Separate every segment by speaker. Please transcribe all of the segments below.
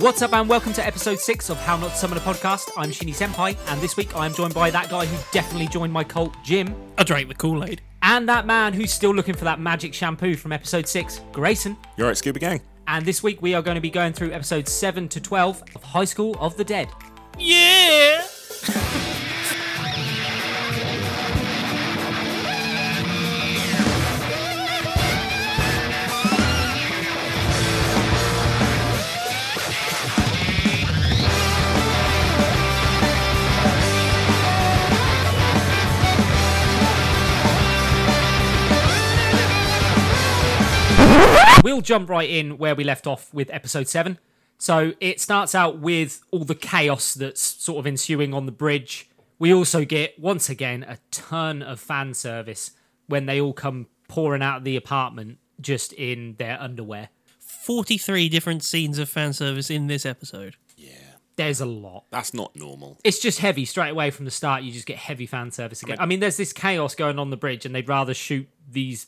Speaker 1: What's up, and welcome to episode six of How Not to Summon a Podcast. I'm Shinny Senpai, and this week I'm joined by that guy who definitely joined my cult, Jim,
Speaker 2: I drank the Kool Aid.
Speaker 1: and that man who's still looking for that magic shampoo from episode six, Grayson.
Speaker 3: You're right, Scuba Gang.
Speaker 1: And this week we are going to be going through episodes 7 to 12 of High School of the Dead.
Speaker 2: Yeah!
Speaker 1: We'll jump right in where we left off with episode 7. So it starts out with all the chaos that's sort of ensuing on the bridge. We also get, once again, a ton of fan service when they all come pouring out of the apartment just in their underwear.
Speaker 2: 43 different scenes of fan service in this episode.
Speaker 3: Yeah,
Speaker 1: There's a lot.
Speaker 3: that's not normal.
Speaker 1: it's just heavy straight away from the start. You just get heavy fan service again. I mean, there's this chaos going on the bridge, and they'd rather shoot these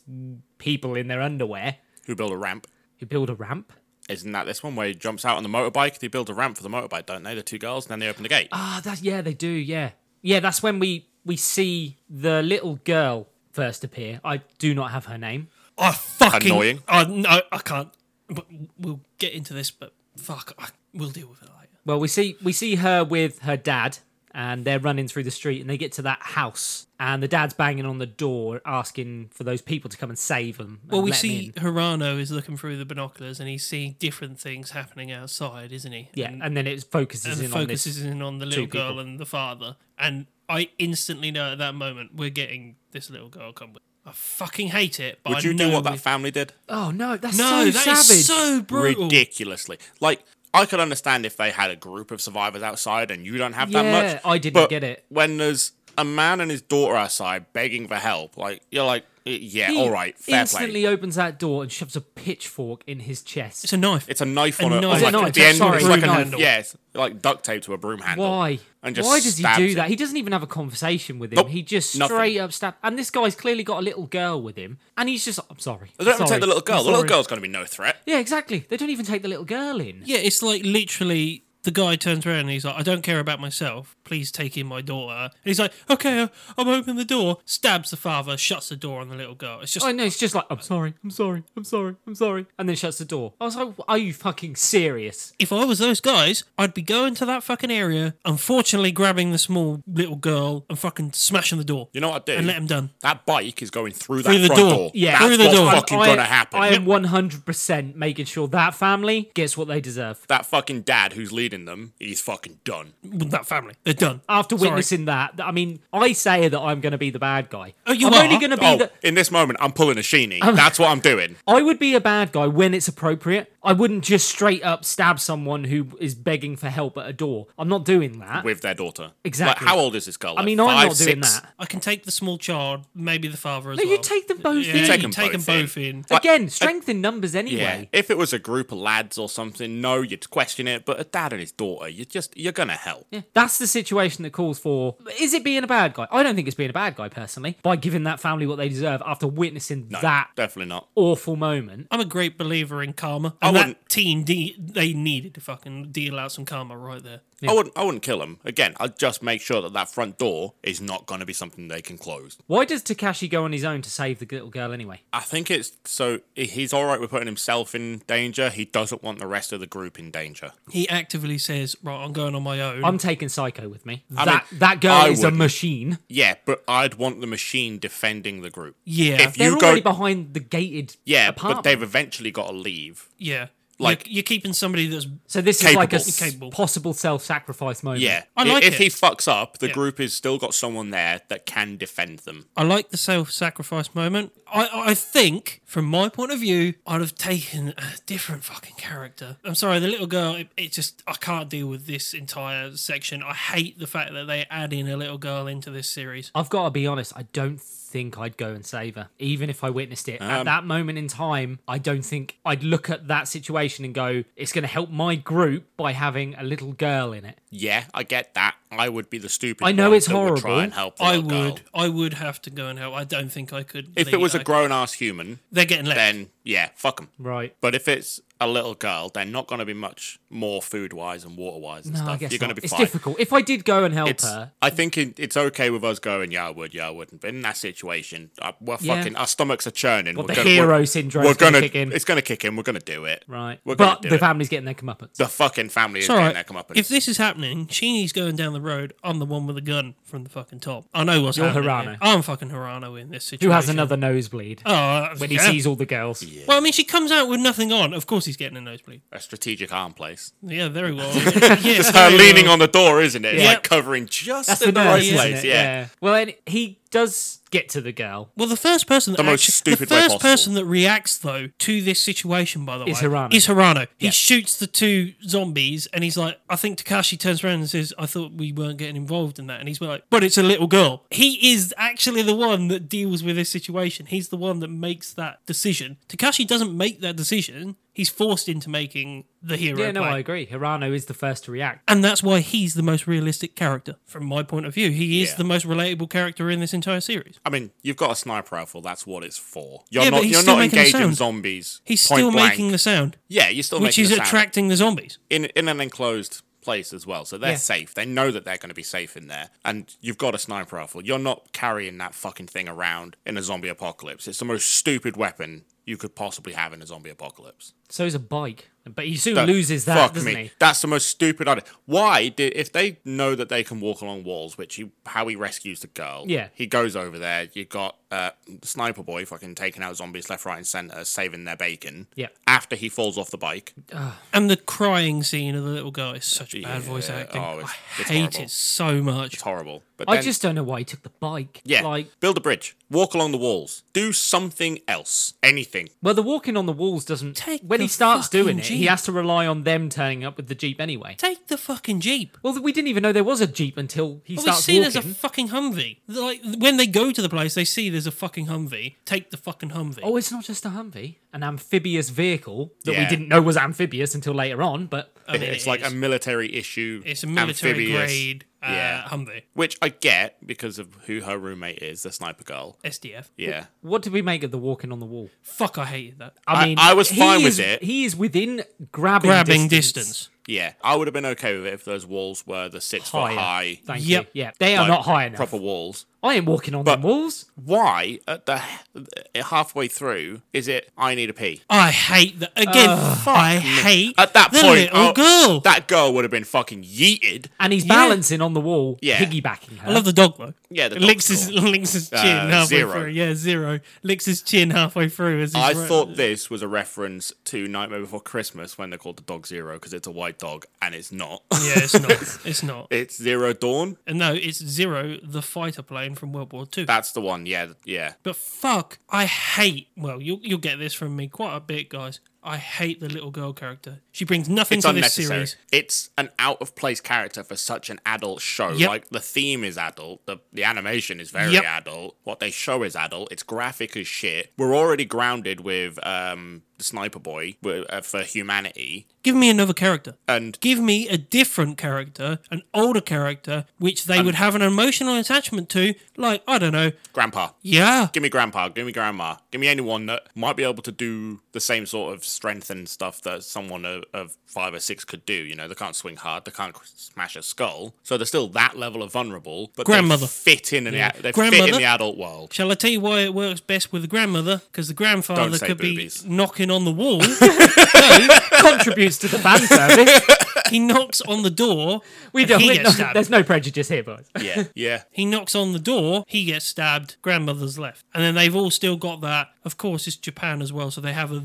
Speaker 1: people in their underwear
Speaker 3: Who built a ramp?
Speaker 1: who build a ramp.
Speaker 3: Isn't that this one where he jumps out on the motorbike? They build a ramp for the motorbike, don't they? The two girls, and then they open the gate.
Speaker 1: Ah, that yeah, they do. Yeah, yeah. That's when we we see the little girl first appear. I do not have her name.
Speaker 2: Oh, fucking.
Speaker 3: Annoying.
Speaker 2: Oh, no, I can't. But we'll get into this, but fuck, I, we'll deal with it later.
Speaker 1: Well, we see we see her with her dad, and they're running through the street, and they get to that house, and the dad's banging on the door, asking for those people to come and save him.
Speaker 2: Well, we see Hirano is looking through the binoculars and he's seeing different things happening outside, isn't he?
Speaker 1: yeah,
Speaker 2: And,
Speaker 1: and then it focuses
Speaker 2: and
Speaker 1: in on this
Speaker 2: focuses in on the little
Speaker 1: people.
Speaker 2: girl and the father. And I instantly know at that moment we're getting this little girl come with. I fucking hate it,
Speaker 1: Ah,
Speaker 2: but
Speaker 3: Would
Speaker 2: I
Speaker 3: you do
Speaker 2: know
Speaker 3: what
Speaker 2: we-
Speaker 3: that family did?
Speaker 1: Oh no, that's
Speaker 2: No, that
Speaker 1: so
Speaker 2: is
Speaker 1: savage.
Speaker 2: so
Speaker 1: Oh.
Speaker 2: brutal.
Speaker 3: Ridiculously. Like, I could understand if they had a group of survivors outside and you don't have that
Speaker 1: Yeah,
Speaker 3: much.
Speaker 1: I didn't
Speaker 3: but
Speaker 1: get it.
Speaker 3: When there's a man and his daughter outside begging for help, like, you're like, eh, yeah,
Speaker 1: He
Speaker 3: all right, fair
Speaker 1: instantly
Speaker 3: play.
Speaker 1: opens that door and shoves a pitchfork in his chest.
Speaker 2: It's a knife.
Speaker 3: It's a knife
Speaker 2: A
Speaker 3: on a,
Speaker 2: knife.
Speaker 3: on
Speaker 2: It's a
Speaker 3: like,
Speaker 1: knife,
Speaker 3: the end,
Speaker 1: sorry,
Speaker 3: it's like
Speaker 1: broom
Speaker 3: a,
Speaker 2: handle.
Speaker 3: yes, like duct tape to a broom handle.
Speaker 1: Why?
Speaker 3: And just
Speaker 1: Why does he
Speaker 3: stabs
Speaker 1: do
Speaker 3: it.
Speaker 1: that? He doesn't even have a conversation with him.
Speaker 3: Nope,
Speaker 1: he just straight
Speaker 3: nothing.
Speaker 1: up stab. And this guy's clearly got a little girl with him, and he's just. I'm sorry.
Speaker 3: They don't even
Speaker 1: Sorry.
Speaker 3: take the little girl. The little
Speaker 1: Sorry.
Speaker 3: girl's going to be no threat.
Speaker 1: Yeah, exactly. They don't even take the little girl in.
Speaker 2: Yeah, it's like literally the guy turns around and he's like, I don't care about myself. Please take in my daughter. And he's like, okay, I- I'm opening the door. Stabs the father, shuts the door on the little girl. It's just,
Speaker 1: I know. It's just like I'm sorry. I'm sorry. I'm sorry. I'm sorry. And then shuts the door. I was like, Are you fucking serious?
Speaker 2: if I was those guys, I'd be going to that fucking area, unfortunately grabbing the small little girl and fucking smashing the door.
Speaker 3: You know what I do?
Speaker 2: And let him done.
Speaker 3: That bike is going through that
Speaker 2: Through the
Speaker 3: front
Speaker 2: door.
Speaker 3: door.
Speaker 1: Yeah.
Speaker 3: that's
Speaker 2: Through the
Speaker 3: what's
Speaker 2: door.
Speaker 3: fucking
Speaker 1: I-
Speaker 3: gonna happen.
Speaker 1: I am 100% making sure that family gets what they deserve.
Speaker 3: that fucking dad who's leading them, he's fucking done.
Speaker 2: With that family. They're done.
Speaker 1: after
Speaker 2: Sorry.
Speaker 1: witnessing that, I mean, I say that I'm going to be the bad guy.
Speaker 2: Oh, you
Speaker 1: I'm
Speaker 2: are?
Speaker 1: only going to be
Speaker 3: Oh,
Speaker 1: the.
Speaker 3: in this moment, I'm pulling a sheenie. That's what I'm doing.
Speaker 1: I would be a bad guy when it's appropriate. I wouldn't just straight up stab someone who is begging for help at a door. I'm not doing that.
Speaker 3: With their daughter.
Speaker 1: Exactly.
Speaker 3: Like, how old is this girl?
Speaker 1: I mean, i
Speaker 3: Like,
Speaker 1: I'm not
Speaker 3: five,
Speaker 1: doing
Speaker 3: six?
Speaker 1: that.
Speaker 2: I can take the small child, maybe the father as
Speaker 1: No,
Speaker 2: well.
Speaker 1: you take them both
Speaker 2: yeah,
Speaker 1: in.
Speaker 2: you
Speaker 3: Take 'em
Speaker 2: them
Speaker 3: both in.
Speaker 2: both in.
Speaker 1: Again, strength in numbers
Speaker 3: Yeah.
Speaker 1: anyway.
Speaker 3: If it was a group of lads or something, no, you'd question it. But a dad and his daughter, you're just you're gonna help.
Speaker 1: That's the situation that calls for. Is it being a bad guy? I don't think it's being a bad guy personally by giving that family what they deserve after witnessing that
Speaker 3: Definitely not.
Speaker 1: awful moment.
Speaker 2: I'm a great believer in karma.
Speaker 3: I
Speaker 2: And that
Speaker 3: wouldn't-
Speaker 2: team, de- they needed to fucking deal out some karma right there.
Speaker 3: I wouldn't. I wouldn't kill him. Again, I'd just make sure that that front door is not gonna be something they can close.
Speaker 1: Why does Takashi go on his own to save the little girl anyway?
Speaker 3: I think it's so he's all right with putting himself in danger. He doesn't want the rest of the group in danger.
Speaker 2: he actively says, "Right, I'm going on my own."
Speaker 1: I'm taking Psycho with me.
Speaker 3: I
Speaker 1: that
Speaker 3: mean,
Speaker 1: that girl
Speaker 3: I
Speaker 1: is a
Speaker 3: wouldn't.
Speaker 1: machine.
Speaker 3: Yeah, but I'd want the machine defending the group.
Speaker 2: yeah,
Speaker 3: If
Speaker 1: They're
Speaker 3: you go,
Speaker 1: already behind the gated
Speaker 3: yeah,
Speaker 1: apartment.
Speaker 3: but they've eventually got to leave.
Speaker 2: yeah.
Speaker 3: Like-
Speaker 2: you're, you're keeping somebody that's
Speaker 1: so this is like a
Speaker 3: capable.
Speaker 1: s-
Speaker 2: Capable.
Speaker 1: possible self-sacrifice moment.
Speaker 3: Yeah,
Speaker 2: I like
Speaker 3: if
Speaker 2: it.
Speaker 3: he fucks up, the group is still got someone there that can defend them.
Speaker 2: I like the self-sacrifice moment. I, I think, from my point of view, I'd have taken a different fucking character. I'm sorry, the little girl. It, it just I can't deal with this entire section. I hate the fact that they add in a little girl into this series.
Speaker 1: I've got to be honest, I don't think I'd go and save her, even if I witnessed it.
Speaker 3: Um,
Speaker 1: at that moment in time, I don't think I'd look at that situation and go, it's going to help my group by having a little girl in it.
Speaker 3: Yeah, I get that. I would be the stupid.
Speaker 1: I know
Speaker 3: one
Speaker 1: it's
Speaker 3: that would
Speaker 1: horrible.
Speaker 3: Try and help. the
Speaker 2: I
Speaker 3: little girl.
Speaker 2: would, I would have to go and help. I don't think I could.
Speaker 3: If it
Speaker 2: lead.
Speaker 3: was a
Speaker 2: I-
Speaker 3: grown ass human,
Speaker 2: they're getting left.
Speaker 3: then yeah, fuck them.
Speaker 1: Right.
Speaker 3: But if it's a little girl, they're not going to be much more food wise and water wise and
Speaker 1: No,
Speaker 3: stuff.
Speaker 1: Oh, I guess
Speaker 3: You're going to
Speaker 1: not.
Speaker 3: be
Speaker 1: It's
Speaker 3: fine.
Speaker 1: difficult. If I did go and help
Speaker 3: It's,
Speaker 1: her,
Speaker 3: I think it, it's okay with us going, yeah, I would, yeah, I wouldn't. But in that situation, uh, we're
Speaker 1: Yeah.
Speaker 3: fucking, our stomachs are churning.
Speaker 1: What,
Speaker 3: we're
Speaker 1: the
Speaker 3: gonna,
Speaker 1: hero
Speaker 3: we're-
Speaker 1: syndrome's
Speaker 3: we're
Speaker 1: gonna
Speaker 3: gonna-
Speaker 1: kick in?
Speaker 3: It's going to kick in. We're going to do it.
Speaker 1: right?
Speaker 3: We're
Speaker 1: But
Speaker 3: going to do
Speaker 1: the
Speaker 3: it.
Speaker 1: family's getting their comeuppance.
Speaker 3: the fucking family is
Speaker 2: It's all
Speaker 3: getting
Speaker 2: right.
Speaker 3: their comeuppance.
Speaker 2: If this is happening, Sheeny's going down the road. I'm the one with the gun from the fucking top. I know what's
Speaker 1: You're
Speaker 2: happening.
Speaker 1: Hirano.
Speaker 2: here. I'm fucking Hirano in this situation.
Speaker 1: Who has another nosebleed
Speaker 2: Oh, uh,
Speaker 1: when he
Speaker 2: yeah.
Speaker 1: sees all the girls?
Speaker 2: Well, I mean, she comes out with nothing on. Of course, he's getting a nosebleed.
Speaker 3: a strategic arm place.
Speaker 2: Yeah, very well. yeah,
Speaker 3: It's her leaning on the door, isn't it? It's
Speaker 2: Yeah.
Speaker 3: like covering just
Speaker 1: That's
Speaker 3: in the,
Speaker 1: the
Speaker 3: right
Speaker 1: nerve, isn't
Speaker 3: place.
Speaker 1: it?
Speaker 3: Yeah.
Speaker 1: Well, and he does get to the girl.
Speaker 2: Well, the first person that
Speaker 3: The most
Speaker 2: actu-
Speaker 3: stupid
Speaker 2: the
Speaker 3: way
Speaker 2: first
Speaker 3: possible.
Speaker 2: person that reacts though to this situation, by the
Speaker 1: Is
Speaker 2: way,
Speaker 1: Hirano.
Speaker 2: is Hirano. He
Speaker 1: Yeah.
Speaker 2: shoots the two zombies, and he's like, I think Takashi turns around and says, "I thought we weren't getting involved in that," and he's like, "But it's a little girl." He is actually the one that deals with this situation. He's the one that makes that decision. Takashi doesn't make that decision. He's forced into making the hero.
Speaker 1: Yeah, no,
Speaker 2: play.
Speaker 1: I agree. Hirano is the first to react.
Speaker 2: And that's why he's the most realistic character from my point of view. He is
Speaker 3: Yeah.
Speaker 2: the most relatable character in this entire series.
Speaker 3: I mean, you've got a sniper rifle. That's what it's for. You're
Speaker 2: Yeah, but
Speaker 3: not.
Speaker 2: he's
Speaker 3: You're
Speaker 2: still
Speaker 3: not
Speaker 2: making a
Speaker 3: engaging
Speaker 2: sound.
Speaker 3: zombies.
Speaker 2: He's
Speaker 3: point
Speaker 2: still
Speaker 3: blank.
Speaker 2: making the sound,
Speaker 3: Yeah, you're still
Speaker 2: which
Speaker 3: making
Speaker 2: is
Speaker 3: the sound.
Speaker 2: attracting the zombies.
Speaker 3: in in an enclosed place as well. So they're
Speaker 1: Yeah.
Speaker 3: safe. They know that they're going to be safe in there. And you've got a sniper rifle. You're not carrying that fucking thing around in a zombie apocalypse. It's the most stupid weapon you could possibly have in a zombie apocalypse.
Speaker 1: So is a bike, but he soon
Speaker 3: That-
Speaker 1: loses that,
Speaker 3: Fuck
Speaker 1: doesn't
Speaker 3: me.
Speaker 1: he?
Speaker 3: That's the most stupid idea. Why did if they know that they can walk along walls, which he how he rescues the girl?
Speaker 1: Yeah.
Speaker 3: he goes over there. You've got uh, sniper boy fucking taking out zombies left, right, and center, saving their bacon.
Speaker 1: Yeah.
Speaker 3: after he falls off the bike.
Speaker 2: And the crying scene of the little girl is such bad voice acting.
Speaker 3: Oh, it's-
Speaker 2: I
Speaker 3: it's
Speaker 2: hate
Speaker 3: horrible.
Speaker 2: it so much.
Speaker 3: It's horrible. But
Speaker 1: I
Speaker 3: then-
Speaker 1: just don't know why he took the bike.
Speaker 3: Yeah.
Speaker 1: Like,
Speaker 3: build a bridge, walk along the walls, do something else, anything.
Speaker 1: well, the walking on the walls doesn't.
Speaker 2: Take
Speaker 1: when
Speaker 2: the
Speaker 1: he starts doing it,
Speaker 2: fucking
Speaker 1: he
Speaker 2: Jeep.
Speaker 1: has to rely on them turning up with the jeep anyway.
Speaker 2: Take the fucking jeep.
Speaker 1: Well, we didn't even know there was a jeep until he
Speaker 2: Well, we
Speaker 1: starts
Speaker 2: see
Speaker 1: walking.
Speaker 2: there's a fucking Humvee. Like when they go to the place, they see there's a fucking Humvee. Take the fucking Humvee.
Speaker 1: Oh, it's not just a Humvee, an amphibious vehicle that we
Speaker 3: Yeah.
Speaker 1: didn't know was amphibious until later on. But uh,
Speaker 2: I mean,
Speaker 3: it's
Speaker 2: it
Speaker 3: like
Speaker 2: is.
Speaker 3: a military issue.
Speaker 2: it's a military
Speaker 3: amphibious,
Speaker 2: grade uh,
Speaker 3: Yeah.
Speaker 2: Humvee.
Speaker 3: Which I get because of who her roommate is, the sniper girl.
Speaker 2: SDF.
Speaker 3: Yeah.
Speaker 1: what did we make of the walking on the wall?
Speaker 2: Fuck, I hated that.
Speaker 1: I
Speaker 3: I-
Speaker 1: mean,
Speaker 3: I was
Speaker 1: he
Speaker 3: fine with
Speaker 1: is-
Speaker 3: it.
Speaker 1: He is within grabbing,
Speaker 2: Grabbing
Speaker 1: distance.
Speaker 2: distance.
Speaker 3: Yeah. I would have been okay with it if those walls were the six
Speaker 1: Higher.
Speaker 3: foot high.
Speaker 1: Thank
Speaker 2: Yep.
Speaker 1: you. Yeah, they are
Speaker 3: like,
Speaker 1: not high enough.
Speaker 3: Proper walls.
Speaker 1: I ain't walking on
Speaker 3: But-
Speaker 1: the walls.
Speaker 3: Why at the halfway through is it I need a pee?
Speaker 2: I hate that. Again, I hate
Speaker 3: At that
Speaker 2: the
Speaker 3: point,
Speaker 2: little
Speaker 3: oh,
Speaker 2: girl.
Speaker 3: that girl would have been fucking yeeted.
Speaker 1: And he's
Speaker 2: Yeah.
Speaker 1: balancing on the wall,
Speaker 3: Yeah.
Speaker 1: piggybacking her.
Speaker 2: I love the dog though.
Speaker 3: Yeah, the
Speaker 2: It licks
Speaker 3: dog's
Speaker 2: his licks his chin
Speaker 3: Uh,
Speaker 2: halfway
Speaker 3: zero.
Speaker 2: through. Yeah, zero licks his chin halfway through. As he's
Speaker 3: I
Speaker 2: ru-
Speaker 3: thought this was a reference to Nightmare Before Christmas when they're called the Dog Zero because it's a white dog and it's not.
Speaker 2: yeah, it's not. It's not.
Speaker 3: it's Zero Dawn.
Speaker 2: And no, it's zero, the fighter plane from World War Two.
Speaker 3: That's the one. Yeah, yeah.
Speaker 2: But fuck, I hate. Well, you'll you'll get this from me quite a bit, guys. I hate the little girl character. She brings nothing
Speaker 3: It's
Speaker 2: to this
Speaker 3: unnecessary.
Speaker 2: series.
Speaker 3: It's an out of place character for such an adult show.
Speaker 2: Yep.
Speaker 3: Like the theme is adult, the the animation is very
Speaker 2: Yep.
Speaker 3: adult. What they show is adult. It's graphic as shit. We're already grounded with um Sniper Boy wi- uh, for humanity,
Speaker 2: Give me another character.
Speaker 3: and
Speaker 2: Give me a different character, an older character, which they
Speaker 3: Um,
Speaker 2: would have an emotional attachment to. Like I don't know.
Speaker 3: Grandpa.
Speaker 2: Yeah.
Speaker 3: Give me grandpa, give me grandma, give me anyone that might be able to do the same sort of strength and stuff that someone of, of five or six could do. You know, they can't swing hard, they can't cr- smash a skull, so they're still that level of vulnerable. But
Speaker 2: Grandmother.
Speaker 3: they fit in, in the, they fit in
Speaker 2: Grandmother.
Speaker 3: the adult world.
Speaker 2: Shall I tell you why it works best with the grandmother? Because the
Speaker 3: Don't
Speaker 2: grandfather
Speaker 3: say
Speaker 2: could
Speaker 3: boobies.
Speaker 2: be knocking on the wall.
Speaker 1: contributes to the fan service.
Speaker 2: he knocks on the door.
Speaker 1: We
Speaker 2: and
Speaker 1: don't.
Speaker 2: He
Speaker 1: we-
Speaker 2: gets
Speaker 1: no-
Speaker 2: stabbed.
Speaker 1: there's no prejudice here, boys.
Speaker 3: Yeah, yeah.
Speaker 2: He knocks on the door. He gets stabbed. Grandmother's left, and then they've all still got that. Of course, it's Japan as well, so they have a a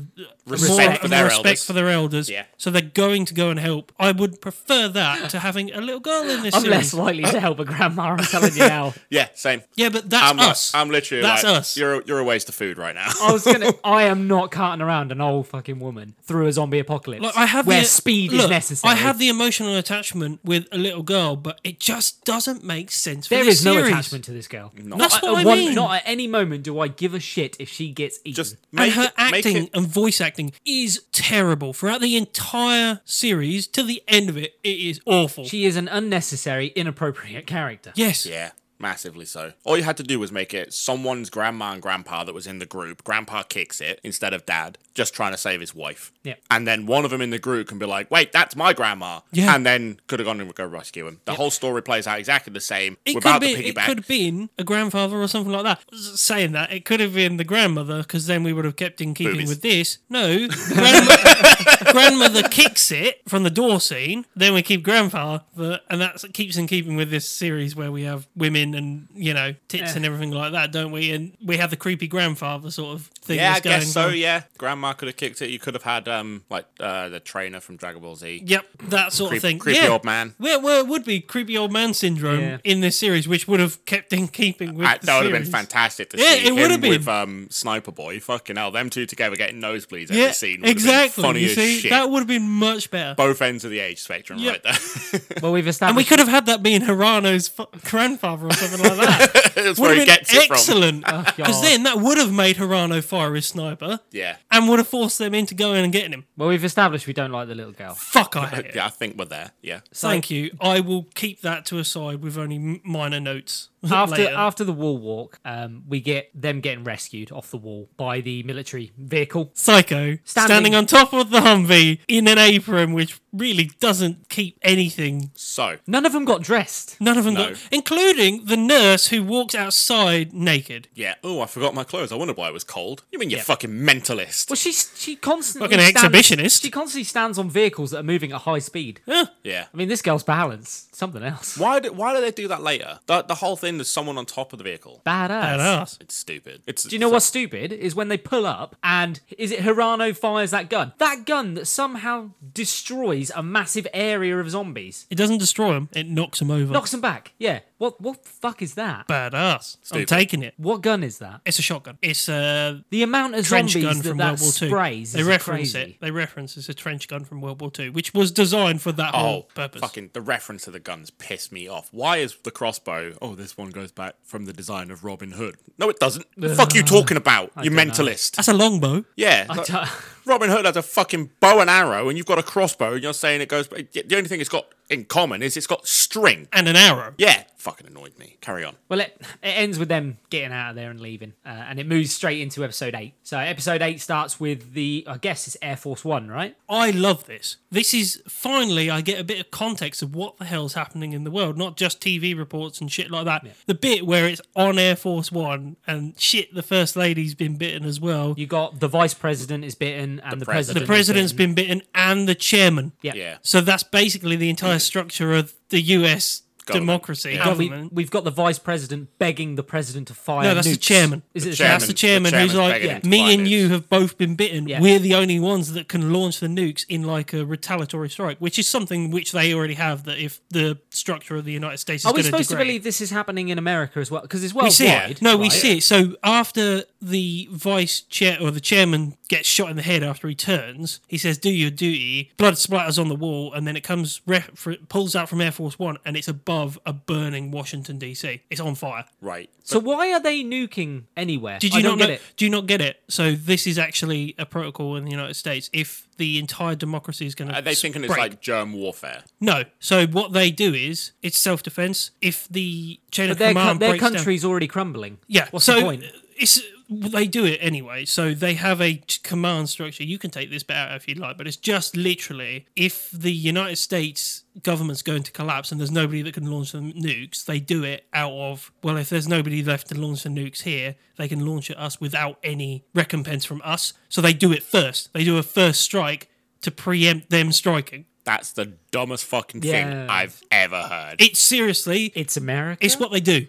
Speaker 3: Respect
Speaker 2: more,
Speaker 3: for
Speaker 2: a
Speaker 3: their
Speaker 2: respect
Speaker 3: elders.
Speaker 2: for their elders.
Speaker 3: Yeah.
Speaker 2: So they're going to go and help. I would prefer that to having a little girl in this
Speaker 1: I'm
Speaker 2: series.
Speaker 1: less likely to help a grandma. I'm telling you now.
Speaker 3: Yeah, same.
Speaker 2: yeah, but that's
Speaker 3: I'm, like-
Speaker 2: us.
Speaker 3: I'm literally
Speaker 2: That's
Speaker 3: like,
Speaker 2: us. Oh,
Speaker 3: You're, you're a waste of food right now.
Speaker 1: I was gonna. I am not carting around an old fucking woman through a zombie apocalypse.
Speaker 2: Like I have
Speaker 1: where
Speaker 2: the,
Speaker 1: speed is
Speaker 2: look,
Speaker 1: necessary.
Speaker 2: I have the emotional attachment with a little girl, but it just doesn't make sense. For
Speaker 1: There
Speaker 2: this
Speaker 1: is no
Speaker 2: series.
Speaker 1: attachment to this girl.
Speaker 2: That's
Speaker 1: Not at
Speaker 2: what I
Speaker 1: one-
Speaker 2: mean.
Speaker 1: Not at any moment do I give a shit if she gets eaten.
Speaker 3: Just
Speaker 2: and
Speaker 3: make
Speaker 2: her
Speaker 3: it- make
Speaker 2: acting
Speaker 3: it-
Speaker 2: and voice acting is terrible throughout the entire series to the end of it. It is awful.
Speaker 1: she is an unnecessary, inappropriate character.
Speaker 2: yes,
Speaker 3: yeah. Massively so. All you had to do was make it someone's grandma and grandpa that was in the group. Grandpa kicks it instead of dad, just trying to save his wife.
Speaker 1: Yeah.
Speaker 3: And then one of them in the group can be like, wait, that's my grandma.
Speaker 2: Yeah.
Speaker 3: And then could have gone and go rescue him. The whole story plays out exactly the same
Speaker 2: It could
Speaker 3: without
Speaker 2: be.
Speaker 3: the
Speaker 2: It
Speaker 3: piggyback.
Speaker 2: could have been a grandfather or something like that. S- Saying that, it could have been the grandmother, because then we would have kept in keeping
Speaker 3: Boobies.
Speaker 2: with this. No, grandma- grandmother kicks it from the door scene. Then we keep grandfather, and that keeps in keeping with this series where we have women and you know tits
Speaker 1: Yeah.
Speaker 2: and everything like that, don't we? And we have the creepy grandfather sort of thing.
Speaker 3: yeah, I
Speaker 2: that's going
Speaker 3: guess so.
Speaker 2: on.
Speaker 3: Yeah, Grandma could have kicked it. You could have had um like uh, the trainer from Dragon Ball Z.
Speaker 2: Yep, that sort
Speaker 3: Creep-
Speaker 2: of thing.
Speaker 3: creepy
Speaker 2: yeah.
Speaker 3: old man.
Speaker 2: Well, well, it would be creepy old man syndrome
Speaker 1: Yeah.
Speaker 2: in this series, which would have kept in keeping with
Speaker 3: I-
Speaker 2: the
Speaker 3: that would have been
Speaker 2: series.
Speaker 3: fantastic to
Speaker 2: Yeah,
Speaker 3: see.
Speaker 2: it
Speaker 3: him
Speaker 2: would have been.
Speaker 3: with um, Sniper Boy. Fucking hell, them two together getting nosebleeds every scene. would have been
Speaker 2: exactly.
Speaker 3: funny
Speaker 2: you
Speaker 3: as
Speaker 2: see,
Speaker 3: shit.
Speaker 2: that would have been much better.
Speaker 3: Both ends of the age spectrum,
Speaker 2: Yeah.
Speaker 3: right there.
Speaker 1: Well, we've
Speaker 2: and we
Speaker 1: established.
Speaker 2: could have had that being Hirano's f- grandfather or something like that.
Speaker 3: That's
Speaker 2: would
Speaker 3: where he
Speaker 2: have been
Speaker 3: gets it from.
Speaker 2: excellent.
Speaker 1: Oh, God.
Speaker 2: Because then that would have made Hirano fire his sniper
Speaker 3: Yeah.
Speaker 2: and would have forced them into going and getting him.
Speaker 1: well, we've established we don't like the little girl.
Speaker 2: Fuck, I hate it.
Speaker 3: Yeah, I think we're there. Yeah.
Speaker 2: Thank you. I will keep that to a side with only m- minor notes.
Speaker 1: After
Speaker 2: later.
Speaker 1: after the wall walk, um, we get them getting rescued off the wall by the military vehicle.
Speaker 2: Psycho standing.
Speaker 1: Standing.
Speaker 2: on top of the Humvee in an apron, which really doesn't keep anything
Speaker 3: So,
Speaker 1: None of them got dressed.
Speaker 2: None of them
Speaker 3: No.
Speaker 2: got, including the nurse who walked outside naked.
Speaker 3: yeah. Oh, I forgot my clothes. I wondered why it was cold. You mean you're
Speaker 1: Yeah.
Speaker 3: fucking mentalist?
Speaker 1: Well, she's she constantly
Speaker 2: Fucking
Speaker 1: stands-
Speaker 2: exhibitionist.
Speaker 1: She constantly stands on vehicles that are moving at high speed.
Speaker 3: yeah.
Speaker 1: I mean, this girl's balance, something else.
Speaker 3: Why do, why do they do that later? The, the whole thing there's someone on top of the vehicle.
Speaker 1: Badass.
Speaker 2: Badass.
Speaker 3: It's stupid. It's
Speaker 1: Do you know what's stupid is when they pull up and is it Hirano fires that gun? That gun that somehow destroys a massive area of zombies.
Speaker 2: It doesn't destroy him, it knocks him over.
Speaker 1: Knocks them back. Yeah. What what the fuck is that?
Speaker 2: Badass. I'm
Speaker 3: Stupid.
Speaker 2: taking it.
Speaker 1: What gun is that?
Speaker 2: It's a shotgun. It's a
Speaker 1: The amount of
Speaker 2: trench gun
Speaker 1: zombies that
Speaker 2: from
Speaker 1: that
Speaker 2: World War Two.
Speaker 1: sprays
Speaker 2: they
Speaker 1: is
Speaker 2: reference
Speaker 1: crazy.
Speaker 2: it. They reference it's a trench gun from World War Two, which was designed for that whole
Speaker 3: Oh,
Speaker 2: purpose.
Speaker 3: fucking the reference to the guns pissed me off. Why is the crossbow? Oh, this one goes back from the design of Robin Hood. No, it doesn't. The fuck you talking about? you
Speaker 1: don't know.
Speaker 3: mentalist.
Speaker 2: That's a longbow.
Speaker 3: Yeah,
Speaker 1: I
Speaker 3: like,
Speaker 1: don't-
Speaker 3: Robin Hood has a fucking bow and arrow, and you've got a crossbow, and you're saying it goes. The only thing it's got in common is it's got string.
Speaker 2: And an arrow.
Speaker 3: Yeah, fucking annoyed me. Carry on.
Speaker 1: Well, it, it ends with them getting out of there and leaving, uh, and it moves straight into episode eight. So episode eight starts with the, I guess it's Air Force One, right?
Speaker 2: I love this. This is finally I get a bit of context of what the hell's happening in the world, not just TV reports and shit like that. The bit where it's on Air Force One and shit, the First Lady's been bitten as well.
Speaker 1: You got the vice president is bitten, and the,
Speaker 3: president.
Speaker 1: president.
Speaker 2: the president's been bitten and the chairman.
Speaker 1: Yeah.
Speaker 3: Yeah.
Speaker 2: So that's basically the entire structure of the US
Speaker 3: Government.
Speaker 2: democracy
Speaker 3: Yeah.
Speaker 1: And we,
Speaker 2: government.
Speaker 1: we've got the vice president begging the president to fire.
Speaker 2: No, that's the
Speaker 1: nukes.
Speaker 2: chairman.
Speaker 1: Is it the
Speaker 3: chairman.
Speaker 2: that's the chairman
Speaker 3: The
Speaker 2: who's
Speaker 3: chairman's
Speaker 2: like,
Speaker 3: begging him to
Speaker 2: me
Speaker 3: find
Speaker 2: and
Speaker 3: nukes."
Speaker 2: you have both been bitten.
Speaker 1: Yeah.
Speaker 2: We're the only ones that can launch the nukes in like a retaliatory strike, which is something which they already have. That if the structure of the United States is
Speaker 1: Are we
Speaker 2: going
Speaker 1: supposed to
Speaker 2: degrade-
Speaker 1: believe this is happening in America as well? Because it's
Speaker 2: we see
Speaker 1: worldwide.
Speaker 2: it? No, we
Speaker 1: right?
Speaker 2: see it. So after the vice chair or the chairman gets shot in the head after he turns, he says, "Do your duty." Blood splatters on the wall, and then it comes ref- fr- pulls out from Air Force One, and it's above a burning Washington D.C. It's on fire.
Speaker 3: Right.
Speaker 1: So why are they nuking anywhere?
Speaker 2: Did you
Speaker 1: I
Speaker 2: not
Speaker 1: don't get
Speaker 2: know,
Speaker 1: it?
Speaker 2: Do you not get it? So this is actually a protocol in the United States. If the entire democracy is going to,
Speaker 3: Are they thinking it's like germ warfare?
Speaker 2: no? So what they do is it's self defense. If the chain
Speaker 1: But
Speaker 2: of
Speaker 1: their, co-
Speaker 2: command
Speaker 1: their
Speaker 2: breaks down-
Speaker 1: country's already crumbling.
Speaker 2: yeah.
Speaker 1: What's
Speaker 2: so uh,
Speaker 1: the point?
Speaker 2: It's they do it anyway. So they have a t- command structure. You can take this bit out if you'd like, but it's just literally if the United States government's going to collapse and there's nobody that can launch the nukes, they do it out of well, if there's nobody left to launch the nukes here, they can launch at us without any recompense from us. So they do it first. They do a first strike to preempt them striking.
Speaker 3: That's the dumbest fucking
Speaker 1: Yeah.
Speaker 3: thing I've ever heard.
Speaker 2: It's seriously
Speaker 1: It's America.
Speaker 2: It's what they do.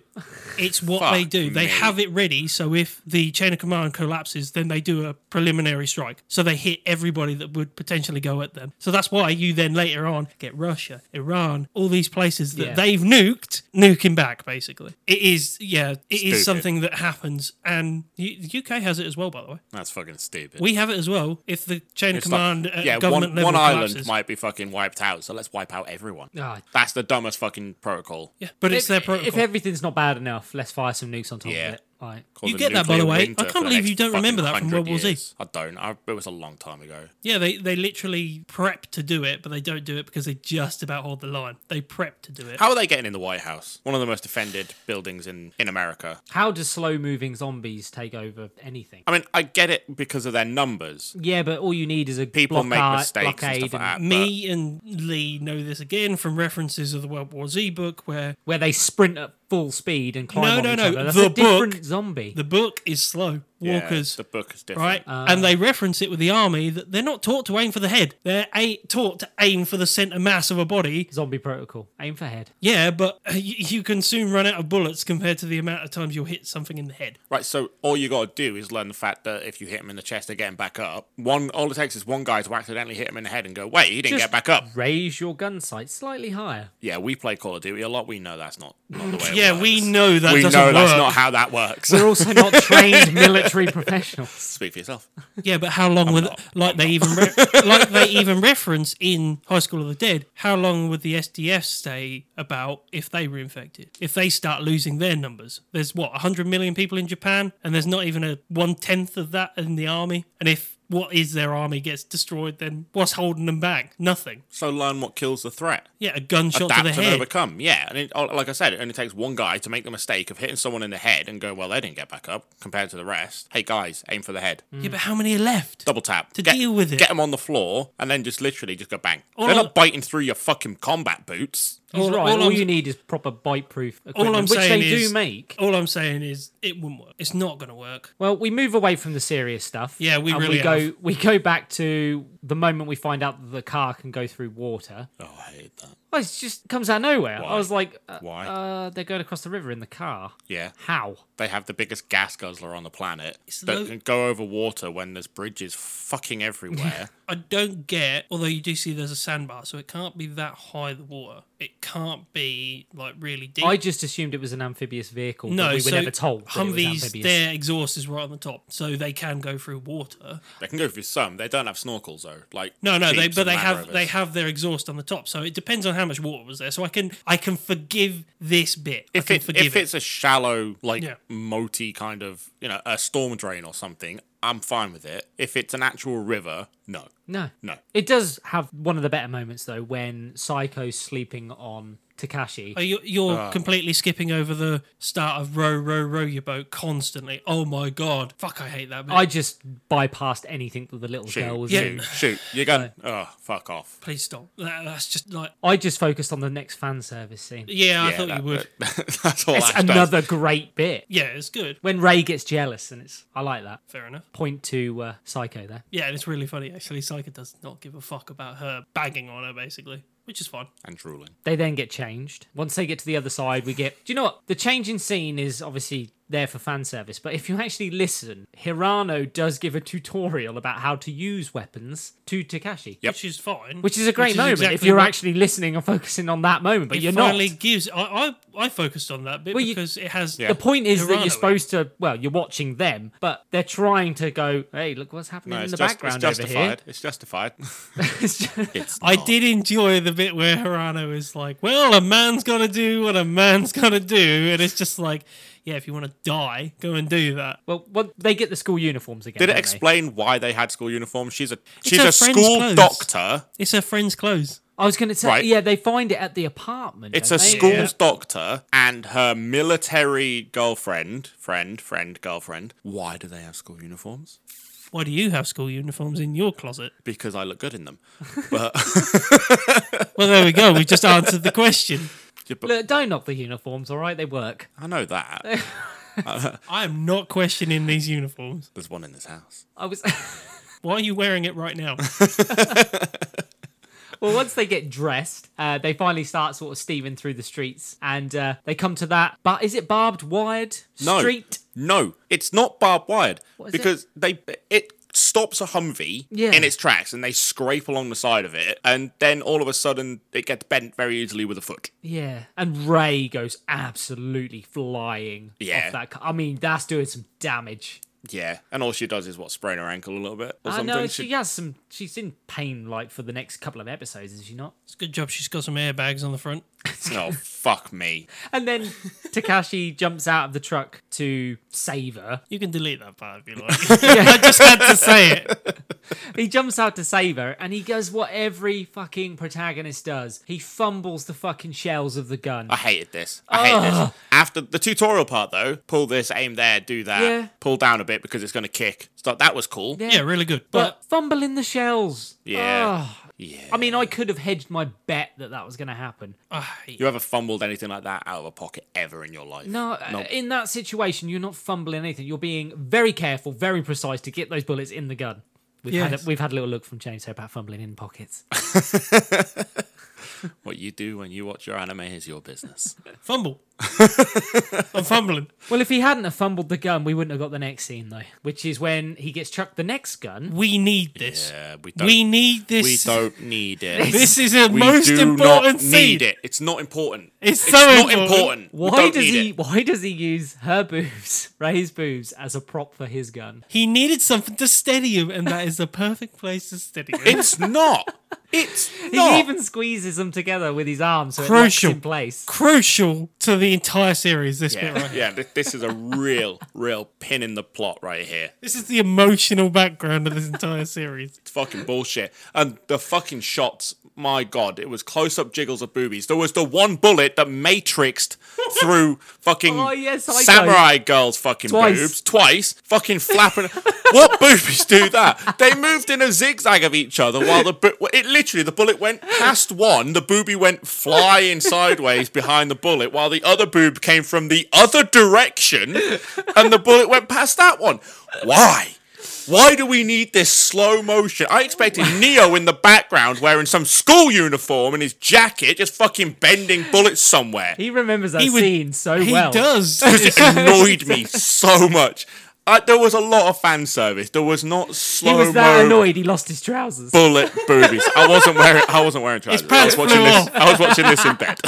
Speaker 2: It's what
Speaker 3: Fuck
Speaker 2: they do. They
Speaker 3: me.
Speaker 2: have it ready. So if the chain of command collapses, then they do a preliminary strike. So they hit everybody that would potentially go at them. So that's why you then later on get Russia, Iran, all these places that
Speaker 1: Yeah.
Speaker 2: they've nuked, nuking back. Basically, it is yeah, it is
Speaker 3: Stupid.
Speaker 2: something that happens, and U- the UK has it as well. By the way,
Speaker 3: That's fucking stupid.
Speaker 2: we have it as well. If the chain
Speaker 3: It's
Speaker 2: of
Speaker 3: like-
Speaker 2: command at
Speaker 3: yeah,
Speaker 2: government
Speaker 3: one,
Speaker 2: level
Speaker 3: one island
Speaker 2: collapses.
Speaker 3: might be fucking wiped out, so let's wipe out everyone.
Speaker 1: Ah.
Speaker 3: That's the dumbest fucking protocol.
Speaker 2: yeah, but it's
Speaker 1: If-
Speaker 2: their protocol.
Speaker 1: If everything's not bad enough, let's fire some nukes on top
Speaker 3: Yeah.
Speaker 1: of it. Right.
Speaker 3: called
Speaker 2: You
Speaker 3: the
Speaker 2: get that, by the
Speaker 3: nuclear
Speaker 2: way.
Speaker 3: winter
Speaker 2: I can't
Speaker 3: for the
Speaker 2: believe
Speaker 3: next
Speaker 2: you don't remember
Speaker 3: fucking
Speaker 2: that from World
Speaker 3: 100
Speaker 2: War Z.
Speaker 3: years. I don't. I, it was a long time ago.
Speaker 2: Yeah, they, they literally prep to do it, but they don't do it because they just about hold the line. They prep to do it.
Speaker 3: How are they getting in the White House? One of the most defended buildings in, in America.
Speaker 1: How do slow moving zombies take over anything?
Speaker 3: I mean, I get it because of their numbers.
Speaker 1: Yeah, but all you need is a
Speaker 3: People make
Speaker 1: blockade-
Speaker 3: mistakes and
Speaker 1: blockade
Speaker 3: stuff like that. but-
Speaker 2: Me and Lee know this again from references of the World War Z book, where
Speaker 1: where they sprint at full speed and climb
Speaker 2: No,
Speaker 1: on
Speaker 2: no,
Speaker 1: each
Speaker 2: no,
Speaker 1: other. That's
Speaker 2: the
Speaker 1: a different
Speaker 2: book-
Speaker 1: zombie.
Speaker 2: the book is slow.
Speaker 3: yeah,
Speaker 2: Walkers.
Speaker 3: the book is different.
Speaker 2: Right, and they reference it with the army that they're not taught to aim for the head. They're a- taught to aim for the center mass of a body.
Speaker 1: zombie protocol. Aim for head.
Speaker 2: Yeah, but uh, y- you can soon run out of bullets compared to the amount of times you'll hit something in the head.
Speaker 3: Right, so all you gotta do is learn the fact that if you hit him in the chest, they're getting back up. One, all it takes is one guy to accidentally hit him in the head and go, "Wait, he didn't
Speaker 1: Just
Speaker 3: get back up."
Speaker 1: Raise your gun sight slightly higher.
Speaker 3: Yeah, we play Call of Duty a lot. We know that's not, not the way. it
Speaker 2: Yeah,
Speaker 3: works.
Speaker 2: we know that
Speaker 3: we know
Speaker 2: doesn't work.
Speaker 3: that's not how that works.
Speaker 1: We're also not trained military professionals.
Speaker 3: Speak for yourself.
Speaker 2: Yeah, but how long would
Speaker 3: not.
Speaker 2: like they even re- like they even reference in High School of the Dead? How long would the SDF stay about if they were infected? If they start losing their numbers, there's what 100 million people in Japan, and there's not even a one tenth of that in the army. And if what is their army gets destroyed, then what's holding them back? Nothing.
Speaker 3: So learn what kills the threat.
Speaker 2: Yeah, a gunshot to
Speaker 3: Adapt
Speaker 2: the
Speaker 3: and
Speaker 2: head.
Speaker 3: overcome. Yeah, and it, oh, like I said, it only takes one guy to make the mistake of hitting someone in the head and go, "Well, they didn't get back up." Compared to the rest, hey guys, aim for the head.
Speaker 2: Yeah, but how many are left?
Speaker 3: Double tap
Speaker 2: Mm. To deal with it.
Speaker 3: Get them on the floor and then just literally just go bang.
Speaker 2: All
Speaker 3: They're
Speaker 2: I-
Speaker 3: not biting through your fucking combat boots.
Speaker 1: He's
Speaker 2: All-
Speaker 1: right. All,
Speaker 2: all I'm-
Speaker 1: you need is proper bite-proof
Speaker 2: All
Speaker 1: equipment,
Speaker 2: I'm
Speaker 1: which
Speaker 2: saying
Speaker 1: they
Speaker 2: is,
Speaker 1: do make.
Speaker 2: All I'm saying is, it wouldn't work. It's not going to work.
Speaker 1: Well, we move away from the serious stuff.
Speaker 2: Yeah, we
Speaker 1: and
Speaker 2: really
Speaker 1: we go we go back to the moment we find out that the car can go through water.
Speaker 3: Oh, I hate that.
Speaker 1: Well, it just comes out of nowhere.
Speaker 3: Why?
Speaker 1: I was like, uh,
Speaker 3: Why?
Speaker 1: Uh, they're going across the river in the car.
Speaker 3: Yeah,
Speaker 1: How?
Speaker 3: they have the biggest gas guzzler on the planet that
Speaker 2: low-
Speaker 3: can go over water when there's bridges fucking everywhere.
Speaker 2: I don't get, although you do see there's a sandbar, so it can't be that high the water. It can't be like really deep.
Speaker 1: I just assumed it was an amphibious vehicle. but
Speaker 2: no,
Speaker 1: we were
Speaker 2: so
Speaker 1: never told. that it was
Speaker 2: Humvees,
Speaker 1: amphibious.
Speaker 2: their exhaust is right on the top, so they can go through water.
Speaker 3: they can go through some. They don't have snorkels though. Like
Speaker 2: No, no, they
Speaker 3: Jeeps
Speaker 2: but
Speaker 3: and
Speaker 2: they
Speaker 3: Land
Speaker 2: have
Speaker 3: Rovers.
Speaker 2: they have their exhaust on the top, so it depends on how much water was there. So I can I can forgive this bit. I
Speaker 3: if
Speaker 2: can
Speaker 3: it,
Speaker 2: forgive
Speaker 3: if it's a shallow like
Speaker 2: Yeah.
Speaker 3: moti kind of you know a storm drain or something i'm fine with it if it's an actual river no
Speaker 1: No.
Speaker 3: No.
Speaker 1: It does have one of the better moments though when Psycho's sleeping on Takashi.
Speaker 2: Oh, you- you're
Speaker 3: Ah.
Speaker 2: completely skipping over the start of row, row, row your boat constantly. Oh my god, fuck! I hate that. Bit.
Speaker 1: I just bypassed anything that the little
Speaker 3: shoot
Speaker 1: girl was
Speaker 2: Yeah.
Speaker 1: in.
Speaker 3: shoot shoot you're going oh fuck off
Speaker 2: please stop. That, that's just like
Speaker 1: I just focused on the next fan service scene.
Speaker 2: yeah. I
Speaker 3: Yeah,
Speaker 2: thought
Speaker 3: that-
Speaker 2: you would.
Speaker 3: that- that's all
Speaker 1: It's
Speaker 3: Ash does.
Speaker 1: another great bit.
Speaker 2: Yeah, it's good.
Speaker 1: When Ray gets jealous and it's I like that.
Speaker 2: Fair enough.
Speaker 1: Point to uh, Psycho there.
Speaker 2: Yeah, and it's really funny actually. Psyche does not give a fuck about her bagging on her basically, which is fine.
Speaker 3: and drooling
Speaker 1: They then get changed. Once they get to the other side, we get Do you know what? The changing scene is obviously there for fan service, but if you actually listen, Hirano does give a tutorial about how to use weapons to Takashi.
Speaker 3: Yep.
Speaker 2: Which is fine.
Speaker 1: Which is a great moment if
Speaker 2: exactly
Speaker 1: you're
Speaker 2: what-
Speaker 1: actually listening and focusing on that moment, but
Speaker 2: it
Speaker 1: you're
Speaker 2: finally
Speaker 1: not.
Speaker 2: gives. I, I I focused on that bit
Speaker 1: Well, you-
Speaker 2: because it has.
Speaker 3: Yeah.
Speaker 1: The point is that
Speaker 2: Hirano
Speaker 1: you're supposed to, well, you're watching them, but they're trying to go, hey, look what's happening in
Speaker 3: no, it's,
Speaker 1: the
Speaker 3: just, it's
Speaker 1: background
Speaker 3: justified it's justified
Speaker 1: over here. It's just-
Speaker 3: it's
Speaker 2: I
Speaker 1: Oh.
Speaker 3: not.
Speaker 2: did enjoy the bit where Hirano is like, "Well, a man's got to do what a man's got to do," and it's just like, "Yeah, if you want to die, go and do that."
Speaker 1: well, what, they get the school uniforms again.
Speaker 3: did it
Speaker 1: don't they?
Speaker 3: explain why they had school uniforms she's a she's
Speaker 2: her
Speaker 3: a
Speaker 2: friend's
Speaker 3: school
Speaker 2: clothes.
Speaker 3: doctor
Speaker 2: It's her friend's clothes.
Speaker 1: I was going to say,
Speaker 3: Right.
Speaker 1: yeah, they find it at the apartment.
Speaker 3: It's
Speaker 1: don't
Speaker 3: a
Speaker 1: they?
Speaker 3: school's doctor and her military girlfriend, friend, friend, girlfriend. Why do they have school uniforms?
Speaker 2: Why do you have school uniforms in your closet?
Speaker 3: Because I look good in them. But,
Speaker 2: Well, there we go. We just answered the question.
Speaker 3: Yeah, but
Speaker 1: Look, don't knock the uniforms, all right? They work.
Speaker 3: I know that.
Speaker 2: I am not questioning these uniforms.
Speaker 3: There's one in this house.
Speaker 1: I was.
Speaker 2: Why are you wearing it right now?
Speaker 1: well, once they get dressed, uh, they finally start sort of steaming through the streets, and uh, they come to that. But is it barbed wired
Speaker 3: No.
Speaker 1: street?
Speaker 3: No, it's not barbed wired
Speaker 1: is
Speaker 3: because they it stops a Humvee
Speaker 1: Yeah.
Speaker 3: in its tracks and they scrape along the side of it and then all of a sudden it gets bent very easily with a foot.
Speaker 1: Yeah, and Ray goes absolutely flying.
Speaker 3: Yeah.
Speaker 1: off that. Car. I mean, that's doing some damage.
Speaker 3: Yeah, and all she does is what sprain her ankle a little bit or
Speaker 1: I
Speaker 3: something.
Speaker 1: know she has some. She's in pain like for the next couple of episodes, is she not?
Speaker 2: It's a good job she's got some airbags on the front.
Speaker 3: Oh fuck me!
Speaker 1: And then Takashi jumps out of the truck to save her.
Speaker 2: You can delete that part if you like. I just had to say it.
Speaker 1: He jumps out to save her and he does what every fucking protagonist does. He fumbles the fucking shells of the gun.
Speaker 3: I hated this. I hated this. After the tutorial part though, pull this, aim there, do that,
Speaker 1: Yeah.
Speaker 3: pull down a bit because it's gonna kick. So that was cool.
Speaker 2: Yeah, really good. But,
Speaker 1: But fumbling the shells.
Speaker 3: Yeah.
Speaker 1: Ah.
Speaker 3: Yeah.
Speaker 1: I mean, I could have hedged my bet that that was going to happen.
Speaker 2: I hate
Speaker 3: you ever fumbled anything like that out of a pocket ever in your life?
Speaker 1: No, uh, in that situation, you're not fumbling anything. You're being very careful, very precise to get those bullets in the gun. We've, had,
Speaker 2: Yes.
Speaker 1: a, we've had a little look from James here about fumbling in pockets.
Speaker 3: What you do when you watch your anime is your business.
Speaker 2: fumble. I'm fumbling.
Speaker 1: well, if he hadn't have fumbled the gun, we wouldn't have got the next scene, though, which is when he gets chucked the next gun.
Speaker 2: We need this.
Speaker 3: yeah, Uh, we don't.
Speaker 2: we need this.
Speaker 3: we don't need it.
Speaker 2: This is the
Speaker 3: we
Speaker 2: most
Speaker 3: do
Speaker 2: important
Speaker 3: not need
Speaker 2: scene.
Speaker 3: it. It's not important.
Speaker 2: It's so
Speaker 3: not
Speaker 2: important.
Speaker 3: important. We
Speaker 1: Why
Speaker 3: don't
Speaker 1: does
Speaker 3: need
Speaker 1: he?
Speaker 3: it.
Speaker 1: Why does he use her boobs, Ray's boobs, as a prop for his gun?
Speaker 2: He needed something to steady him, and that is the perfect place to steady him.
Speaker 3: It's not. It's
Speaker 1: He
Speaker 3: not.
Speaker 1: even squeezes them together with his arms, so
Speaker 2: Crucial.
Speaker 1: it locks in place.
Speaker 2: Crucial to the entire series, this bit right
Speaker 3: yeah,
Speaker 2: here.
Speaker 3: yeah thi- this is a real, real pin in the plot right here.
Speaker 2: This is the emotional background of this entire series.
Speaker 3: It's fucking bullshit. And the fucking shots, my god, it was close up jiggles of boobies. There was the one bullet that matrixed through fucking
Speaker 1: Oh, yes, I
Speaker 3: samurai girls fucking
Speaker 1: Twice.
Speaker 3: boobs twice, fucking flapping. what boobies do that? They moved in a zigzag of each other while the bo- it literally the bullet went past one, the boobie went flying sideways behind the bullet while the other boob came from the other direction and the bullet went past that one. Why? Why do we need this slow motion? I expected Neo in the background wearing some school uniform and his jacket just fucking bending bullets somewhere.
Speaker 1: He remembers that
Speaker 2: He would-
Speaker 1: scene so
Speaker 2: he
Speaker 1: well.
Speaker 2: does.
Speaker 3: It annoyed me so much. I, there was a lot of fan service. There was not
Speaker 1: He
Speaker 3: slow
Speaker 1: was that
Speaker 3: mo
Speaker 1: annoyed he lost his trousers.
Speaker 3: bullet boobies. I wasn't wearing. I wasn't wearing trousers. I was
Speaker 2: pants
Speaker 3: watching
Speaker 2: flew
Speaker 3: this.
Speaker 2: off.
Speaker 3: I was watching this in bed.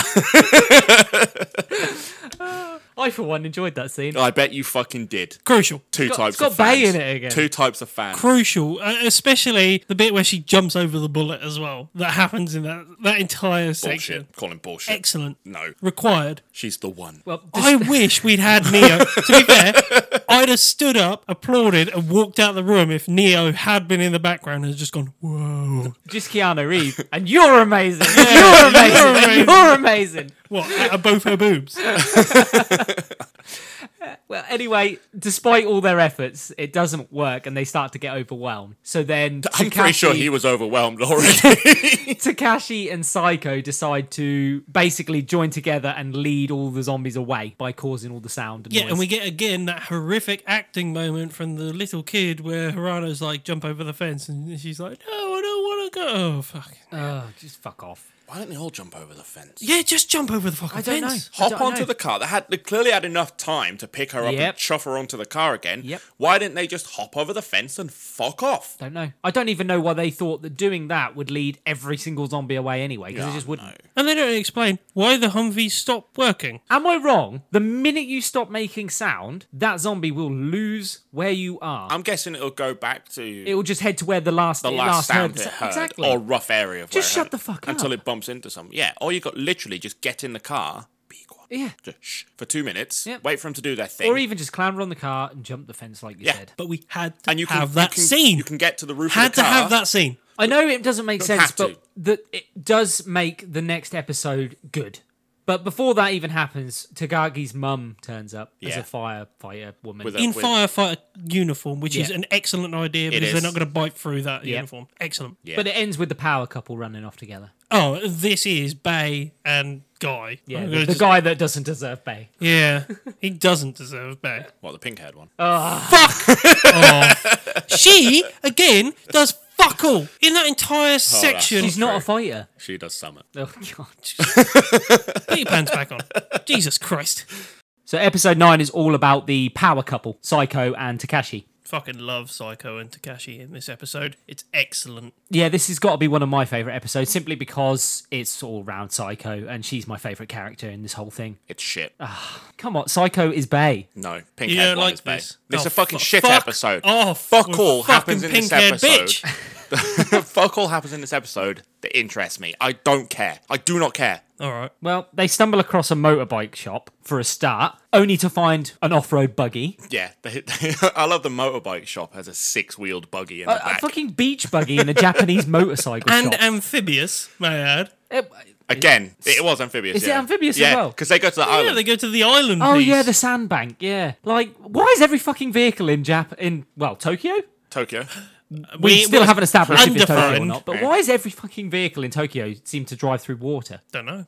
Speaker 1: I, for one, enjoyed that scene.
Speaker 3: I bet you fucking did.
Speaker 2: Crucial.
Speaker 3: Two
Speaker 1: got-
Speaker 3: types
Speaker 1: it's got
Speaker 3: of fans.
Speaker 1: Bay in it again.
Speaker 3: Two types of fans.
Speaker 2: Crucial, uh, especially the bit where she jumps over the bullet as well. That happens in that that entire section.
Speaker 3: bullshit. Calling bullshit.
Speaker 2: Excellent.
Speaker 3: no,
Speaker 2: Required.
Speaker 3: she's the one.
Speaker 1: Well,
Speaker 2: I wish we'd had Neo. to be fair, I'd have stood up, applauded, and walked out the room if Neo had been in the background and just gone, "Whoa!"
Speaker 1: just Keanu Reeves, and you're amazing. You're amazing.
Speaker 2: you're amazing.
Speaker 1: You're amazing.
Speaker 2: What? Out of both her boobs.
Speaker 1: Well, anyway, despite all their efforts, it doesn't work, and they start to get overwhelmed. So then,
Speaker 3: I'm pretty sure
Speaker 1: Takashi-
Speaker 3: he was overwhelmed already.
Speaker 1: Takashi and Psycho decide to basically join together and lead all the zombies away by causing all the sound. And
Speaker 2: Yeah,
Speaker 1: noise.
Speaker 2: and we get again that horrific acting moment from the little kid where Hirano's like, "Jump over the fence," and she's like, "No, I don't want to go." Oh fuck!
Speaker 1: oh, just fuck off.
Speaker 3: Why don't they all jump over the fence?
Speaker 2: Yeah, just jump over the fucking
Speaker 1: I don't
Speaker 2: fence.
Speaker 1: know. I
Speaker 3: Hop
Speaker 1: don't
Speaker 3: onto
Speaker 1: know.
Speaker 3: the car. They had they clearly had enough time to pick her up
Speaker 1: Yep.
Speaker 3: and chuff her onto the car again.
Speaker 1: Yep.
Speaker 3: Why didn't they just hop over the fence and fuck off?
Speaker 1: Don't know. I don't even know why they thought that doing that would lead every single zombie away anyway, because it just wouldn't.
Speaker 2: And they don't explain why the Humvees stopped working.
Speaker 1: Am I wrong? The minute you stop making sound, that zombie will lose where you are.
Speaker 3: I'm guessing it'll go back to
Speaker 1: it will just head to where the last
Speaker 3: the
Speaker 1: it
Speaker 3: last, sound
Speaker 1: heard.
Speaker 3: it heard,
Speaker 1: Exactly.
Speaker 3: or rough area of
Speaker 1: Just
Speaker 3: where it
Speaker 1: shut
Speaker 3: heard
Speaker 1: the fuck up.
Speaker 3: until it bumps into something. Yeah, or you got literally just get in the car, be quiet,
Speaker 1: Yeah.
Speaker 3: just shh, for two minutes,
Speaker 1: Yep.
Speaker 3: wait for them to do their thing,
Speaker 1: Or even just clamber on the car and jump the fence, like you
Speaker 3: Yeah.
Speaker 1: said.
Speaker 2: But we had to
Speaker 3: and you can
Speaker 2: have
Speaker 3: you
Speaker 2: that
Speaker 3: can-
Speaker 2: scene.
Speaker 3: You can get to the roof.
Speaker 2: had
Speaker 3: of the
Speaker 2: to
Speaker 3: car.
Speaker 2: have that scene.
Speaker 1: I know it doesn't make sense,
Speaker 3: have to.
Speaker 1: but that it does make the next episode good. But before that even happens, Tagagi's mum turns up as
Speaker 3: Yeah.
Speaker 1: a firefighter woman.
Speaker 3: With a-
Speaker 2: In
Speaker 3: with-
Speaker 2: firefighter uniform, which is
Speaker 1: Yeah.
Speaker 2: an excellent idea because
Speaker 3: is.
Speaker 2: they're not going to bite through that uniform. Excellent.
Speaker 3: Yeah.
Speaker 1: But it ends with the power couple running off together.
Speaker 2: Oh, this is Bay and Guy.
Speaker 1: Yeah,
Speaker 2: I'm
Speaker 1: the,
Speaker 2: gonna
Speaker 1: the
Speaker 2: just-
Speaker 1: guy that doesn't deserve Bay.
Speaker 2: Yeah, he doesn't deserve Bay.
Speaker 3: What the pink haired one?
Speaker 1: Oh.
Speaker 2: she again does fuck all in that entire section.
Speaker 1: She's not a fighter.
Speaker 3: she does summer.
Speaker 1: Oh god.
Speaker 2: Put your pants back on. Jesus Christ.
Speaker 1: So episode nine is all about the power couple, Psycho and Takashi.
Speaker 2: Fucking love Psycho and Takashi in this episode. It's excellent.
Speaker 1: Yeah, this has got to be one of my favorite episodes, simply because it's all round Psycho, and she's my favorite character in this whole thing.
Speaker 3: It's shit.
Speaker 1: Come on, Psycho is Bay.
Speaker 3: No, pink
Speaker 2: You
Speaker 3: haired
Speaker 2: don't
Speaker 3: one
Speaker 2: like
Speaker 3: is bad.
Speaker 2: this?
Speaker 3: This is
Speaker 2: Oh,
Speaker 3: a fucking
Speaker 2: fu-
Speaker 3: shit
Speaker 2: fuck
Speaker 3: episode.
Speaker 2: off
Speaker 3: fuck
Speaker 2: with
Speaker 3: all
Speaker 2: fucking
Speaker 3: happens in this
Speaker 2: pink-haired
Speaker 3: episode. fuck all happens in this episode that interests me. I don't care. I do not care.
Speaker 2: All right.
Speaker 1: Well, they stumble across a motorbike shop for a start, only to find an off road buggy,
Speaker 3: Yeah, they, I love the motorbike shop has a six-wheeled buggy in the
Speaker 1: a, a
Speaker 3: back.
Speaker 1: Uh, fucking beach buggy, and a Japanese motorcycle
Speaker 2: And
Speaker 1: shop.
Speaker 2: amphibious, may I add.
Speaker 1: It- oh,
Speaker 3: Again, it was amphibious.
Speaker 1: Is it
Speaker 3: yeah.
Speaker 1: amphibious as
Speaker 3: yeah,
Speaker 1: well?
Speaker 3: Because they go to the
Speaker 2: Yeah,
Speaker 3: island.
Speaker 2: they go to the island.
Speaker 1: oh
Speaker 2: piece.
Speaker 1: yeah, the sandbank. Yeah, like why is every fucking vehicle in Jap in well Tokyo?
Speaker 3: Tokyo.
Speaker 1: We, still haven't established if it's Tokyo or
Speaker 2: undefined.
Speaker 1: not. But why is every fucking vehicle in Tokyo seem to drive through water?
Speaker 2: Don't know.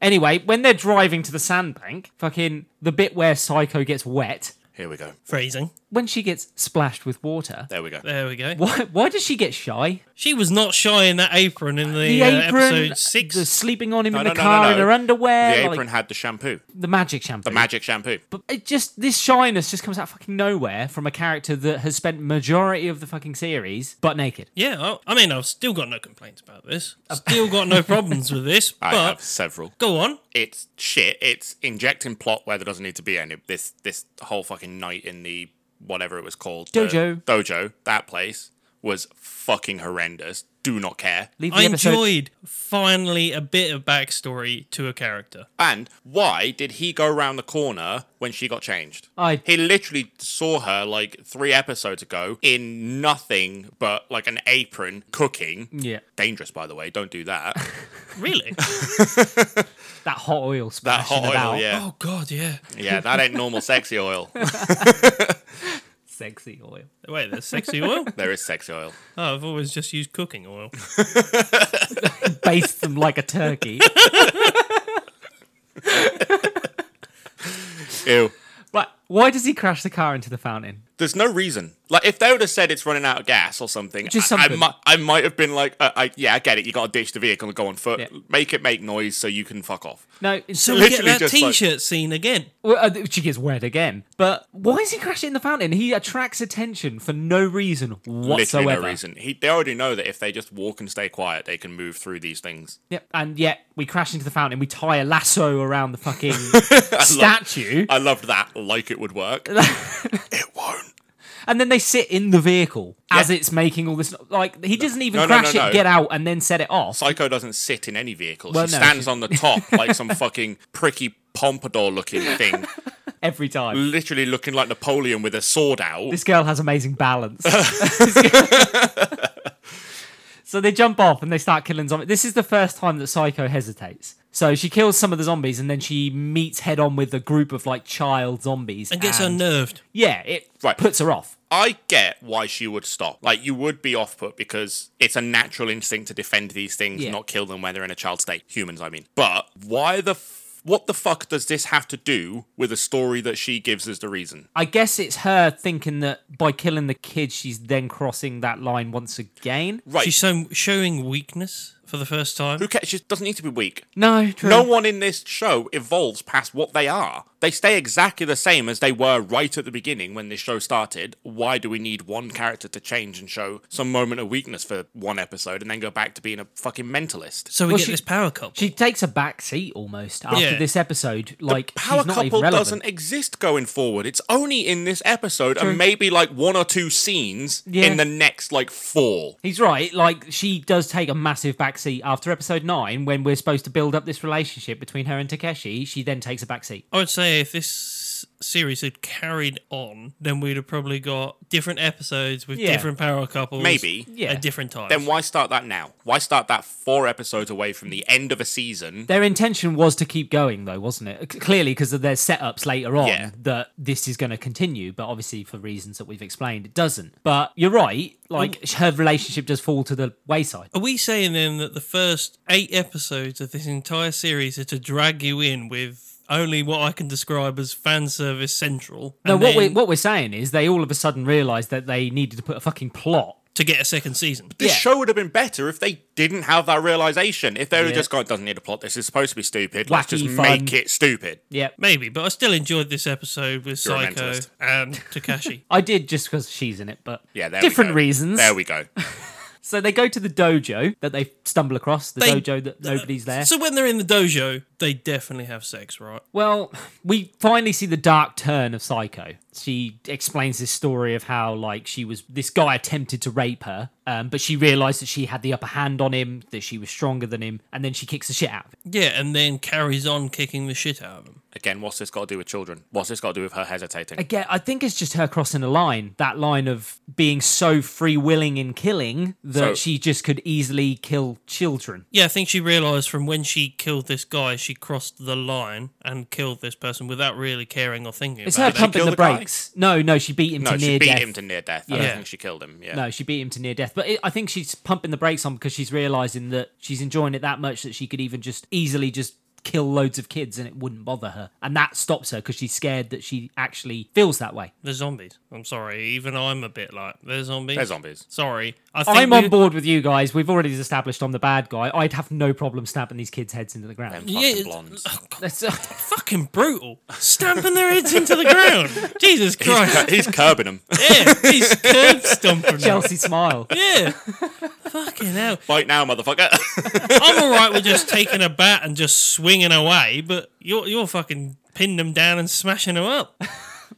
Speaker 1: Anyway, when they're driving to the sandbank, fucking the bit where Psycho gets wet,
Speaker 3: Here we go.
Speaker 2: Phrasing.
Speaker 1: when she gets splashed with water,
Speaker 3: There we go.
Speaker 2: There we go.
Speaker 1: why, why does she get shy?
Speaker 2: She was not shy in that apron in the,
Speaker 1: The
Speaker 2: uh,
Speaker 1: apron,
Speaker 2: episode six.
Speaker 1: the sleeping on him in
Speaker 3: no,
Speaker 1: the
Speaker 3: no, no,
Speaker 1: car in
Speaker 3: no.
Speaker 1: her underwear,
Speaker 3: The
Speaker 1: like,
Speaker 3: apron had the shampoo,
Speaker 1: the magic shampoo.
Speaker 3: the magic shampoo.
Speaker 1: but it just this shyness just comes out fucking nowhere from a character that has spent majority of the fucking series butt naked.
Speaker 2: yeah, I, I mean, I've still got no complaints about this. Still got no problems with this.
Speaker 3: I have
Speaker 2: But
Speaker 3: several.
Speaker 2: go on.
Speaker 3: It's shit. It's injecting plot where there doesn't need to be any. This this whole fucking night in the whatever it was called the
Speaker 1: Dojo.
Speaker 3: dojo that place was fucking horrendous. Do not care.
Speaker 1: Leave the
Speaker 2: I
Speaker 1: episode.
Speaker 2: enjoyed finally a bit of backstory to a character.
Speaker 3: And why did he go around the corner when she got changed?
Speaker 1: I-
Speaker 3: He literally saw her like three episodes ago in nothing but like an apron cooking.
Speaker 1: Yeah.
Speaker 3: Dangerous, by the way. Don't do that.
Speaker 2: Really?
Speaker 1: that hot oil
Speaker 3: That
Speaker 1: splashing
Speaker 3: hot oil,
Speaker 1: about.
Speaker 3: yeah,
Speaker 2: oh God, yeah.
Speaker 3: yeah. That ain't normal sexy oil.
Speaker 1: Sexy oil.
Speaker 2: Wait, there's sexy oil.
Speaker 3: There is sexy oil.
Speaker 2: Oh, I've always just used cooking oil.
Speaker 1: Baste them like a turkey.
Speaker 3: Ew.
Speaker 1: but why does he crash the car into the fountain?
Speaker 3: There's no reason. Like, if they would have said it's running out of gas or something,
Speaker 1: Just
Speaker 3: I, I,
Speaker 1: something.
Speaker 3: might, I might have been like, uh, I, yeah, I get it. You got to ditch the vehicle and go on foot.
Speaker 1: Yeah.
Speaker 3: Make it make noise so you can fuck off.
Speaker 1: No, it's
Speaker 2: So we get
Speaker 3: Literally
Speaker 2: that
Speaker 3: just like-
Speaker 2: T-shirt scene again.
Speaker 1: Well, uh, she gets wet again. But why is he crashing in the fountain? He attracts attention for no reason whatsoever.
Speaker 3: Literally no reason. He, they already know that if they just walk and stay quiet, they can move through these things.
Speaker 1: Yep. And yet we crash into the fountain. We tie a lasso around the fucking statue,
Speaker 3: I loved that. Like it would work. it won't.
Speaker 1: and then they sit in the vehicle as it's making all this. Like he doesn't even
Speaker 3: No, no, no,
Speaker 1: crash it,
Speaker 3: no.
Speaker 1: get out, and then set it off.
Speaker 3: Psycho doesn't sit in any vehicle.
Speaker 1: Well,
Speaker 3: she
Speaker 1: no,
Speaker 3: stands
Speaker 1: she-
Speaker 3: on the top like some fucking pricky pompadour looking thing,
Speaker 1: Every time.
Speaker 3: literally looking like Napoleon with a sword out.
Speaker 1: this girl has amazing balance. so they jump off and they start killing zombies. This is the first time that Psycho hesitates. So she kills some of the zombies and then she meets head on with a group of like child zombies.
Speaker 2: and gets unnerved.
Speaker 1: Yeah, it
Speaker 3: Right.
Speaker 1: puts her off.
Speaker 3: I get why she would stop. Like you would be off put because it's a natural instinct to defend these things,
Speaker 1: Yeah.
Speaker 3: not kill them when they're in a child state. Humans, I mean. But why the f- what the fuck does this have to do with a story that she gives as the reason?
Speaker 1: I guess it's her thinking that by killing the kid, she's then crossing that line once again.
Speaker 3: Right.
Speaker 2: She's so, showing weakness for the first time.
Speaker 3: who cares? She doesn't need to be weak.
Speaker 1: No, true.
Speaker 3: No one in this show evolves past what they are. They stay exactly the same as they were right at the beginning when this show started. Why do we need one character to change and show some moment of weakness for one episode and then go back to being a fucking mentalist?
Speaker 2: So we
Speaker 1: Well,
Speaker 2: get
Speaker 1: she-
Speaker 2: this power couple.
Speaker 1: She takes a back seat almost after
Speaker 2: Yeah.
Speaker 1: this episode. Like
Speaker 3: power
Speaker 1: she's not even
Speaker 3: couple
Speaker 1: relevant.
Speaker 3: doesn't exist going forward. It's only in this episode and maybe like one or two scenes
Speaker 1: Yeah.
Speaker 3: in the next like four.
Speaker 1: He's right. Like she does take a massive backseat after episode nine, when we're supposed to build up this relationship between her and Takeshi. She then takes a backseat.
Speaker 2: I would say if this series had carried on, then we'd have probably got different episodes with
Speaker 1: Yeah.
Speaker 2: different power couples.
Speaker 3: Maybe.
Speaker 1: Yeah.
Speaker 2: At different times.
Speaker 3: Then why start that now? Why start that four episodes away from the end of a season?
Speaker 1: Their intention was to keep going, though, wasn't it? C- Clearly, because of their setups later on,
Speaker 3: Yeah.
Speaker 1: that this is going to continue. But obviously, for reasons that we've explained, it doesn't. But you're right. Like
Speaker 3: Oh.
Speaker 1: her relationship does fall to the wayside.
Speaker 2: Are we saying then that the first eight episodes of this entire series are to drag you in with only what I can describe as fan service central?
Speaker 1: No,
Speaker 2: and
Speaker 1: what we
Speaker 2: then
Speaker 1: what we're saying is they all of a sudden realised that they needed to put a fucking plot.
Speaker 2: to get a second season.
Speaker 3: This
Speaker 1: Yeah.
Speaker 3: show would have been better if they didn't have that realization. If they would
Speaker 1: Yeah.
Speaker 3: have just gone, it doesn't need a plot. This is supposed to be stupid. Let's
Speaker 1: Wacky
Speaker 3: just
Speaker 1: fun.
Speaker 3: make it stupid.
Speaker 1: Yeah,
Speaker 2: Maybe, but I still enjoyed this episode with
Speaker 3: You're a
Speaker 2: Psycho
Speaker 3: mentalist.
Speaker 2: and Takashi.
Speaker 1: I did just because she's in it, but
Speaker 3: Yeah, there
Speaker 1: different
Speaker 3: we go.
Speaker 1: reasons.
Speaker 3: There we go.
Speaker 1: So they go to the dojo that they stumble across, the
Speaker 2: They-
Speaker 1: dojo that nobody's there.
Speaker 2: So when they're in the dojo, they definitely have sex, right?
Speaker 1: Well, we finally see the dark turn of Psycho. She explains this story of how, like, she was this guy attempted to rape her, um, but she realized that she had the upper hand on him, that she was stronger than him, and then she kicks the shit out of him.
Speaker 2: Yeah, and then carries on kicking the shit out of them.
Speaker 3: Again, what's this got to do with children? What's this got to do with her hesitating?
Speaker 1: Again, I think it's just her crossing a line, that line of being so free willing in killing that
Speaker 3: So-
Speaker 1: she just could easily kill children.
Speaker 2: Yeah, I think she realised from when she killed this guy, she crossed the line and killed this person without really caring or thinking
Speaker 1: It's her
Speaker 2: about it.
Speaker 1: pumping
Speaker 3: kill
Speaker 1: the,
Speaker 3: the guy?
Speaker 1: brakes. No, no, she beat him
Speaker 3: no,
Speaker 1: to near
Speaker 3: she beat
Speaker 1: death.
Speaker 3: him to near death. I
Speaker 2: Yeah.
Speaker 3: don't think she killed him. Yeah.
Speaker 1: No, she beat him to near death. But it, I think she's pumping the brakes on because she's realizing that she's enjoying it that much that she could even just easily just kill loads of kids and it wouldn't bother her. And that stops her because she's scared that she actually feels that way.
Speaker 2: They're zombies. I'm sorry. Even I'm a bit like, they're zombies.
Speaker 3: They're zombies.
Speaker 2: Sorry. I think
Speaker 1: I'm
Speaker 2: we-
Speaker 1: on board with you guys. We've already established I'm the bad guy. I'd have no problem snapping these kids' heads into the ground.
Speaker 3: Fucking
Speaker 2: Yeah, it's-
Speaker 3: blondes.
Speaker 1: That's-
Speaker 2: Oh, Fucking brutal. Stamping their heads into the ground. Jesus Christ.
Speaker 3: He's curbing them.
Speaker 2: Yeah, he's curb stomping them.
Speaker 1: Chelsea smile.
Speaker 2: Yeah. Fucking hell.
Speaker 3: Fight now, motherfucker.
Speaker 2: I'm all right with just taking a bat and just swinging away, but you're you're fucking pinning them down and smashing them up.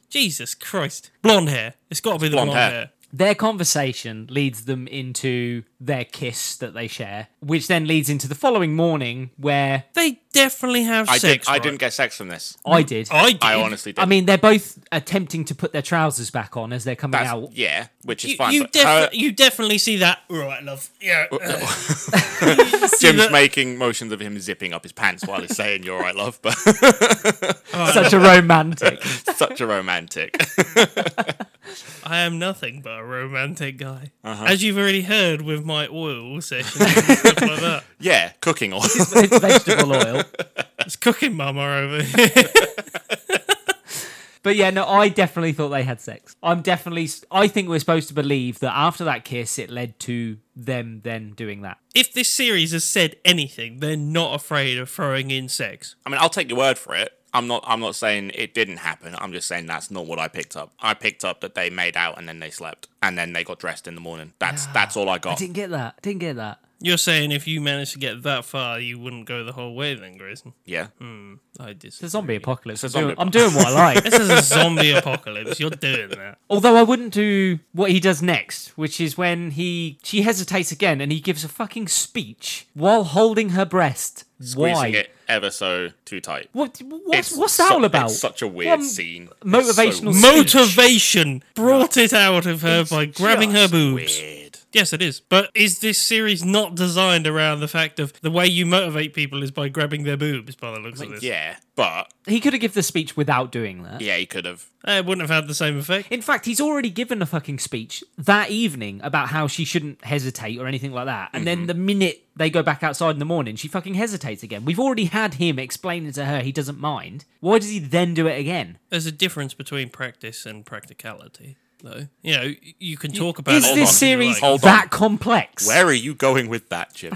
Speaker 2: Jesus Christ. Blonde hair. It's got to be the blonde,
Speaker 3: Blonde hair.
Speaker 2: hair.
Speaker 1: Their conversation leads them into their kiss that they share, which then leads into the following morning where
Speaker 2: They definitely have
Speaker 3: I, did,
Speaker 2: sex.
Speaker 3: I
Speaker 2: right?
Speaker 3: didn't get sex from this.
Speaker 1: I did.
Speaker 2: I did.
Speaker 3: I honestly did.
Speaker 1: I mean, they're both attempting to put their trousers back on as they're coming
Speaker 3: That's-
Speaker 1: out.
Speaker 3: yeah, which is
Speaker 2: You,
Speaker 3: fine.
Speaker 2: you,
Speaker 3: but
Speaker 2: defi-
Speaker 3: her-
Speaker 2: you definitely see that. All right, love. Yeah. uh, see
Speaker 3: Jim's
Speaker 2: that-
Speaker 3: making motions of him zipping up his pants while he's saying "You're right, love," but
Speaker 1: Such a romantic.
Speaker 3: such a romantic.
Speaker 2: I am nothing but a romantic guy.
Speaker 3: Uh-huh.
Speaker 2: As you've already heard with my oil session and stuff like that.
Speaker 3: yeah, cooking oil.
Speaker 1: it's vegetable oil.
Speaker 2: It's cooking mama over here.
Speaker 1: But yeah, no, I definitely thought they had sex. I'm definitely, I think we're supposed to believe that after that kiss, it led to them then doing that.
Speaker 2: if this series has said anything, they're not afraid of throwing in sex.
Speaker 3: I mean, I'll take your word for it. I'm not. I'm not saying it didn't happen. I'm just saying that's not what I picked up. I picked up that they made out and then they slept and then they got dressed in the morning. That's that's all I
Speaker 1: I
Speaker 3: got.
Speaker 1: didn't get that. Didn't get that.
Speaker 2: You're saying if you managed to get that far, you wouldn't go the whole way, then, Grayson?
Speaker 3: Yeah.
Speaker 1: Mm.
Speaker 2: I
Speaker 1: The
Speaker 2: disagree.
Speaker 1: zombie apocalypse.
Speaker 3: It's a
Speaker 1: I'm,
Speaker 3: zombie
Speaker 1: doing, I'm doing what I like.
Speaker 2: This is a zombie apocalypse. You're doing that.
Speaker 1: Although I wouldn't do what he does next, which is when he she hesitates again and he gives a fucking speech while holding her breast. Why?
Speaker 3: Squeezing it ever so too tight.
Speaker 1: What, what's,
Speaker 3: It's
Speaker 1: what's that
Speaker 3: su-
Speaker 1: all about?
Speaker 3: It's such a weird
Speaker 1: What
Speaker 3: scene. It's
Speaker 1: motivational
Speaker 3: so
Speaker 2: Motivation brought it out of her by grabbing her
Speaker 3: just
Speaker 2: boobs.
Speaker 3: Weird.
Speaker 2: Yes, it is. But is this series not designed around the fact of the way you motivate people is by grabbing their boobs, by the looks of this?
Speaker 3: Yeah, but
Speaker 1: He could have given the speech without doing that.
Speaker 3: yeah, he could have.
Speaker 2: It wouldn't have had the same effect.
Speaker 1: In fact, he's already given a fucking speech that evening about how she shouldn't hesitate or anything like that. And
Speaker 3: Mm-hmm.
Speaker 1: then the minute they go back outside in the morning, she fucking hesitates again. We've already had him explaining to her he doesn't mind. Why does he then do it again?
Speaker 2: There's a difference between practice and practicality, though. You know, you can talk about
Speaker 1: Is
Speaker 2: it all
Speaker 1: this
Speaker 2: you
Speaker 1: series
Speaker 2: like.
Speaker 3: Hold on.
Speaker 1: that complex?
Speaker 3: Where are you going with that, Jim?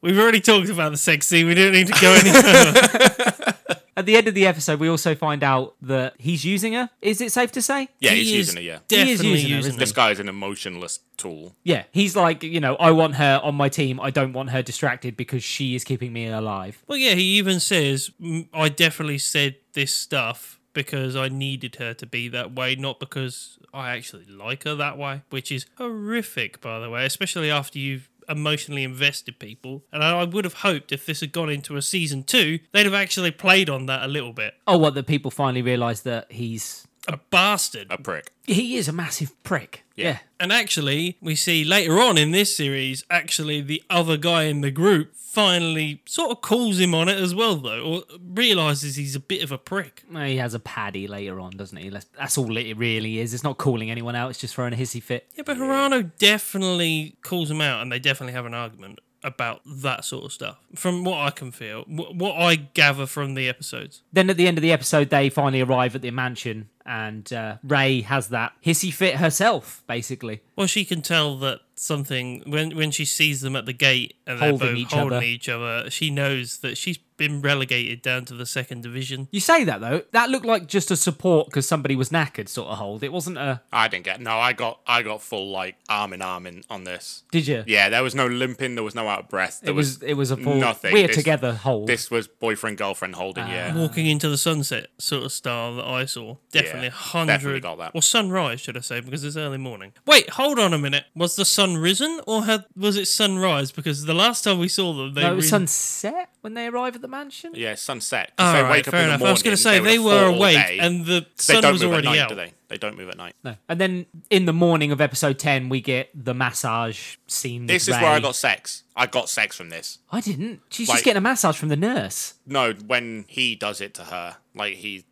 Speaker 2: We've already talked about the sex scene. We don't need to go any further.
Speaker 1: At the end of the episode, we also find out that he's using her. Is it safe to say?
Speaker 3: Yeah,
Speaker 2: He
Speaker 3: he's
Speaker 2: is
Speaker 3: using it. Yeah,
Speaker 1: He is using
Speaker 2: Definitely
Speaker 1: her,
Speaker 2: using
Speaker 1: isn't
Speaker 2: it.
Speaker 3: this guy is an emotionless tool.
Speaker 1: Yeah, he's like, you know, I want her on my team. I don't want her distracted because she is keeping me alive.
Speaker 2: Well, yeah, he even says, "Mm, I definitely said this stuff because I needed her to be that way, not because I actually like her that way, which is horrific, by the way, especially after you've emotionally invested people. And I I would have hoped if this had gone into a season two, they'd have actually played on that a little bit.
Speaker 1: Oh, what the people finally realize that he's
Speaker 2: A bastard.
Speaker 3: A prick.
Speaker 1: he is a massive prick. Yeah.
Speaker 2: And actually, we see later on in this series, actually, the other guy in the group finally sort of calls him on it as well, though, or realizes he's a bit of a prick.
Speaker 1: Well, He has a paddy later on, doesn't he? That's, that's all it really is. It's not calling anyone out. It's just throwing a hissy fit.
Speaker 2: Yeah, but Hirano definitely calls him out, and they definitely have an argument about that sort of stuff, from what I can feel, wh- what I gather from the episodes.
Speaker 1: Then at the end of the episode, they finally arrive at the mansion and uh, Ray has that hissy fit herself, basically.
Speaker 2: Well, she can tell that something when when she sees them at the gate and
Speaker 1: Holding
Speaker 2: they're both
Speaker 1: each
Speaker 2: holding
Speaker 1: other.
Speaker 2: each other. She knows that she's been relegated down to the second division.
Speaker 1: You say that though, that looked like just a support because somebody was knackered sort of hold. It wasn't a.
Speaker 3: I didn't get no. I got I got full like arm in arm in on this.
Speaker 1: Did you?
Speaker 3: Yeah, there was no limping. There was no out of breath. There
Speaker 1: It was, it was a full
Speaker 3: nothing.
Speaker 1: we're
Speaker 3: This-
Speaker 1: together hold.
Speaker 3: This was boyfriend girlfriend holding. yeah,
Speaker 2: Walking into the sunset sort of style that I saw. Definitely a hundred.
Speaker 3: definitely got that.
Speaker 2: Or sunrise, should I say, because it's early morning. Wait, hold on a minute. Was the sun risen or had was it sunrise? Because the last time we saw them, they
Speaker 1: no, it was
Speaker 2: risen-
Speaker 1: sunset when they arrive at the mansion.
Speaker 3: yeah, sunset. 'Cause
Speaker 2: All
Speaker 3: they
Speaker 2: right,
Speaker 3: wake up
Speaker 2: fair
Speaker 3: in the
Speaker 2: enough.
Speaker 3: morning.
Speaker 2: I was going to say they
Speaker 3: were
Speaker 2: were
Speaker 3: full
Speaker 2: awake
Speaker 3: day.
Speaker 2: and the
Speaker 3: they
Speaker 2: sun
Speaker 3: don't
Speaker 2: was
Speaker 3: move
Speaker 2: already
Speaker 3: at night,
Speaker 2: out.
Speaker 3: do they? They don't move at night.
Speaker 1: No. And then in the morning of episode 10, we get the massage scene. with
Speaker 3: This is
Speaker 1: Ray.
Speaker 3: where I got sex. I got sex from this.
Speaker 1: I didn't. She's
Speaker 3: Like-
Speaker 1: just getting a massage from the nurse.
Speaker 3: No, when he does it to her, like he,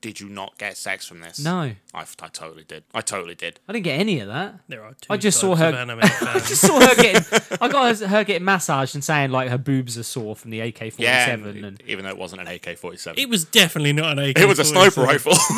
Speaker 3: did you not get sex from this?
Speaker 1: No.
Speaker 3: I, I totally did. I totally did.
Speaker 1: I didn't get any of that.
Speaker 2: There are two.
Speaker 1: I just saw
Speaker 2: types of
Speaker 1: her-
Speaker 2: anime fans.
Speaker 1: I just saw her getting. I got her, her getting massaged and saying like her boobs are sore from the AK forty
Speaker 3: Yeah,
Speaker 1: seven, and
Speaker 3: even though it wasn't an AK-47,
Speaker 2: It was definitely not an AK.
Speaker 3: It was a sniper rifle.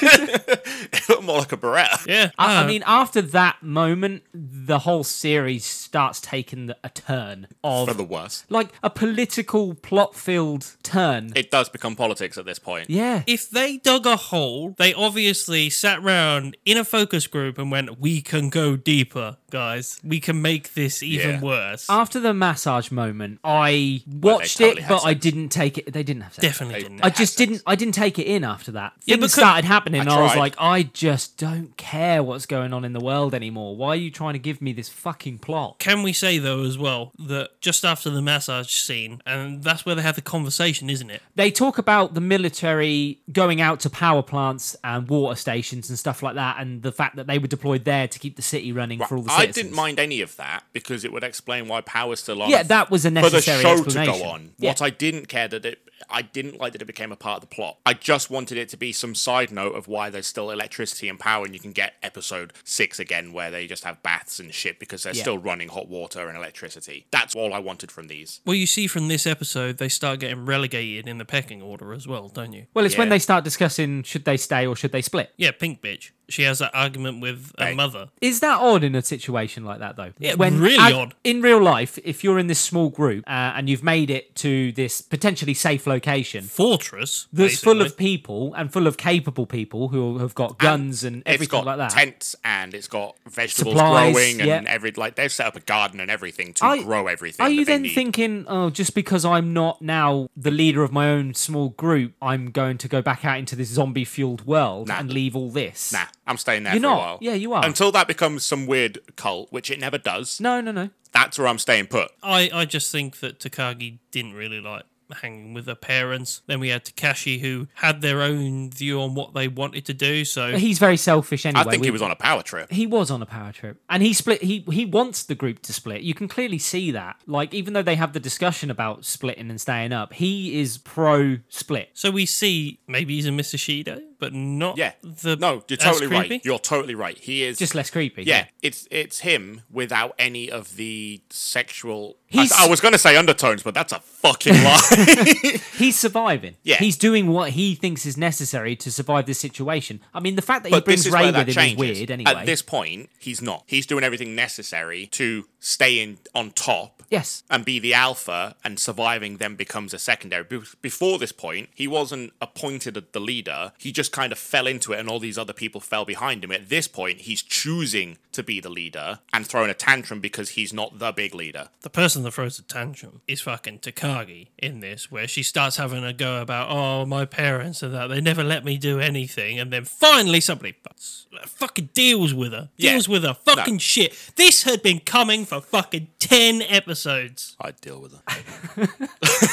Speaker 3: it looked more like a Beretta.
Speaker 2: Yeah.
Speaker 1: I, I
Speaker 2: Uh,
Speaker 1: mean after that moment, the whole series starts taking the, a turn
Speaker 3: For
Speaker 1: of
Speaker 3: the worse.
Speaker 1: like a political plot filled turn.
Speaker 3: It does become politics at this point.
Speaker 1: yeah,
Speaker 2: if they dug a hole, they obviously sat round in a focus group and went, "We can go deeper, guys. We can make this even
Speaker 3: Yeah.
Speaker 2: worse."
Speaker 1: after the massage moment, I
Speaker 3: they
Speaker 1: watched
Speaker 3: totally
Speaker 1: it,
Speaker 3: had
Speaker 1: but I
Speaker 3: sex.
Speaker 1: didn't take it. They didn't have sex.
Speaker 2: definitely
Speaker 3: They-
Speaker 2: didn't.
Speaker 1: I
Speaker 3: had
Speaker 1: just
Speaker 3: sex.
Speaker 1: didn't. I didn't take it in after that. Things
Speaker 2: because-
Speaker 1: started happening, and I was
Speaker 3: tried.
Speaker 1: like, I just don't care what's going on in the world anymore. Why are you trying to give me this fucking plot?
Speaker 2: Can we say though as well that just after the massage scene, and that's where they have the conversation, isn't it?
Speaker 1: They talk about the military going out to power plants and water stations and stuff like that, and the fact that they were deployed there to keep the city running for all the
Speaker 3: I
Speaker 1: citizens.
Speaker 3: didn't mind any of that because it would explain why power's still on.
Speaker 1: Yeah, that was a
Speaker 3: for the
Speaker 1: necessary
Speaker 3: show to
Speaker 1: explanation.
Speaker 3: go on.
Speaker 1: Yeah.
Speaker 3: What I didn't care that it, I didn't like that it became a part of the plot. I just wanted it to be some side note of why there's still electricity and power, and you can get episode six again where they just have baths and shit because they're
Speaker 1: Yeah.
Speaker 3: still running hot water and electricity. That's all I wanted from these.
Speaker 2: Well, you see from this episode, they start getting relegated in the pecking order as well, don't you?
Speaker 1: Well, it's when
Speaker 3: Yeah.
Speaker 1: they start discussing should they stay or should they split.
Speaker 2: Yeah, pink bitch. She has that argument with her
Speaker 3: Right.
Speaker 2: mother.
Speaker 1: Is that odd in a situation like that, though?
Speaker 2: Yeah, really odd.
Speaker 1: In real life, if you're in this small group uh, and you've made it to this potentially safe location
Speaker 2: Fortress.
Speaker 1: that's
Speaker 2: basically.
Speaker 1: full of people and full of capable people who have got guns and,
Speaker 3: it's
Speaker 1: everything
Speaker 3: got
Speaker 1: like that.
Speaker 3: tents and it's got vegetables
Speaker 1: Supplies,
Speaker 3: growing and
Speaker 1: yeah.
Speaker 3: every like they've set up a garden and everything to
Speaker 1: I-
Speaker 3: grow everything.
Speaker 1: Are
Speaker 3: that
Speaker 1: you
Speaker 3: they
Speaker 1: then
Speaker 3: need.
Speaker 1: thinking, oh, just because I'm not now the leader of my own small group, I'm going to go back out into this zombie fueled world
Speaker 3: Nah.
Speaker 1: and leave all this?
Speaker 3: Nah, I'm staying there
Speaker 1: You're
Speaker 3: for
Speaker 1: not.
Speaker 3: a while.
Speaker 1: Yeah, you are.
Speaker 3: Until that becomes some weird cult, which it never does.
Speaker 1: No, no, no.
Speaker 3: That's where I'm staying put.
Speaker 2: I, I just think that Takagi didn't really like hanging with her parents. Then we had Takashi, who had their own view on what they wanted to do. So
Speaker 1: He's very selfish anyway.
Speaker 3: I think
Speaker 1: We-
Speaker 3: he was on a power trip.
Speaker 1: he was on a power trip and he split he he wants the group to split you can clearly see that like even though they have the discussion about splitting and staying up he is pro split
Speaker 2: so we see maybe he's a Mr. Shido, but not
Speaker 3: Yeah.
Speaker 2: the.
Speaker 3: No, you're
Speaker 2: as
Speaker 3: totally
Speaker 2: creepy.
Speaker 3: right. You're totally right. He is
Speaker 1: just less creepy
Speaker 3: yeah, it's it's him without any of the sexual. I,
Speaker 1: He's-
Speaker 3: I was gonna say undertones, but that's a fucking lie.
Speaker 1: he's surviving
Speaker 3: Yeah.
Speaker 1: he's doing what he thinks is necessary to survive this situation i mean the fact that
Speaker 3: but
Speaker 1: he brings
Speaker 3: this is
Speaker 1: ray
Speaker 3: where
Speaker 1: with
Speaker 3: that
Speaker 1: him
Speaker 3: changes.
Speaker 1: is weird anyway
Speaker 3: At this point, he's not. He's doing everything necessary to stay in on top.
Speaker 1: yes
Speaker 3: and be the alpha, and surviving then becomes a secondary. Be- before this point, he wasn't appointed as the leader. He just kind of fell into it, and all these other people fell behind him. At this point, he's choosing to be the leader and throwing a tantrum because he's not the big leader.
Speaker 2: The person that throws the tantrum is fucking Takagi in this, where she starts having a go about, oh, my parents and that. They never let me do anything. And then finally somebody fucks, fucking deals with her.
Speaker 3: Yeah.
Speaker 2: Deals with her fucking shit. This had been coming for fucking 10 episodes.
Speaker 3: I'd deal with it.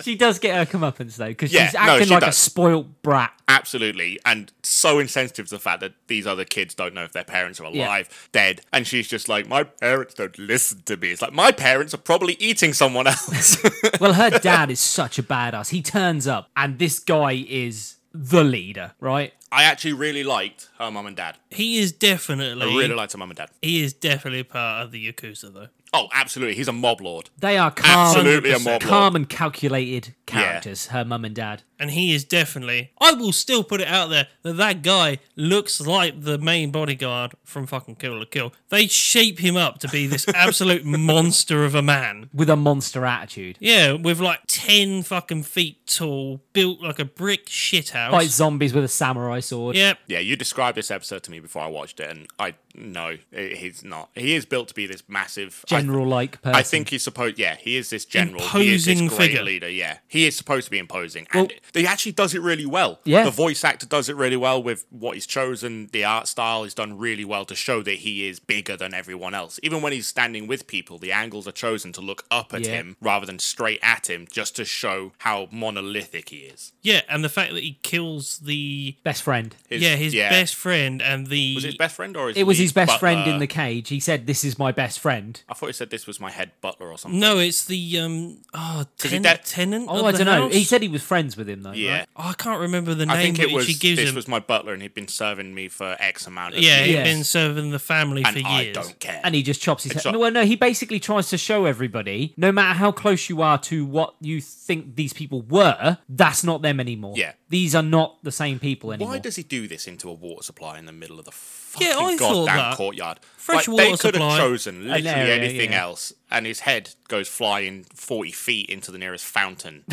Speaker 1: she does get her comeuppance though because
Speaker 3: Yeah,
Speaker 1: she's
Speaker 3: no,
Speaker 1: acting
Speaker 3: she
Speaker 1: like
Speaker 3: does.
Speaker 1: a spoilt brat
Speaker 3: Absolutely. And so insensitive to the fact that these other kids don't know if their parents are
Speaker 1: Yeah.
Speaker 3: alive, dead. And she's just like, my parents don't listen to me. It's like, my parents are probably eating someone else.
Speaker 1: well, her dad is such a badass. He turns up, and this guy is the leader, right?
Speaker 3: I actually really liked her mum and dad.
Speaker 2: He is definitely.
Speaker 3: I really liked her mum and dad.
Speaker 2: He is definitely part of the Yakuza, though.
Speaker 3: Oh, absolutely. He's a mob lord.
Speaker 1: They are calm,
Speaker 3: Absolutely a mob lord.
Speaker 1: calm and calculated characters. Her mum and dad.
Speaker 2: and he is definitely. I will still put it out there that that guy looks like the main bodyguard from fucking Kill la Kill. They shape him up to be this absolute monster of a man.
Speaker 1: with a monster attitude.
Speaker 2: Yeah, with like ten fucking feet tall, built like a brick shithouse.
Speaker 1: Fight zombies with a samurai sword.
Speaker 2: Yep.
Speaker 3: Yeah, you described this episode to me before I watched it, and I no, i- he's not. He is built to be this massive I th-
Speaker 1: General like person.
Speaker 3: I, think he's supposed. Yeah, he is this general. he is this
Speaker 2: Imposing
Speaker 3: great
Speaker 2: figure.
Speaker 3: leader. Yeah, he is supposed to be imposing, and
Speaker 1: Well-
Speaker 3: he actually does it really well.
Speaker 1: Yeah.
Speaker 3: the voice actor does it really well with what he's chosen. The art style is done really well to show that he is bigger than everyone else. Even when he's standing with people, the angles are chosen to look up at
Speaker 1: Yeah.
Speaker 3: him rather than straight at him, just to show how monolithic he is.
Speaker 2: Yeah, and the fact that he kills the
Speaker 1: Best friend.
Speaker 3: His-
Speaker 2: yeah his best friend and the
Speaker 3: was it his best friend or his
Speaker 1: It was
Speaker 3: lead
Speaker 1: his best friend
Speaker 3: butler?
Speaker 1: in the cage. He said, This is my best friend.
Speaker 3: I thought he said this was my head butler or something.
Speaker 2: no, it's the um oh
Speaker 3: he
Speaker 2: ten-
Speaker 3: dead?
Speaker 2: tenant.
Speaker 1: Oh,
Speaker 2: of
Speaker 1: I
Speaker 2: the
Speaker 1: don't know.
Speaker 2: house?
Speaker 1: He said he was friends with him, though. right?
Speaker 3: Yeah.
Speaker 2: Oh, I can't remember the name.
Speaker 3: I think
Speaker 2: but
Speaker 3: it was
Speaker 2: she
Speaker 3: this
Speaker 2: gives him.
Speaker 3: was my butler and he'd been serving me for X amount of
Speaker 2: yeah,
Speaker 3: years.
Speaker 2: he'd
Speaker 1: Yes.
Speaker 2: been serving the family
Speaker 3: And
Speaker 2: for
Speaker 3: I
Speaker 2: years.
Speaker 3: don't care.
Speaker 1: And he just chops his head.
Speaker 3: Exact-
Speaker 1: No, well, no, he basically tries to show everybody no matter how close you are to what you think these people were, that's not them anymore.
Speaker 3: Yeah.
Speaker 1: These are not the same people anymore.
Speaker 3: Why does he do this into a water supply in the middle of the fucking
Speaker 2: Yeah, I thought
Speaker 3: goddamn
Speaker 2: that.
Speaker 3: courtyard?
Speaker 2: Fresh
Speaker 3: like,
Speaker 2: water
Speaker 3: they could
Speaker 2: supply.
Speaker 3: have chosen literally
Speaker 1: area,
Speaker 3: anything
Speaker 1: yeah.
Speaker 3: else, and his head goes flying forty feet into the nearest fountain.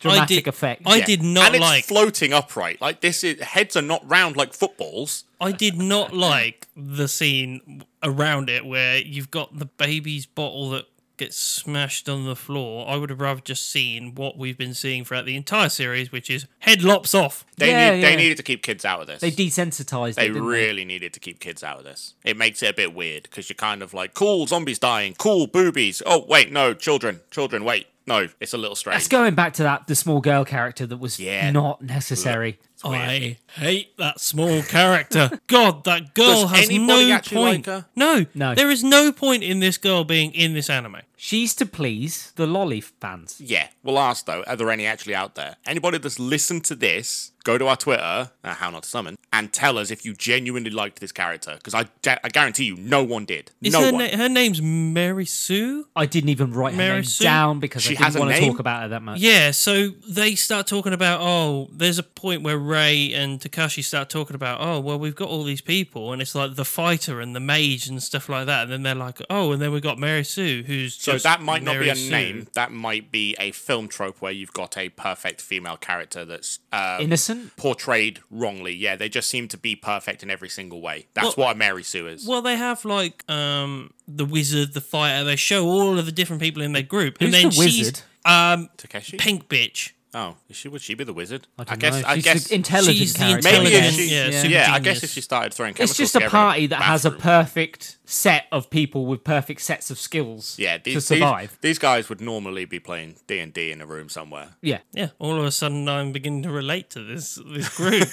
Speaker 1: Dramatic
Speaker 2: I did,
Speaker 1: effect.
Speaker 2: I
Speaker 3: Yeah.
Speaker 2: did not
Speaker 3: and it's
Speaker 2: like.
Speaker 3: floating upright. Like this is heads are not round like footballs.
Speaker 2: I did not like the scene around it where you've got the baby's bottle that gets smashed on the floor. I would have rather just seen what we've been seeing throughout the entire series, which is head lops off.
Speaker 3: They
Speaker 1: Yeah,
Speaker 3: need,
Speaker 1: yeah.
Speaker 3: they needed to keep kids out of this.
Speaker 1: they desensitized
Speaker 3: They
Speaker 1: it, didn't
Speaker 3: really needed to keep kids out of this. It makes it a bit weird because you're kind of like, cool, zombies dying, cool, boobies. Oh, wait, no, children, children, wait. No, it's a little strange.
Speaker 1: That's going back to that the small girl character that was
Speaker 3: Yeah.
Speaker 1: not necessary.
Speaker 2: I hate that small character. God, that girl
Speaker 3: Does
Speaker 2: has
Speaker 3: anybody
Speaker 2: no
Speaker 3: actually like
Speaker 2: point.
Speaker 3: her?
Speaker 2: No,
Speaker 1: No.
Speaker 2: There is no point in this girl being in this anime.
Speaker 1: She's to please the lolly fans.
Speaker 3: Yeah. We'll ask though, are there any actually out there? Anybody that's listened to this, go to our Twitter, uh, how not to summon, and tell us if you genuinely liked this character. Because I, da- I guarantee you, no one did.
Speaker 2: Is
Speaker 3: no
Speaker 2: her,
Speaker 3: one.
Speaker 2: na- her name's Mary Sue?
Speaker 1: I didn't even write
Speaker 2: Mary
Speaker 1: her name
Speaker 2: Sue?
Speaker 1: down because
Speaker 3: She
Speaker 1: I didn't
Speaker 3: has a
Speaker 1: want to
Speaker 3: name?
Speaker 1: talk about her that much.
Speaker 2: Yeah, so they start talking about oh, there's a point where Ray and Takashi start talking about oh, well we've got all these people and it's like the fighter and the mage and stuff like that, and then they're like oh, and then we got Mary Sue who's
Speaker 3: so
Speaker 2: just
Speaker 3: that might not be
Speaker 2: Mary
Speaker 3: a
Speaker 2: Sue.
Speaker 3: name. That might be a film trope where you've got a perfect female character that's uh,
Speaker 1: Innocent?
Speaker 3: portrayed wrongly. Yeah, they just seem to be perfect in every single way. That's
Speaker 2: Well-
Speaker 3: what a Mary Sue is.
Speaker 2: Well, they have like um the wizard, the fighter. They show all of the different people in their group, and
Speaker 1: Who's
Speaker 2: then
Speaker 1: the wizard?
Speaker 2: she's um
Speaker 3: Takeshi?
Speaker 2: pink bitch.
Speaker 3: oh, is she, would she be the wizard?
Speaker 1: I,
Speaker 3: I,
Speaker 1: don't
Speaker 3: guess.
Speaker 1: know.
Speaker 3: I
Speaker 1: She's
Speaker 3: guess.
Speaker 1: the intelligent
Speaker 2: She's the
Speaker 1: character.
Speaker 3: maybe if
Speaker 2: intelligent,
Speaker 3: she.
Speaker 2: yeah,
Speaker 3: Yeah,
Speaker 2: super
Speaker 3: I guess if
Speaker 2: genius.
Speaker 3: she started throwing chemicals.
Speaker 1: It's just a
Speaker 3: together in
Speaker 1: party that has a
Speaker 3: bathroom.
Speaker 1: perfect set of people with perfect sets of skills
Speaker 3: Yeah, these,
Speaker 1: to survive.
Speaker 3: These, these guys would normally be playing D and D in a room somewhere.
Speaker 1: Yeah.
Speaker 2: Yeah, all of a sudden I'm beginning to relate to this this group.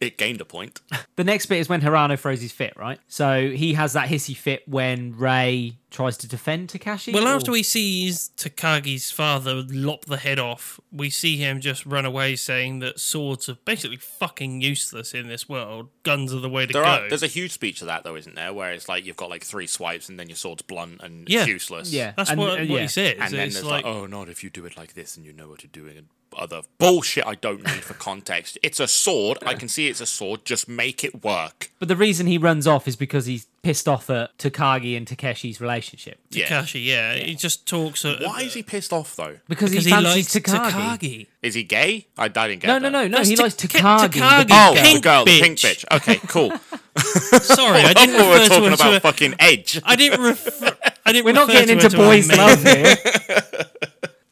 Speaker 3: It gained a point.
Speaker 1: The next bit is when Hirano throws his fit, right? So he has that hissy fit when Ray tries to defend Takashi.
Speaker 2: Well,
Speaker 1: or-
Speaker 2: after we see Takagi's father lop the head off, we see him just run away saying that swords are basically fucking useless in this world. Guns are the way to
Speaker 3: There
Speaker 2: go.
Speaker 3: are there's a huge speech to that though, isn't there? Where it's like you've got like three swipes and then your sword's blunt and it's
Speaker 2: Yeah.
Speaker 3: useless.
Speaker 1: Yeah.
Speaker 2: That's
Speaker 1: and-
Speaker 2: what,
Speaker 1: uh,
Speaker 2: what
Speaker 1: yeah.
Speaker 2: he says.
Speaker 3: And then
Speaker 2: it's
Speaker 3: there's
Speaker 2: like,
Speaker 3: like, oh, not if you do it like this and you know what you're doing and other bullshit I don't need for context. It's a sword. I can see it's a sword. Just make it work.
Speaker 1: But the reason he runs off is because he's pissed off at Takagi and Takeshi's relationship.
Speaker 3: Yeah.
Speaker 2: Takashi, yeah, he just talks. uh,
Speaker 3: Why is he pissed off though?
Speaker 1: Because,
Speaker 2: Because
Speaker 1: he
Speaker 2: he
Speaker 1: fancies
Speaker 2: likes
Speaker 1: Takagi.
Speaker 2: Takagi.
Speaker 3: Is he gay? I, I didn't get
Speaker 1: No,
Speaker 3: that.
Speaker 1: no, no, no.
Speaker 2: That's
Speaker 1: he
Speaker 2: Ta-
Speaker 1: likes
Speaker 2: Ta-
Speaker 1: Takagi.
Speaker 2: Takagi.
Speaker 1: the
Speaker 3: Oh,
Speaker 1: big
Speaker 3: the
Speaker 2: Pink
Speaker 3: girl, the pink
Speaker 2: bitch.
Speaker 3: bitch. Okay, cool.
Speaker 2: Sorry, I
Speaker 3: I
Speaker 2: didn't
Speaker 3: thought we were
Speaker 2: refer to
Speaker 3: talking
Speaker 2: her
Speaker 3: about
Speaker 2: to. A,
Speaker 3: fucking Edge.
Speaker 2: I didn't refer. I didn't
Speaker 1: We're not
Speaker 2: refer
Speaker 1: getting
Speaker 2: to her
Speaker 1: into
Speaker 2: to her
Speaker 1: boys'
Speaker 2: mate.
Speaker 1: love here.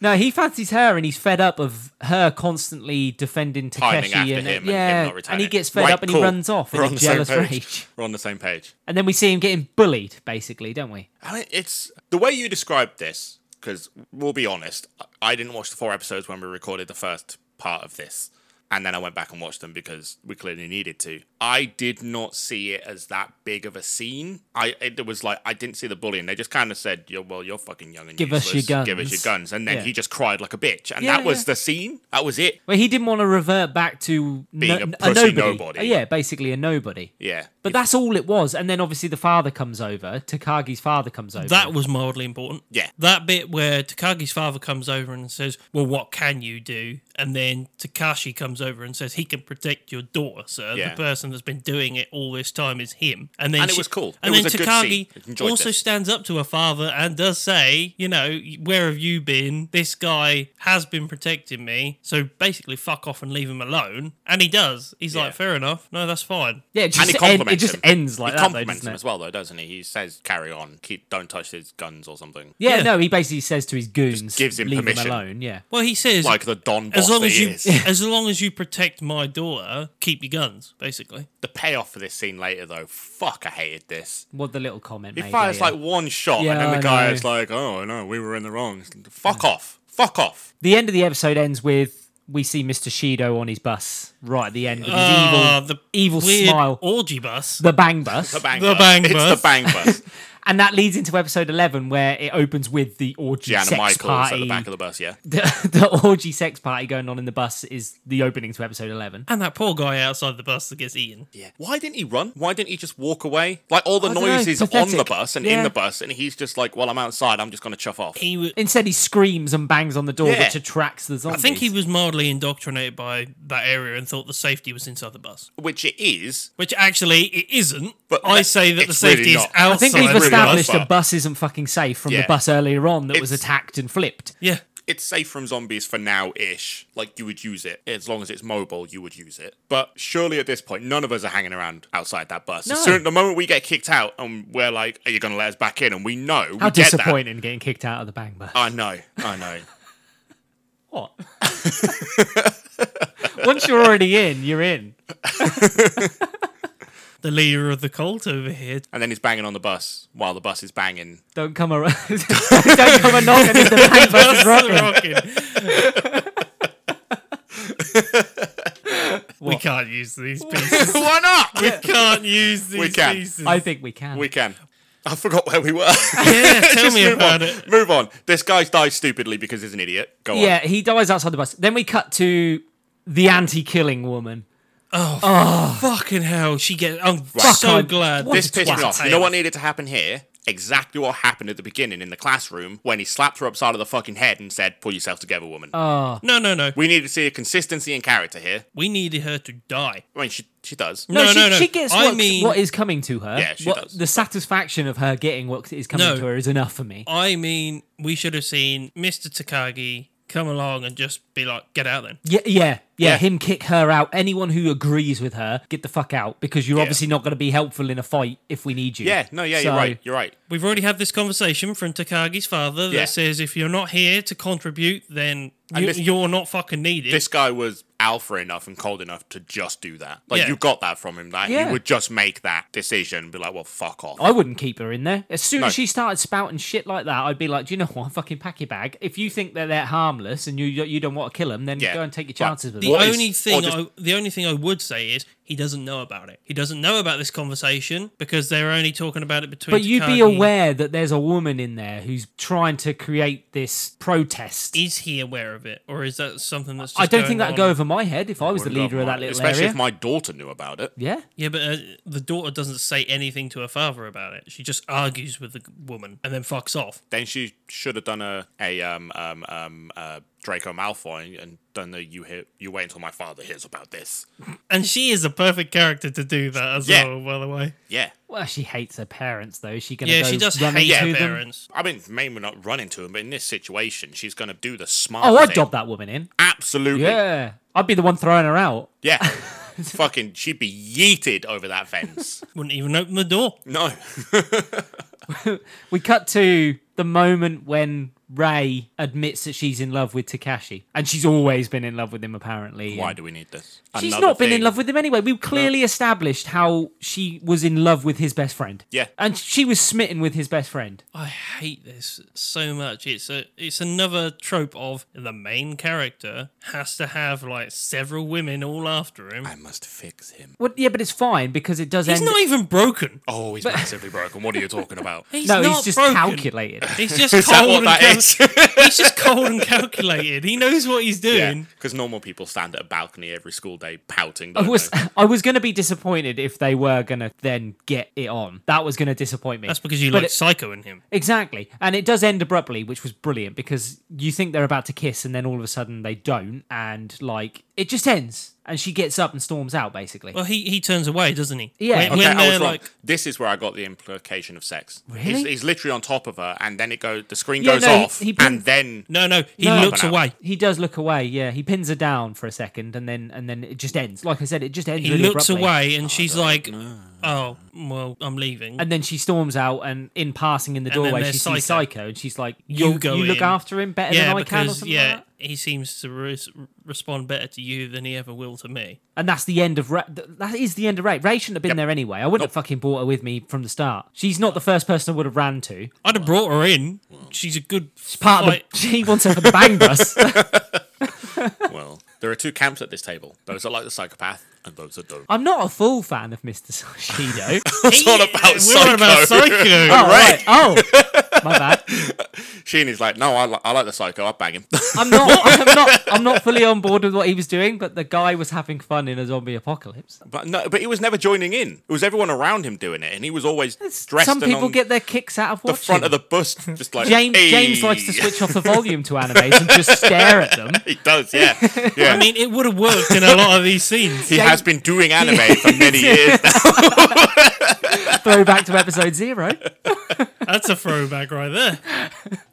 Speaker 1: no, he fancies her, and he's fed up of her constantly defending
Speaker 3: timing
Speaker 1: Takeshi.
Speaker 3: after
Speaker 1: and, uh,
Speaker 3: him and
Speaker 1: yeah,
Speaker 3: him not returning.
Speaker 1: and he gets fed
Speaker 3: Right,
Speaker 1: up and
Speaker 3: cool.
Speaker 1: he runs off
Speaker 3: We're
Speaker 1: in
Speaker 3: on
Speaker 1: a
Speaker 3: the same
Speaker 1: jealous
Speaker 3: page.
Speaker 1: rage.
Speaker 3: We're on the same page.
Speaker 1: And then we see him getting bullied, basically, don't we?
Speaker 3: I mean, it's the way you described this, because we'll be honest, I- I didn't watch the four episodes when we recorded the first part of this. And then I went back and watched them because we clearly needed to. I did not see it as that big of a scene. I it was like I didn't see the bullying. They just kind of said, "Yo, well, you're fucking young and
Speaker 1: Give us
Speaker 3: useless.
Speaker 1: your
Speaker 3: Give us your
Speaker 1: guns."
Speaker 3: guns." And then
Speaker 1: Yeah.
Speaker 3: he just cried like a bitch, and
Speaker 1: Yeah,
Speaker 3: that was
Speaker 1: yeah.
Speaker 3: the scene. That was it.
Speaker 1: Well, he didn't want to revert back to
Speaker 3: Being a
Speaker 1: no,
Speaker 3: pussy
Speaker 1: nobody.
Speaker 3: nobody.
Speaker 1: Uh, Yeah, basically a nobody.
Speaker 3: Yeah,
Speaker 1: But that's all it was. And then obviously the father comes over. Takagi's father comes over.
Speaker 2: That was mildly important.
Speaker 3: Yeah.
Speaker 2: That bit where Takagi's father comes over and says, Well, what can you do? And then Takashi comes over and says, He can protect your daughter, sir.
Speaker 3: Yeah.
Speaker 2: The person that's been doing it all this time is him. And then
Speaker 3: And it
Speaker 2: she-
Speaker 3: was cool.
Speaker 2: And
Speaker 3: It
Speaker 2: then
Speaker 3: was a good
Speaker 2: Takagi
Speaker 3: scene. I enjoyed
Speaker 2: also
Speaker 3: this.
Speaker 2: stands up to her father and does say, You know, where have you been? This guy has been protecting me. So basically, fuck off and leave him alone. And he does. He's
Speaker 3: Yeah.
Speaker 2: like, Fair enough. No, that's fine.
Speaker 1: yeah, it just,
Speaker 3: and he
Speaker 1: end-
Speaker 3: compliments
Speaker 1: it just
Speaker 3: him.
Speaker 1: ends like
Speaker 3: he
Speaker 1: that, though,
Speaker 3: compliments
Speaker 1: doesn't
Speaker 3: him
Speaker 1: it?
Speaker 3: as well, though, doesn't he? He says, "Carry on, keep don't touch his guns or something."
Speaker 1: Yeah,
Speaker 2: Yeah.
Speaker 1: no, he basically says to his goons,
Speaker 3: gives him
Speaker 1: leave
Speaker 3: permission."
Speaker 1: him alone. Yeah.
Speaker 2: Well, he says,
Speaker 3: Like the Don boss
Speaker 2: as long
Speaker 3: that
Speaker 2: as
Speaker 3: he
Speaker 2: you
Speaker 3: is.
Speaker 2: as long as you protect my daughter, keep your guns, basically.
Speaker 3: The payoff for this scene later, though, fuck, I hated this.
Speaker 1: What the little comment
Speaker 3: He
Speaker 1: made.
Speaker 3: fires
Speaker 1: yeah, yeah.
Speaker 3: like one shot,
Speaker 1: Yeah,
Speaker 3: and then
Speaker 1: I
Speaker 3: the guy
Speaker 1: know.
Speaker 3: is like, "Oh no, we were in the wrong." Fuck off! Fuck off!
Speaker 1: The end of the episode ends with we see Mr. Shido on his bus right at the end with his
Speaker 2: Ah,
Speaker 1: evil, evil
Speaker 2: weird
Speaker 1: smile.
Speaker 2: orgy bus.
Speaker 1: The bang bus.
Speaker 3: Uh, The bang,
Speaker 2: The
Speaker 3: bus.
Speaker 2: bang
Speaker 3: It's
Speaker 2: bus.
Speaker 3: the bang bus.
Speaker 1: And that leads into episode 11, where it opens with the orgy
Speaker 3: Gianna
Speaker 1: sex
Speaker 3: Michaels
Speaker 1: party.
Speaker 3: at the back of the bus. Yeah,
Speaker 1: the, the orgy sex party going on in the bus is the opening to episode 11.
Speaker 2: and that poor guy outside the bus that gets eaten.
Speaker 3: yeah. Why didn't he run? Why didn't he just walk away? Like all the
Speaker 1: I dunno,
Speaker 3: noises on the
Speaker 1: pathetic.
Speaker 3: bus and in
Speaker 1: Yeah.
Speaker 3: the bus, and he's just like, "Well, I'm outside. I'm just gonna chuff off."
Speaker 2: He was,
Speaker 1: Instead, he screams and bangs on the door,
Speaker 3: Yeah.
Speaker 1: which attracts the
Speaker 2: I
Speaker 1: zombies.
Speaker 2: think he was mildly indoctrinated by that area and thought the safety was inside the bus,
Speaker 3: Which it is.
Speaker 2: which actually it isn't.
Speaker 3: But
Speaker 2: But I
Speaker 3: that-
Speaker 2: say that the
Speaker 3: it's really
Speaker 2: safety is
Speaker 3: not. I
Speaker 1: I
Speaker 2: outside
Speaker 1: think
Speaker 2: the
Speaker 1: we've
Speaker 3: really
Speaker 2: bus.
Speaker 1: established
Speaker 3: bus.
Speaker 1: a bus isn't fucking safe from
Speaker 3: Yeah.
Speaker 1: the bus earlier on that was
Speaker 3: It's-
Speaker 1: attacked and flipped.
Speaker 2: Yeah,
Speaker 3: It's safe from zombies for now ish. Like you would use it. As long as it's mobile, you would use it. But surely at this point, none of us are hanging around outside that bus. As
Speaker 1: No.
Speaker 3: soon, the moment we get kicked out and we're like, Are you gonna let us back in? And we know
Speaker 1: How
Speaker 3: we get that.
Speaker 1: disappointing getting kicked out of the bang bus.
Speaker 3: I know, I know.
Speaker 1: what? Once you're already in, you're in.
Speaker 2: the leader of the cult over here.
Speaker 3: And then he's banging on the bus while the bus is banging.
Speaker 1: Don't come around. Don't come a knocking if the bang bus is rocking.
Speaker 2: Rocking. we can't use these pieces.
Speaker 3: Why not?
Speaker 2: We can't use these
Speaker 3: can.
Speaker 2: pieces.
Speaker 1: I think we can.
Speaker 3: We can. I forgot where we were.
Speaker 2: yeah, tell
Speaker 3: Just
Speaker 2: me
Speaker 3: move
Speaker 2: about
Speaker 3: on.
Speaker 2: it.
Speaker 3: Move on. This guy dies stupidly because he's an idiot. Go on.
Speaker 1: yeah, he dies outside the bus. Then we cut to the anti-killing woman.
Speaker 2: Fucking hell, she gets. I'm
Speaker 1: Fuck,
Speaker 2: so
Speaker 1: I'm-
Speaker 2: glad.
Speaker 1: what
Speaker 3: This
Speaker 1: It's
Speaker 3: pissed me
Speaker 2: twat
Speaker 3: off. You
Speaker 2: tale.
Speaker 3: know what needed to happen here? Exactly what happened at the beginning in the classroom when he slapped her upside of the fucking head and said, Pull yourself together, woman.
Speaker 1: Uh,
Speaker 2: No, no, no.
Speaker 3: we need to see a consistency in character here.
Speaker 2: We needed her to die.
Speaker 3: I mean, she, she does.
Speaker 1: No,
Speaker 2: No,
Speaker 1: she,
Speaker 2: no, no.
Speaker 1: she gets
Speaker 2: I
Speaker 1: what,
Speaker 2: mean-
Speaker 1: what is coming to her.
Speaker 3: Yeah, she
Speaker 1: What-
Speaker 3: does.
Speaker 1: The satisfaction of her getting what is coming
Speaker 2: No.
Speaker 1: to her is enough for me.
Speaker 2: I mean, we should have seen Mr. Takagi come along and just be like, get out then.
Speaker 1: Yeah, yeah, yeah,
Speaker 3: Yeah.
Speaker 1: Him kick her out. Anyone who agrees with her, get the fuck out because you're obviously not going to be helpful in a fight if we need you.
Speaker 3: Yeah, no, yeah, you're
Speaker 1: So-
Speaker 3: right. You're right.
Speaker 2: We've already had this conversation from Takagi's father that
Speaker 3: Yeah.
Speaker 2: says if you're not here to contribute, then you,
Speaker 3: this-
Speaker 2: you're not fucking needed.
Speaker 3: This guy was alpha enough and cold enough to just do that. Like,
Speaker 2: Yeah.
Speaker 3: you got that from him, that
Speaker 1: Yeah.
Speaker 3: he would just make that decision and be like, Well, fuck off.
Speaker 1: I wouldn't keep her in there. As soon
Speaker 3: No.
Speaker 1: as she started spouting shit like that, I'd be like, do you know what? Fucking pack your bag. If you think that they're harmless and you you don't want to kill them, then
Speaker 3: Yeah.
Speaker 1: go and take your
Speaker 3: Right.
Speaker 1: chances with
Speaker 2: the
Speaker 1: them.
Speaker 3: What is-
Speaker 2: only
Speaker 3: or
Speaker 2: thing,
Speaker 3: just-
Speaker 2: I, the only thing I would say is he doesn't know about it. He doesn't know about this conversation because they're only talking about it between.
Speaker 1: But you'd be
Speaker 2: Takagi-
Speaker 1: aware that there's a woman in there who's trying to create this protest.
Speaker 2: Is he aware of it, or is that something that's? Just
Speaker 1: I don't think
Speaker 2: going
Speaker 1: that'd go
Speaker 2: on?
Speaker 1: over my head if I was the
Speaker 3: Wouldn't
Speaker 1: leader
Speaker 3: go
Speaker 1: of that
Speaker 3: my-
Speaker 1: little
Speaker 3: Especially
Speaker 1: area.
Speaker 3: if my daughter knew about it.
Speaker 1: yeah.
Speaker 2: Yeah, but uh, the daughter doesn't say anything to her father about it. She just argues with the woman and then fucks off.
Speaker 3: Then she should have done a a um um um uh Draco Malfoy and done the you hear you wait until my father hears about this.
Speaker 2: And she is the perfect character to do that as
Speaker 3: Yeah.
Speaker 2: well, by the way.
Speaker 3: Yeah.
Speaker 1: Well, she hates her parents, though. Is she gonna
Speaker 2: Yeah,
Speaker 1: go
Speaker 2: she does
Speaker 1: running
Speaker 2: hate
Speaker 1: to
Speaker 2: her
Speaker 1: them?
Speaker 2: parents.
Speaker 3: I mean, maybe not run into him, but in this situation, she's going to do the smart.
Speaker 1: Oh, I'd
Speaker 3: thing.
Speaker 1: dob that woman in.
Speaker 3: Absolutely. Yeah.
Speaker 1: Yeah, I'd be the one throwing her out.
Speaker 3: Fucking, she'd be yeeted over that fence.
Speaker 2: Wouldn't even open the door.
Speaker 3: no.
Speaker 1: We cut to the moment when Ray admits that she's in love with Takashi, and she's always been in love with him apparently.
Speaker 3: Why
Speaker 1: and-
Speaker 3: do we need this?
Speaker 1: She's
Speaker 3: Another
Speaker 1: not been in
Speaker 3: thing-
Speaker 1: love with him anyway. We clearly established how she was in love with his best friend.
Speaker 3: Yeah.
Speaker 1: And she was smitten with his best friend.
Speaker 2: I hate this so much. It's a it's another trope of the main character has to have like several women all after him.
Speaker 3: I must fix him.
Speaker 1: Well, yeah, but it's fine because it does
Speaker 2: He's
Speaker 1: end.
Speaker 2: not even broken.
Speaker 3: Oh, he's massively broken. What are you talking about?
Speaker 2: He's
Speaker 1: no,
Speaker 2: not
Speaker 1: he's just
Speaker 2: broken.
Speaker 1: calculated.
Speaker 2: He's just
Speaker 3: Is that
Speaker 2: cold
Speaker 3: what
Speaker 2: and
Speaker 3: that
Speaker 2: cal-
Speaker 3: is?
Speaker 2: He's just cold and calculated. He knows what he's doing.
Speaker 3: because normal people stand at a balcony every school day pouting.
Speaker 1: I
Speaker 3: don't
Speaker 1: Oh, was
Speaker 3: they?
Speaker 1: I was going to be disappointed if they were going to then get it on. That was going to disappoint me.
Speaker 2: That's because you
Speaker 1: But
Speaker 2: like
Speaker 1: it-
Speaker 2: Psycho in him.
Speaker 1: Exactly. And it does end abruptly, which was brilliant because you think they're about to kiss and then all of a sudden they don't and like it just ends and she gets up and storms out basically.
Speaker 2: Well, he, he turns away, doesn't he?
Speaker 1: Yeah.
Speaker 2: When,
Speaker 1: Okay,
Speaker 2: when
Speaker 3: I was
Speaker 2: they're
Speaker 3: wrong.
Speaker 2: like,
Speaker 3: this is where I got the implication of sex. He's,
Speaker 1: Really?
Speaker 3: he's literally on top of her, and then it goes. The screen
Speaker 1: Yeah,
Speaker 3: goes
Speaker 1: no, he-
Speaker 3: off,
Speaker 1: he
Speaker 3: and
Speaker 1: brings-
Speaker 3: then
Speaker 2: no, no, he
Speaker 1: No.
Speaker 2: looks
Speaker 3: Up and out.
Speaker 2: away.
Speaker 1: He does look away, yeah. He pins her down for a second and then and then it just ends. Like I said, it just ends.
Speaker 2: He
Speaker 1: really
Speaker 2: looks
Speaker 1: abruptly.
Speaker 2: away, and she's like, "Oh, well, I'm leaving."
Speaker 1: And then she storms out, and in passing in the
Speaker 2: then
Speaker 1: doorway,
Speaker 2: there's
Speaker 1: she sees
Speaker 2: Psycho.
Speaker 1: Psycho, and she's like,
Speaker 2: You
Speaker 1: "You
Speaker 2: go
Speaker 1: you look
Speaker 2: in."
Speaker 1: after him better
Speaker 2: yeah,
Speaker 1: than I
Speaker 2: because
Speaker 1: can." Or something like
Speaker 2: yeah,
Speaker 1: that.
Speaker 2: he seems to res- respond better to you than he ever will to me.
Speaker 1: And that's the end of Ra- th- that is the end of Ray. Ray shouldn't have been there anyway. I wouldn't have fucking brought her with me from the start. She's not the first person I would have ran to.
Speaker 2: I'd have brought her in. She's a good
Speaker 1: Part
Speaker 2: fight.
Speaker 1: of the, she wants her for the bang bus.
Speaker 3: well, there are two camps at this table. Those that like the psychopath, and those that don't.
Speaker 1: I'm not a full fan of Mr. Sashido.
Speaker 3: It's all about
Speaker 2: We're on about psycho.
Speaker 1: oh, right. Oh, my bad.
Speaker 3: Sheeny's like, no, I, li- I like the psycho. I bang him.
Speaker 1: I'm not. I'm not. I'm not fully on board with what he was doing, but the guy was having fun in a zombie apocalypse.
Speaker 3: but no, but he was never joining in. It was everyone around him doing it, and he was always dressed.
Speaker 1: Some
Speaker 3: and
Speaker 1: people
Speaker 3: on
Speaker 1: get their kicks out of
Speaker 3: the
Speaker 1: watching.
Speaker 3: front of the bus, just like
Speaker 1: James,
Speaker 3: "Hey."
Speaker 1: James likes to switch off the volume to animes and just stare at them.
Speaker 3: He does, yeah, yeah.
Speaker 2: I mean, it would have worked in a lot of these scenes.
Speaker 3: he has been doing anime for many years. now.
Speaker 1: Throwback to episode zero.
Speaker 2: That's a throwback right there.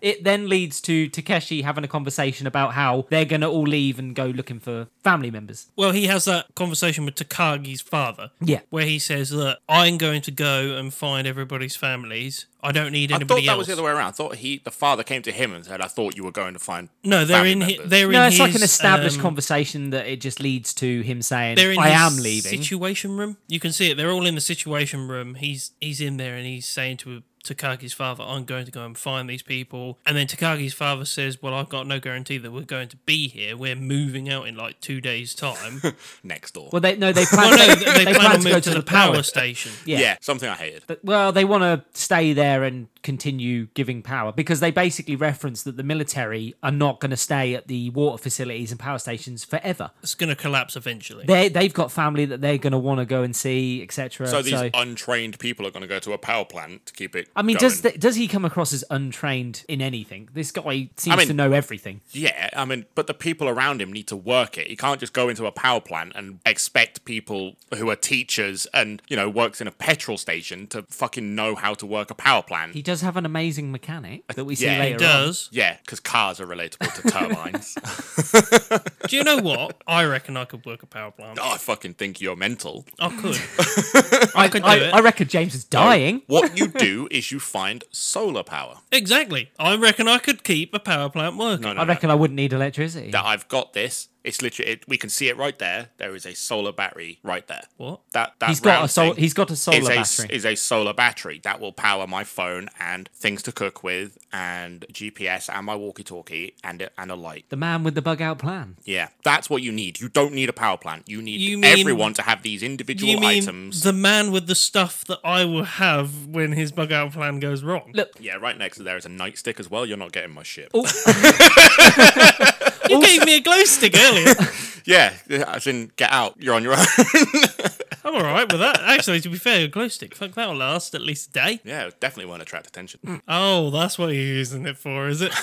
Speaker 1: It then leads to Takeshi having a conversation about how they're going to all leave and go looking for family members.
Speaker 2: Well, he has that conversation with Takagi's father.
Speaker 1: Yeah.
Speaker 2: Where he says, Look, I'm going to go and find everybody's families. I don't need
Speaker 3: I thought
Speaker 2: anybody
Speaker 3: that
Speaker 2: else.
Speaker 3: was the other way around. I thought he, the father, came to him and said, "I thought you were going to find."
Speaker 2: no, they're
Speaker 3: family
Speaker 2: in, hi-
Speaker 3: members."
Speaker 2: they're
Speaker 1: No,
Speaker 2: in
Speaker 1: it's
Speaker 2: his.
Speaker 1: like an established
Speaker 2: um,
Speaker 1: conversation that it just leads to him saying,
Speaker 2: They're in
Speaker 1: "I am
Speaker 2: his
Speaker 1: leaving."
Speaker 2: Situation room. You can see it. They're all in the situation room. He's he's in there and he's saying to Takagi's father, "I'm going to go and find these people." And then Takagi's father says, "Well, I've got no guarantee that we're going to be here. We're moving out in like two days' time." well,
Speaker 3: next door.
Speaker 1: well, they no, they plan,
Speaker 2: no,
Speaker 1: they,
Speaker 2: they,
Speaker 1: plan
Speaker 2: plan to
Speaker 1: to go
Speaker 2: move
Speaker 1: to the power.
Speaker 2: station.
Speaker 1: yeah.
Speaker 3: yeah. something I hated.
Speaker 1: But- Well, they want to stay there and continue giving power because they basically reference that the military are not going to stay at the water facilities and power stations forever.
Speaker 2: It's going to collapse eventually.
Speaker 1: They they've got family that they're going to want to go and see, etc. So,
Speaker 3: So these untrained people are going to go to a power plant to keep it.
Speaker 1: I mean,
Speaker 3: going.
Speaker 1: does th does he come across as untrained in anything? This guy seems
Speaker 3: mean-
Speaker 1: to know everything.
Speaker 3: Yeah, I mean, but the people around him need to work it. He can't just go into a power plant and expect people who are teachers and you know works in a petrol station to fucking know how to work a power plant.
Speaker 1: He does have an amazing mechanic that we see
Speaker 3: Yeah, he
Speaker 1: later.
Speaker 2: It
Speaker 1: on.
Speaker 2: does.
Speaker 3: yeah, because cars are relatable to turbines.
Speaker 2: Do you know what? I reckon I could work a power plant.
Speaker 3: oh, I fucking think you're mental.
Speaker 2: I could.
Speaker 1: I,
Speaker 2: could do
Speaker 1: I,
Speaker 2: it.
Speaker 1: I reckon James is dying.
Speaker 3: What you do is you find solar power.
Speaker 2: Exactly. I reckon I could keep a power plant working.
Speaker 3: No, no,
Speaker 1: I
Speaker 3: no.
Speaker 1: reckon I wouldn't need electricity.
Speaker 3: that I've got this. It's literally it, we can see it right there. There is a solar battery right there.
Speaker 2: What?
Speaker 3: That that
Speaker 1: He's got
Speaker 3: round
Speaker 1: a sol-
Speaker 3: thing
Speaker 1: he's got a solar
Speaker 3: is a, s-
Speaker 1: battery.
Speaker 3: Is a solar battery that will power my phone and things to cook with and GPS and my walkie-talkie and a- and a light.
Speaker 1: the man with the bug out plan.
Speaker 3: Yeah, that's what you need. You don't need a power plant. You need
Speaker 2: You mean-
Speaker 3: everyone to have these
Speaker 2: Do
Speaker 3: individual
Speaker 2: you mean
Speaker 3: items.
Speaker 2: the man with the stuff that I will have when his bug out plan goes wrong?
Speaker 1: Look,
Speaker 3: yeah, right next to there is a nightstick as well. You're not getting my shit.
Speaker 1: Oh.
Speaker 2: you gave me a glow stick earlier.
Speaker 3: Yeah, as in get out. You're on your own.
Speaker 2: I'm all right with that. Actually, to be fair, a glow stick. Fuck, that'll last at least a day.
Speaker 3: yeah, it definitely won't attract attention.
Speaker 1: Hmm.
Speaker 2: Oh, that's what you're using it for, is it?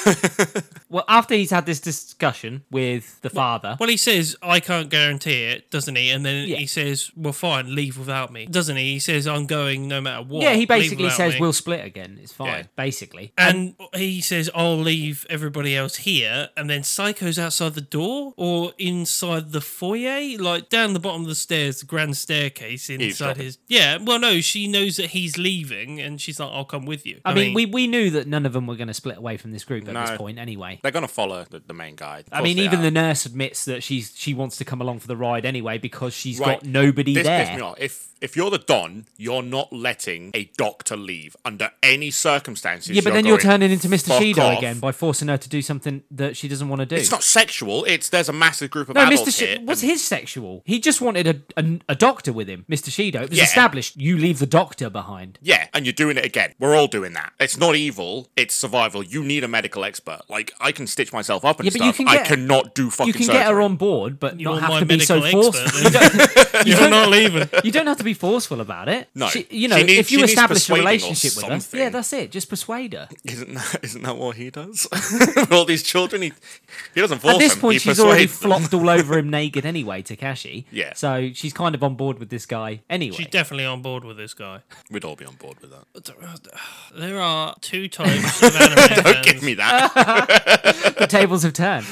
Speaker 1: well, after he's had this discussion with the father,
Speaker 2: well, he says, I can't guarantee it, doesn't he? And then
Speaker 1: Yeah.
Speaker 2: he says, well, fine, leave without me, doesn't he? He says, I'm going no matter what.
Speaker 1: yeah, he
Speaker 2: leave
Speaker 1: basically
Speaker 2: without
Speaker 1: says
Speaker 2: me."
Speaker 1: we'll split again. It's fine,
Speaker 3: Yeah.
Speaker 1: basically.
Speaker 2: And he says, I'll leave everybody else here. And then Psycho's outside the door or inside the foyer, like down the bottom of the stairs, the grand stair staircase inside
Speaker 3: Eavesdropping.
Speaker 2: his. Yeah, well, no, she knows that he's leaving, and she's like, "I'll come with you."
Speaker 1: I, mean, we, we knew that none of them were going to split away from this group at this
Speaker 3: No.
Speaker 1: point anyway.
Speaker 3: They're gonna follow the, the main guy. Of
Speaker 1: I
Speaker 3: course
Speaker 1: mean,
Speaker 3: they
Speaker 1: even
Speaker 3: are.
Speaker 1: the nurse admits that she's she wants to come along for the ride anyway because she's
Speaker 3: Right.
Speaker 1: got nobody
Speaker 3: this
Speaker 1: there.
Speaker 3: pissed me off. If if you're the Don, you're not letting a doctor leave under any circumstances.
Speaker 1: Yeah, but then you're
Speaker 3: going,
Speaker 1: turning into Mr.
Speaker 3: "Fuck
Speaker 1: Shido
Speaker 3: off."
Speaker 1: again by forcing her to do something that she doesn't want to do.
Speaker 3: It's not sexual. It's there's a massive group of
Speaker 1: no, Mr.
Speaker 3: adults
Speaker 1: Shi
Speaker 3: here.
Speaker 1: was
Speaker 3: and-
Speaker 1: his sexual. He just wanted a, a, a doctor with him, Mr. Shido. It was
Speaker 3: Yeah.
Speaker 1: established you leave the doctor behind.
Speaker 3: yeah, and you're doing it again. We're all doing that. It's not evil. It's survival. You need a medical expert. Like I can stitch myself up and
Speaker 1: Yeah, but
Speaker 3: stuff.
Speaker 1: you can
Speaker 3: I
Speaker 1: get-
Speaker 3: cannot do fucking
Speaker 1: You can
Speaker 3: surgery.
Speaker 1: get her on board, but
Speaker 2: You're
Speaker 1: not
Speaker 2: my
Speaker 1: have to be so
Speaker 2: medical
Speaker 1: forceful. you,
Speaker 2: expert,
Speaker 1: don't, you
Speaker 2: You're
Speaker 1: don't-
Speaker 2: not leaving.
Speaker 1: you don't have to be forceful about it.
Speaker 3: No.
Speaker 1: She- you know,
Speaker 3: She needs-
Speaker 1: if you
Speaker 3: she needs
Speaker 1: establish a
Speaker 3: persuading or
Speaker 1: relationship with her,
Speaker 3: something.
Speaker 1: yeah, that's it. Just persuade her.
Speaker 3: Isn't that, isn't that what he does? all these children, he he doesn't force
Speaker 1: At this
Speaker 3: them,
Speaker 1: point,
Speaker 3: he
Speaker 1: she's already
Speaker 3: persuades them.
Speaker 1: flopped all over him naked anyway, Takashi.
Speaker 3: Yeah.
Speaker 1: So she's kind of on board with this guy anyway.
Speaker 2: She's definitely on board with this guy.
Speaker 3: We'd all be on board with that.
Speaker 2: There are two types of anime.
Speaker 3: Don't give me that.
Speaker 1: the tables have turned.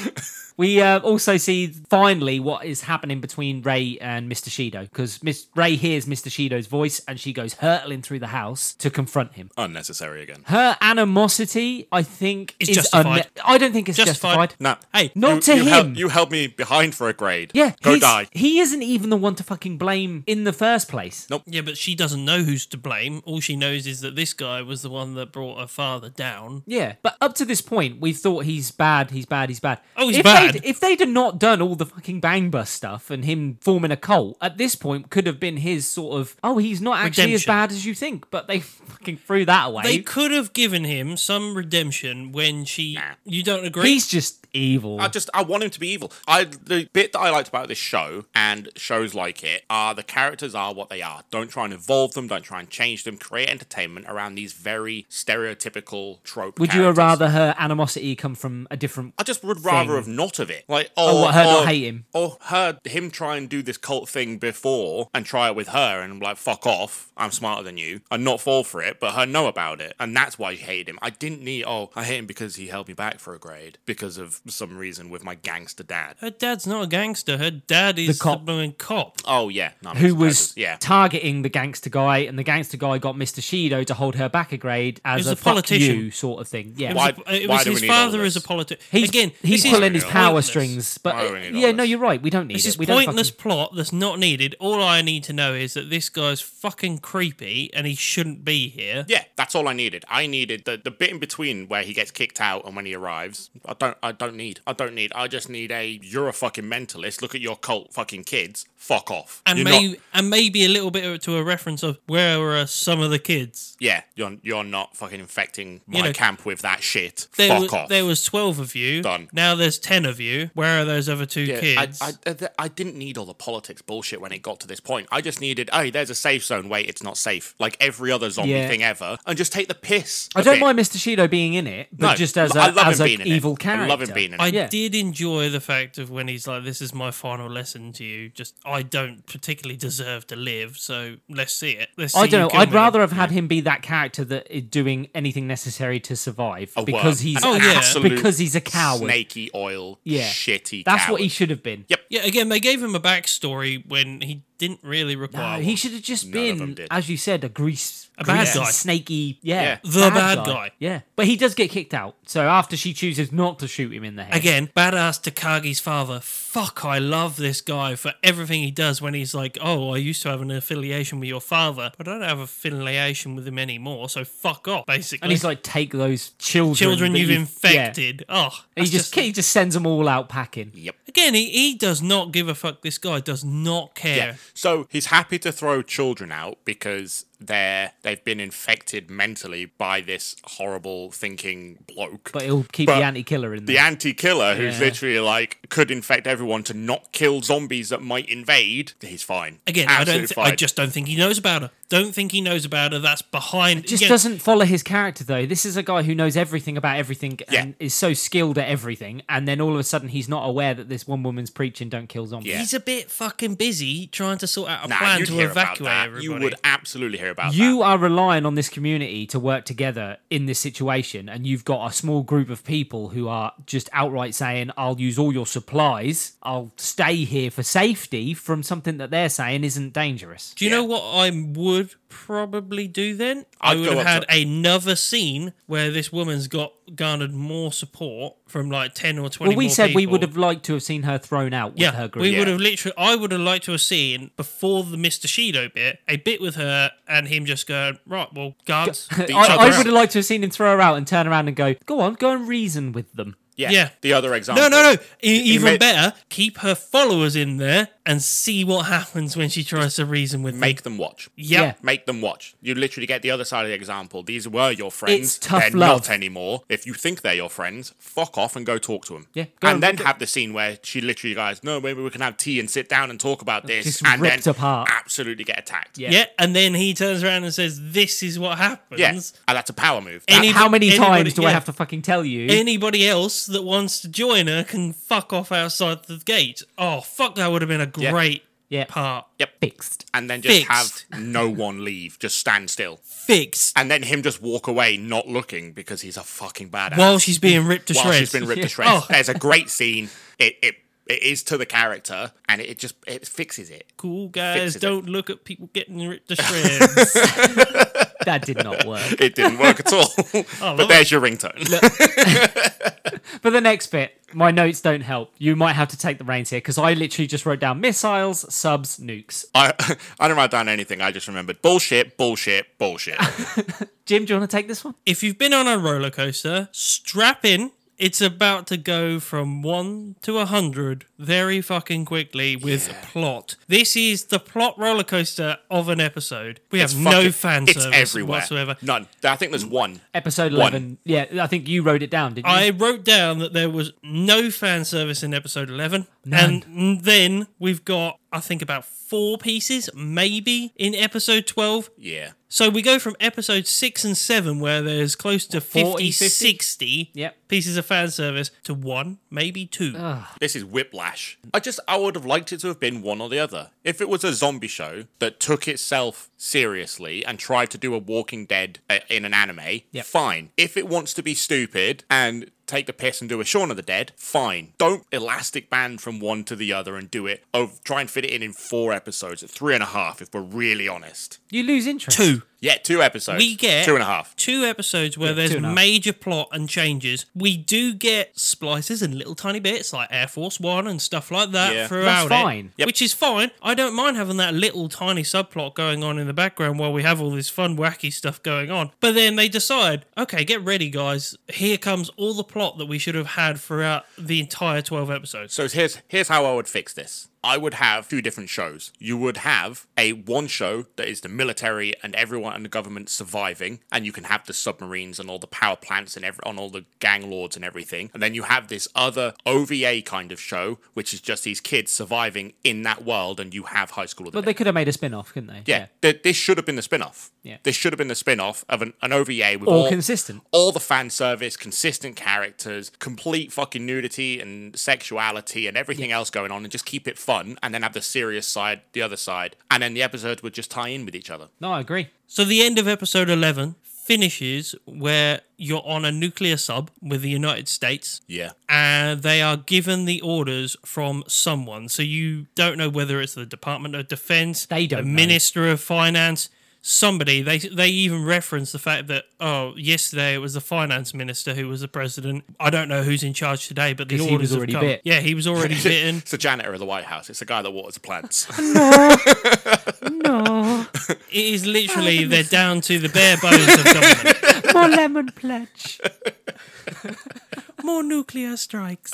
Speaker 1: We uh, also see finally what is happening between Ray and Mr. Shido because Miss Ray hears Mr. Shido's voice and she goes hurtling through the house to confront him.
Speaker 3: Unnecessary again.
Speaker 1: Her animosity, I think,
Speaker 2: Is
Speaker 1: is
Speaker 2: justified.
Speaker 1: unne- I don't think it's
Speaker 2: Justified.
Speaker 1: justified.
Speaker 3: No.
Speaker 2: Hey,
Speaker 1: Not
Speaker 3: you,
Speaker 1: to
Speaker 3: you
Speaker 1: him.
Speaker 3: hel- you held me behind for a grade.
Speaker 1: yeah,
Speaker 3: Go
Speaker 1: he's-
Speaker 3: die.
Speaker 1: He isn't even the one to fucking blame in the first place.
Speaker 2: Yeah, but she doesn't know who's to blame. All she knows is that this guy was the one that brought her father down.
Speaker 1: Yeah, but up to this point, we thought he's bad, he's bad, he's bad.
Speaker 2: Oh, he's
Speaker 1: if
Speaker 2: bad.
Speaker 1: They'd, if they'd have not done all the fucking bang bus stuff and him forming a cult, at this point could have been his sort of oh, he's not actually as
Speaker 2: Redemption.
Speaker 1: bad as you think. But they fucking threw that away.
Speaker 2: They could have given him some redemption when she.
Speaker 3: Nah.
Speaker 2: You don't agree?
Speaker 1: he's just evil.
Speaker 3: I just I want him to be evil. I the bit that I liked about this show and shows like it are the characters are what they are. Don't try and evolve them. Don't try and change them. Create entertainment around these very stereotypical trope.
Speaker 1: Would you have
Speaker 3: characters.
Speaker 1: rather her animosity come from a different?
Speaker 3: I just would rather
Speaker 1: thing.
Speaker 3: have not of it. Like,
Speaker 1: Oh,
Speaker 3: oh,
Speaker 1: what, her not hate him?
Speaker 3: or her him try and do this cult thing before and try it with her, and I'm like, fuck off, I'm smarter than you, and not fall for it, but her know about it, and that's why she hated him. I didn't need, oh, I hate him because he held me back for a grade because of some reason with my gangster dad.
Speaker 2: her dad's not a gangster. Her dad is the,
Speaker 1: cop.
Speaker 2: blooming cop.
Speaker 3: Oh yeah, no, I'm
Speaker 1: Who
Speaker 3: just- I
Speaker 1: was
Speaker 3: just- yeah?
Speaker 1: targeting the gangster guy, and the gangster guy got Mr. Shido to hold her back a grade as
Speaker 2: was
Speaker 1: a
Speaker 2: a
Speaker 1: fuck
Speaker 2: politician.
Speaker 1: you sort of thing. Yeah,
Speaker 3: Why-
Speaker 2: it was, it
Speaker 3: why
Speaker 2: was
Speaker 3: do we
Speaker 2: his
Speaker 3: need all
Speaker 2: father
Speaker 3: this?
Speaker 2: as a politician.
Speaker 1: He's,
Speaker 2: Again,
Speaker 1: he's
Speaker 2: this is
Speaker 1: pulling his power
Speaker 2: pointless.
Speaker 1: strings,
Speaker 3: Why
Speaker 1: but
Speaker 3: do we need all
Speaker 1: yeah, no,
Speaker 3: this?
Speaker 1: you're right. We don't need
Speaker 2: This
Speaker 1: it.
Speaker 2: is
Speaker 1: we don't
Speaker 2: pointless
Speaker 1: fucking-
Speaker 2: plot that's not needed. All I need to know is that this guy's fucking creepy and he shouldn't be here.
Speaker 3: Yeah, that's all I needed. I needed the, the bit in between where he gets kicked out and when he arrives. I don't I don't need. I don't need. I just need a you're a fucking mentalist. Look at your cult fucking kids. Fuck off.
Speaker 2: And
Speaker 3: You're
Speaker 2: may
Speaker 3: not-
Speaker 2: and maybe a little bit to a reference of where are some of the kids.
Speaker 3: yeah, you're you're not fucking infecting my
Speaker 2: You know,
Speaker 3: camp with that shit.
Speaker 2: There
Speaker 3: Fuck
Speaker 2: was,
Speaker 3: off.
Speaker 2: There was twelve of you.
Speaker 3: Done.
Speaker 2: Now there's ten of you. Where are those other two
Speaker 3: Yeah,
Speaker 2: kids?
Speaker 3: I, I, I didn't need all the politics bullshit when it got to this point. I just needed, hey, there's a safe zone. Wait, it's not safe. Like every other zombie
Speaker 1: Yeah.
Speaker 3: thing ever, and just take the piss.
Speaker 1: I
Speaker 3: a
Speaker 1: don't
Speaker 3: bit.
Speaker 1: mind Mr. Shido being in it, but
Speaker 3: No,
Speaker 1: just as
Speaker 3: I
Speaker 1: a
Speaker 3: love him
Speaker 1: as an
Speaker 3: being in it.
Speaker 1: evil character.
Speaker 3: I love him being in it.
Speaker 2: I
Speaker 1: Yeah.
Speaker 2: did enjoy the fact of when he's like, "This is my final lesson to you. Just I don't particularly deserve to live, so let's see it. Let's see
Speaker 1: I
Speaker 2: you
Speaker 1: don't know.
Speaker 2: kill
Speaker 1: I'd
Speaker 2: me."
Speaker 1: rather have had him be that character that is doing anything necessary to survive
Speaker 3: a
Speaker 1: because
Speaker 3: worm.
Speaker 1: he's
Speaker 3: An
Speaker 2: Oh, yeah.
Speaker 3: absolute
Speaker 1: because he's a coward.
Speaker 3: snaky oil,
Speaker 1: Yeah.
Speaker 3: shitty.
Speaker 1: That's what
Speaker 3: coward.
Speaker 1: he should have been.
Speaker 3: Yep.
Speaker 2: Yeah, again, they gave him a backstory when he didn't really require.
Speaker 1: No,
Speaker 2: one.
Speaker 1: he should have just
Speaker 3: None of them
Speaker 1: been,
Speaker 3: did.
Speaker 1: as you said, a grease,
Speaker 2: A bad
Speaker 1: greasy,
Speaker 2: guy.
Speaker 1: snaky, yeah,
Speaker 3: Yeah.
Speaker 2: The bad guy.
Speaker 1: Yeah, but he does get kicked out. So after she chooses not to shoot him in the head,
Speaker 2: Again, badass Takagi's father. Fuck, I love this guy for everything he does when he's like, oh, I used to have an affiliation with your father, but I don't have affiliation with him anymore, so fuck off, basically.
Speaker 1: and he's like, "Take those children,
Speaker 2: children
Speaker 1: that
Speaker 2: you've
Speaker 1: yeah."
Speaker 2: infected. Oh,
Speaker 1: He
Speaker 2: that's
Speaker 1: just, he just sends them all out packing.
Speaker 3: Yep.
Speaker 2: Again, he, he does not give a fuck. This guy does not care.
Speaker 3: Yeah. So he's happy to throw children out because they're they've been infected mentally by this horrible thinking bloke.
Speaker 1: But he'll keep
Speaker 3: But
Speaker 1: the anti-killer in
Speaker 3: the
Speaker 1: there.
Speaker 3: anti-killer who's
Speaker 1: Yeah.
Speaker 3: literally like could infect everyone to not kill zombies that might invade. He's fine.
Speaker 2: Again, I
Speaker 3: Absolutely
Speaker 2: don't. Th-
Speaker 3: fine.
Speaker 2: I just don't think he knows about her. Don't think he knows about her. That's behind.
Speaker 1: just
Speaker 2: again,
Speaker 1: doesn't follow his character though. This is a guy who knows everything about everything
Speaker 3: Yeah.
Speaker 1: and is so skilled at everything, and then all of a sudden he's not aware that this one woman's preaching "Don't kill zombies."
Speaker 3: Yeah.
Speaker 2: He's a bit fucking busy trying to sort out a
Speaker 3: Nah,
Speaker 2: plan
Speaker 3: you'd
Speaker 2: to
Speaker 3: hear about
Speaker 2: evacuate
Speaker 3: that.
Speaker 2: everybody.
Speaker 3: You would absolutely hear about
Speaker 1: you
Speaker 3: that.
Speaker 1: are relying on this community to work together in this situation and you've got a small group of people who are just outright saying i'll use all your supplies i'll stay here for safety from something that they're saying isn't dangerous
Speaker 2: Do you know what I would probably do then? i
Speaker 3: I'd
Speaker 2: would
Speaker 3: go
Speaker 2: have had
Speaker 3: up
Speaker 2: another scene where this woman's got garnered more support from like ten or twenty.
Speaker 1: well we
Speaker 2: more
Speaker 1: said we
Speaker 2: people.
Speaker 1: would have liked to have seen her thrown out with
Speaker 2: Yeah,
Speaker 1: her group
Speaker 2: we would
Speaker 3: Yeah.
Speaker 2: have literally. I would have liked to have seen before the Mister Shido bit a bit with her and him just going right. Well, guards.
Speaker 3: each
Speaker 1: I,
Speaker 3: other
Speaker 1: I
Speaker 3: out.
Speaker 1: would have liked to have seen him throw her out and turn around and go, "Go on, go and reason with them."
Speaker 3: yeah.
Speaker 2: yeah.
Speaker 3: The other example.
Speaker 2: No, no, no. E- even
Speaker 3: made-
Speaker 2: better, keep her followers in there and see what happens when she tries to reason with
Speaker 3: Make them watch.
Speaker 2: Them. Yep.
Speaker 1: Yeah.
Speaker 3: Make them watch. You literally get the other side of the example. These were your friends.
Speaker 1: It's tough
Speaker 3: they're
Speaker 1: love.
Speaker 3: not anymore. If you think they're your friends, fuck off and go talk to them.
Speaker 1: Yeah, go
Speaker 3: and
Speaker 1: and-
Speaker 3: then have the scene where she literally goes, "No, maybe we can have tea and sit down and talk about this,"
Speaker 1: Just
Speaker 3: and
Speaker 1: ripped
Speaker 3: then
Speaker 1: apart.
Speaker 3: absolutely get attacked.
Speaker 1: Yeah.
Speaker 2: Yeah. and then he turns around and says, "This is what happens."
Speaker 3: yeah. And that's a power move.
Speaker 2: Any-
Speaker 1: How
Speaker 2: Anybody-
Speaker 1: many
Speaker 2: anybody-
Speaker 1: times do I
Speaker 2: yeah.
Speaker 1: have to fucking tell you?
Speaker 2: Anybody else that wants to join her can fuck off outside the gate. Oh fuck, that would have been a great
Speaker 1: yeah,
Speaker 2: part.
Speaker 3: yep.
Speaker 1: fixed.
Speaker 3: And then just
Speaker 2: Fixed.
Speaker 3: have no one leave. Just stand still.
Speaker 2: Fixed
Speaker 3: and then him just walk away not looking because he's a fucking badass
Speaker 2: while she's being ripped to
Speaker 3: while
Speaker 2: shreds.
Speaker 3: she's been ripped
Speaker 1: Yeah.
Speaker 3: to shreds.
Speaker 2: Oh.
Speaker 3: There's a great scene. It, it it is to the character and it just it fixes it.
Speaker 2: cool guys,
Speaker 3: Fixes it.
Speaker 2: don't look at people getting ripped to shreds.
Speaker 1: That did not work.
Speaker 3: It didn't work at all.
Speaker 2: Oh,
Speaker 3: but there's your ringtone.
Speaker 1: For the next bit, my notes don't help. You might have to take the reins here because I literally just wrote down missiles, subs, nukes.
Speaker 3: I I don't write down anything. I just remembered bullshit, bullshit, bullshit.
Speaker 1: Jim, do you want to take this one?
Speaker 2: if you've been on a roller coaster, strap in. It's about to go from one to a hundred very fucking quickly with plot. This is the plot roller coaster of an episode. We have
Speaker 3: It's
Speaker 2: no
Speaker 3: fucking-
Speaker 2: fan
Speaker 3: It's
Speaker 2: service
Speaker 3: everywhere.
Speaker 2: whatsoever.
Speaker 3: None. I think there's one.
Speaker 1: Episode
Speaker 3: One.
Speaker 1: eleven. Yeah, I think you wrote it down, didn't you?
Speaker 2: I wrote down that there was no fan service in episode 11. And then we've got, I think, about four pieces, maybe, in episode 12.
Speaker 3: Yeah.
Speaker 2: So we go from episode 6 and 7, where there's close to 50,
Speaker 1: 40, 50?
Speaker 2: 60
Speaker 1: Yep.
Speaker 2: pieces of fan service, to one, maybe two.
Speaker 3: This is whiplash. I just I would have liked it to have been one or the other. If it was a zombie show that took itself seriously and tried to do a Walking Dead uh, in an anime,
Speaker 1: Yep.
Speaker 3: fine. If it wants to be stupid and take the piss and do a Shaun of the Dead, fine. Don't elastic band from one to the other and do it. Oh, try and fit it in in four episodes, three and a half, if we're really honest.
Speaker 1: you lose interest.
Speaker 2: Two.
Speaker 3: Yeah, two episodes.
Speaker 2: We get
Speaker 3: two and a half.
Speaker 2: Two episodes where
Speaker 1: two
Speaker 2: there's
Speaker 1: and a half.
Speaker 2: major plot and changes. We do get splices and little tiny bits like Air Force One and stuff like that
Speaker 3: Yeah.
Speaker 2: throughout
Speaker 1: That's
Speaker 2: it,
Speaker 1: fine.
Speaker 3: Yep.
Speaker 2: which is fine. I don't mind having that little tiny subplot going on in the background while we have all this fun wacky stuff going on. But then they decide, okay, get ready, guys. Here comes all the plot that we should have had throughout the entire twelve episodes.
Speaker 3: So here's here's how I would fix this. I would have two different shows. You would have a one show that is the military and everyone and the government surviving, and you can have the submarines and all the power plants and every on all the gang lords and everything. And then you have this other OVA kind of show, which is just these kids surviving in that world, and you have high school. Of the
Speaker 1: But
Speaker 3: Dead.
Speaker 1: they could have made a spin-off, couldn't they?
Speaker 3: yeah, Th- this should have been the spin-off.
Speaker 1: Yeah.
Speaker 3: this should have been the spin-off of an, an OVA with
Speaker 1: All
Speaker 3: all
Speaker 1: consistent.
Speaker 3: all the fan service, consistent characters, complete fucking nudity and sexuality and everything else going on, and just keep it fun, and then have the serious side, the other side, and then the episodes would just tie in with each other.
Speaker 1: No, I agree.
Speaker 2: So the end of episode 11 finishes where you're on a nuclear sub with the United States.
Speaker 3: Yeah.
Speaker 2: And they are given the orders from someone. So you don't know whether it's the Department of Defense,
Speaker 1: They don't
Speaker 2: the
Speaker 1: know.
Speaker 2: Minister of Finance, somebody. They they even reference the fact that oh, yesterday it was the finance minister who was the president. I don't know who's in charge today, but the
Speaker 1: 'Cause
Speaker 2: orders
Speaker 1: he was
Speaker 2: have
Speaker 1: already
Speaker 2: come.
Speaker 1: bit.
Speaker 2: Yeah, he was already bitten.
Speaker 3: It's the janitor of the White House. It's the guy that waters the plants.
Speaker 1: No,
Speaker 2: It is literally they're down to the bare bones of government.
Speaker 1: more lemon pledge.
Speaker 2: More nuclear strikes.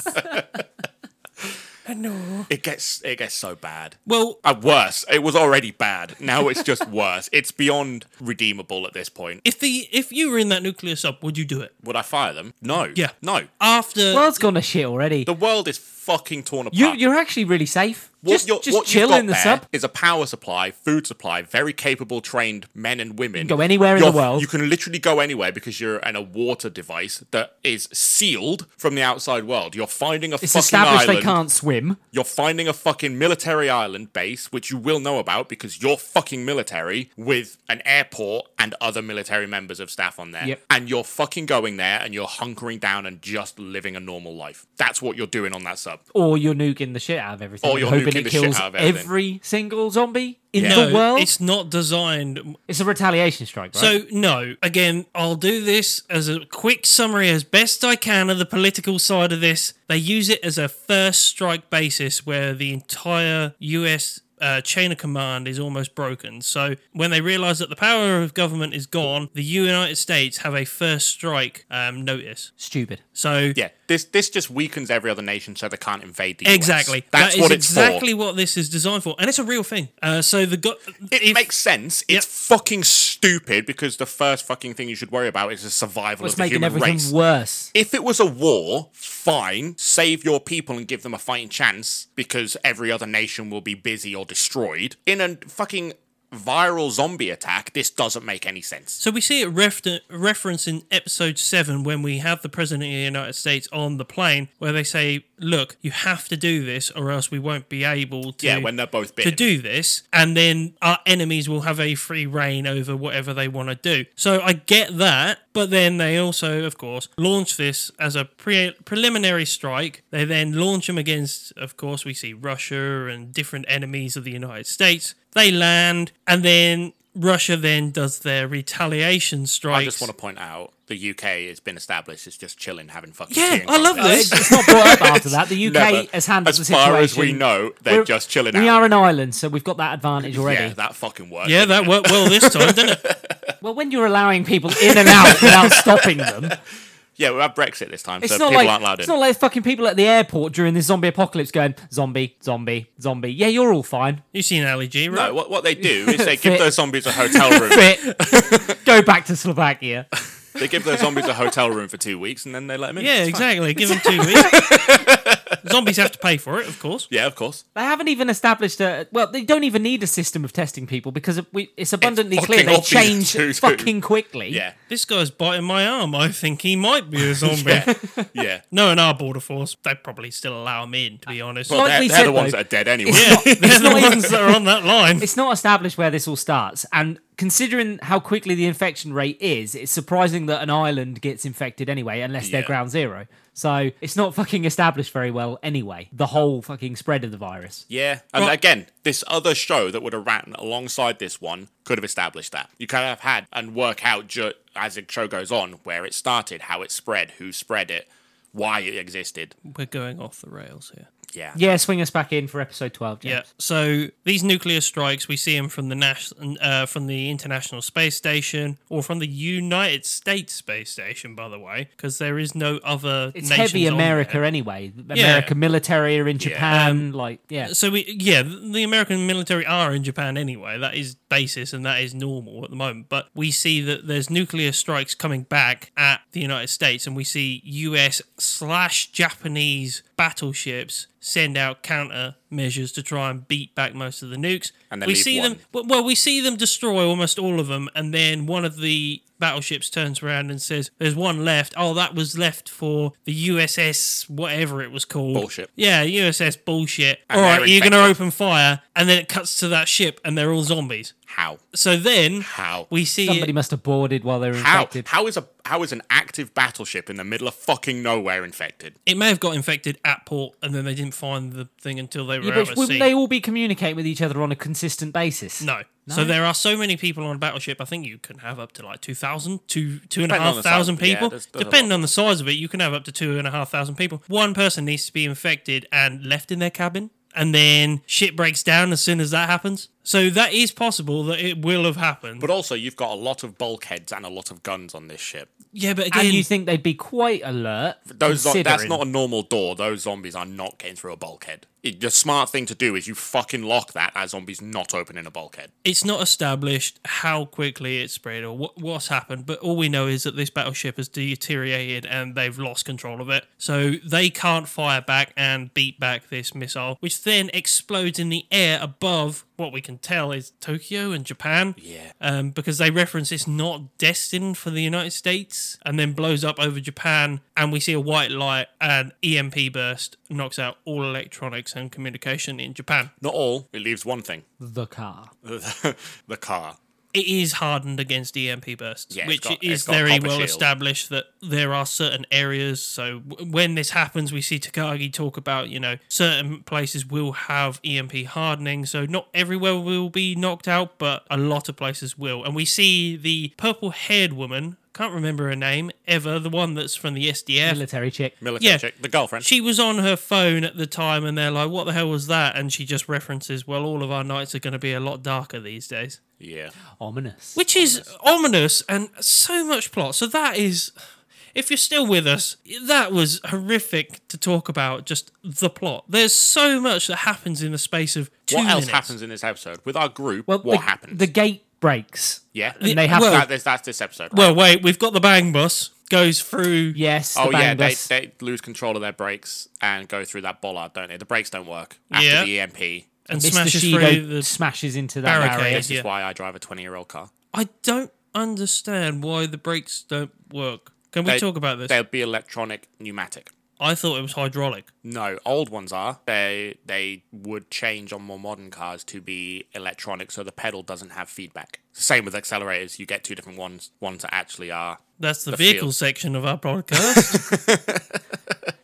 Speaker 2: no.
Speaker 3: it gets it gets so bad.
Speaker 2: Well,
Speaker 3: Uh, worse. It was already bad. Now it's just worse. It's beyond redeemable at this point.
Speaker 2: if the if you were in that nuclear sub, would you do it
Speaker 3: Would I fire them? No.
Speaker 2: Yeah.
Speaker 3: No.
Speaker 2: after?
Speaker 1: World's gone to shit already.
Speaker 3: The world is fucking torn apart.
Speaker 1: You, you're actually really safe.
Speaker 3: What
Speaker 1: just
Speaker 3: you're-
Speaker 1: just
Speaker 3: what you've
Speaker 1: chill
Speaker 3: got
Speaker 1: in the
Speaker 3: there
Speaker 1: sub.
Speaker 3: Is a power supply, food supply, very capable, trained men and women.
Speaker 1: Go anywhere in the
Speaker 3: You're-
Speaker 1: world.
Speaker 3: You can literally go anywhere because you're in a water device that is sealed from the outside world. You're finding a
Speaker 1: It's
Speaker 3: fucking
Speaker 1: established
Speaker 3: island.
Speaker 1: they can't swim.
Speaker 3: You're finding a fucking military island base, which you will know about because you're fucking military, with an airport and other military members of staff on there.
Speaker 1: Yep.
Speaker 3: And you're fucking going there and you're hunkering down and just living a normal life. That's what you're doing on that sub.
Speaker 1: Or you're nuking the shit out of everything.
Speaker 3: Or
Speaker 1: and
Speaker 3: you're
Speaker 1: hoping
Speaker 3: nuking
Speaker 1: it
Speaker 3: the shit
Speaker 1: kills
Speaker 3: out of everything.
Speaker 1: every single zombie in
Speaker 3: Yeah.
Speaker 1: the world. It's,
Speaker 2: it's not designed.
Speaker 1: a retaliation strike, right?
Speaker 2: So no, again, I'll do this as a quick summary as best I can of the political side of this. They use it as a first strike basis where the entire US uh, chain of command is almost broken. So when they realize that the power of government is gone, the United States have a first strike um, notice.
Speaker 1: Stupid.
Speaker 2: So
Speaker 3: Yeah, this this just weakens every other nation, so they can't invade the US.
Speaker 2: Exactly.
Speaker 3: That's
Speaker 2: That is
Speaker 3: what it's
Speaker 2: exactly
Speaker 3: for.
Speaker 2: what this is designed for, and it's a real thing. Uh, so the go-
Speaker 3: It
Speaker 2: if-
Speaker 3: makes sense. It's fucking stupid because the first fucking thing you should worry about is the survival
Speaker 1: It's
Speaker 3: of the
Speaker 1: making
Speaker 3: human
Speaker 1: everything
Speaker 3: race.
Speaker 1: worse.
Speaker 3: if it was a war, fine, save your people and give them a fighting chance because every other nation will be busy or destroyed. In a fucking viral zombie attack, this doesn't make any sense.
Speaker 2: So we see it ref- referenced in episode seven when we have the president of the United States on the plane, where they say, "Look, you have to do this, or else we won't be able to."
Speaker 3: Yeah, when they're both
Speaker 2: to
Speaker 3: bitten.
Speaker 2: do this, and then our enemies will have a free reign over whatever they want to do. So I get that, but then they also, of course, launch this as a pre- preliminary strike. They then launch them against, of course, we see Russia and different enemies of the United States. They land, and then Russia then does their retaliation strikes.
Speaker 3: I just want to point out the UK has been established. It's just chilling, having fucking
Speaker 2: Yeah,
Speaker 3: tea and
Speaker 2: I love
Speaker 3: crumpets.
Speaker 2: this.
Speaker 1: It's not brought up after that. The UK
Speaker 3: Never.
Speaker 1: has handled
Speaker 3: As
Speaker 1: the situation.
Speaker 3: far as we know, they're
Speaker 1: We're-
Speaker 3: just chilling
Speaker 1: We
Speaker 3: out.
Speaker 1: are an island, so we've got that advantage already.
Speaker 3: Yeah, that fucking worked.
Speaker 2: Yeah,
Speaker 3: didn't
Speaker 2: that
Speaker 3: it?
Speaker 2: worked well this time, didn't it?
Speaker 1: Well, when you're allowing people in and out without stopping them,
Speaker 3: Yeah, we have Brexit this time,
Speaker 1: it's
Speaker 3: so
Speaker 1: not
Speaker 3: people
Speaker 1: like
Speaker 3: aren't allowed
Speaker 1: it's
Speaker 3: in.
Speaker 1: not like fucking people at the airport during this zombie apocalypse going zombie, zombie, zombie. Yeah, you're all fine.
Speaker 2: You've seen Ali G, right?
Speaker 3: No, what, what they do is they
Speaker 1: Fit.
Speaker 3: give those zombies a hotel room.
Speaker 1: Fit. Go back to Slovakia.
Speaker 3: they give those zombies a hotel room for two weeks, and then they let them in.
Speaker 2: yeah,
Speaker 3: It's fine.
Speaker 2: exactly. Give them two weeks. Zombies have to pay for it, of course.
Speaker 3: Yeah, of course.
Speaker 1: They haven't even established a well. They don't even need a system of testing people because we, it's abundantly
Speaker 3: fucking
Speaker 1: clear they
Speaker 3: obvious
Speaker 1: change
Speaker 3: who's who.
Speaker 1: fucking quickly.
Speaker 3: Yeah,
Speaker 2: This guy's biting my arm. I think he might be a zombie.
Speaker 3: yeah, yeah.
Speaker 2: No, in our border force, they probably still allow him in, to be honest.
Speaker 3: Well,
Speaker 1: Like
Speaker 3: they're,
Speaker 1: we
Speaker 3: they're
Speaker 1: said,
Speaker 3: the ones
Speaker 1: though,
Speaker 3: that are dead anyway.
Speaker 2: yeah, they're the ones that are on that line.
Speaker 1: It's not established where this all starts, and considering how quickly the infection rate is, it's surprising that an island gets infected anyway, unless they're
Speaker 3: Yeah.
Speaker 1: ground zero. So it's not fucking established very well anyway. The whole fucking spread of the virus.
Speaker 3: Yeah, and
Speaker 2: Well-
Speaker 3: again, this other show that would have ran alongside this one could have established that. You could have had and work out ju- as the show goes on where it started, how it spread, who spread it, why it existed.
Speaker 2: We're going off the rails here.
Speaker 3: Yeah,
Speaker 1: Yeah, swing us back in for episode twelve. James.
Speaker 2: Yeah. So these nuclear strikes, we see them from the nas- uh, from the International Space Station or from the United States Space Station, by the way, because there is no other.
Speaker 1: It's
Speaker 2: nations
Speaker 1: heavy
Speaker 2: on
Speaker 1: America
Speaker 2: there.
Speaker 1: anyway. America military are in Japan, like yeah.
Speaker 2: So we, yeah, the American military are in Japan anyway. That is basis and that is normal at the moment. But we see that there's nuclear strikes coming back at the United States, and we see U.S. slash Japanese battleships send out countermeasures to try and beat back most of the nukes.
Speaker 3: And they
Speaker 2: we
Speaker 3: leave
Speaker 2: see them. Well,
Speaker 3: one.
Speaker 2: well, we see them destroy almost all of them, and then one of the battleships turns around and says, "There's one left. Oh, that was left for the USS whatever it was called.
Speaker 3: Bullshit.
Speaker 2: Yeah, USS bullshit.
Speaker 3: And
Speaker 2: all
Speaker 3: they're
Speaker 2: right, you're going to
Speaker 3: infected.
Speaker 2: open fire, and then it cuts to that ship, and they're all zombies.
Speaker 3: how,
Speaker 2: So then
Speaker 3: how,
Speaker 2: we see
Speaker 1: Somebody must have boarded while they were
Speaker 3: how,
Speaker 1: infected.
Speaker 3: how is a how is an active battleship in the middle of fucking nowhere infected?
Speaker 2: it may have got infected at port, and then they didn't find the thing until they were
Speaker 1: Yeah,
Speaker 2: out
Speaker 1: but
Speaker 2: at
Speaker 1: wouldn't
Speaker 2: sea.
Speaker 1: they all be communicating with each other on a consistent basis?
Speaker 2: No. So there are so many people on a battleship. I think you can have up to like 2,000, two, two and a
Speaker 3: Depending on
Speaker 2: half
Speaker 3: the size.
Speaker 2: thousand
Speaker 3: Yeah,
Speaker 2: people.
Speaker 3: there's- there's a
Speaker 2: Depending on the size of it, you can have up to two and a half thousand people. One person needs to be infected and left in their cabin. And then shit breaks down as soon as that happens. So that is possible that it will have happened.
Speaker 3: But also, you've got a lot of bulkheads and a lot of guns on this ship.
Speaker 2: yeah, but
Speaker 1: And
Speaker 2: again,
Speaker 1: you think they'd be quite alert?
Speaker 3: Those zo- that's
Speaker 1: considering-
Speaker 3: not a normal door. Those zombies are not getting through a bulkhead. It, the smart thing to do is you fucking lock that. As zombies not opening a bulkhead.
Speaker 2: it's not established how quickly it spread or what, what's happened, but all we know is that this battleship has deteriorated and they've lost control of it. So they can't fire back and beat back this missile, which then explodes in the air above what we can tell is Tokyo and Japan.
Speaker 3: Yeah.
Speaker 2: Um, because they reference it's not destined for the United States and then blows up over Japan. And we see a white light and EMP burst knocks out all electronics and communication in Japan.
Speaker 3: Not all. It leaves one thing:
Speaker 1: the car.
Speaker 3: the car.
Speaker 2: it is hardened against EMP bursts,
Speaker 3: Yeah, it's
Speaker 2: which
Speaker 3: got-
Speaker 2: is
Speaker 3: it's got a
Speaker 2: very
Speaker 3: proper
Speaker 2: well
Speaker 3: shield.
Speaker 2: established that there are certain areas. So w- when this happens, we see Takagi talk about you know certain places will have EMP hardening. So not everywhere will be knocked out, but a lot of places will. And we see the purple-haired woman. Can't remember her name ever. The one that's from the SDF.
Speaker 1: Military chick.
Speaker 3: Military
Speaker 2: Yeah.
Speaker 3: chick. The girlfriend.
Speaker 2: She was on her phone at the time, and they're like, "What the hell was that?" And she just references, "Well, all of our nights are going to be a lot darker these days."
Speaker 3: yeah.
Speaker 1: Ominous.
Speaker 2: which is ominous and so much plot. So that is, if you're still with us, that was horrific to talk about. Just the plot. There's so much that happens in the space of two
Speaker 3: What else
Speaker 2: minutes.
Speaker 3: happens in this episode with our group?
Speaker 1: Well,
Speaker 3: what
Speaker 1: the,
Speaker 3: happens?
Speaker 1: The gate breaks.
Speaker 3: yeah.
Speaker 1: And they have
Speaker 2: well-
Speaker 1: to.
Speaker 3: that, that's, that's this episode. right?
Speaker 2: Well, wait, we've got the bang bus goes through.
Speaker 1: Yes. The
Speaker 3: Oh yeah, they,
Speaker 1: bangers.
Speaker 3: they lose control of their brakes and go through that bollard, don't they? The brakes don't work
Speaker 2: Yeah.
Speaker 3: after the E EMP.
Speaker 2: And
Speaker 1: Mr.
Speaker 2: smashes
Speaker 1: Shido
Speaker 2: through the
Speaker 1: smashes into that
Speaker 2: barricade.
Speaker 1: barrier.
Speaker 3: This
Speaker 2: Yeah.
Speaker 3: is why I drive a twenty-year-old car.
Speaker 2: I don't understand why the brakes don't work. Can we
Speaker 3: They-
Speaker 2: talk about this?
Speaker 3: They'll be electronic pneumatic.
Speaker 2: I thought it was hydraulic.
Speaker 3: No, old ones are. They they would change on more modern cars to be electronic, so the pedal doesn't have feedback. Same with accelerators. You get two different ones. Ones that actually are.
Speaker 2: That's the,
Speaker 3: field.
Speaker 2: vehicle section of our podcast.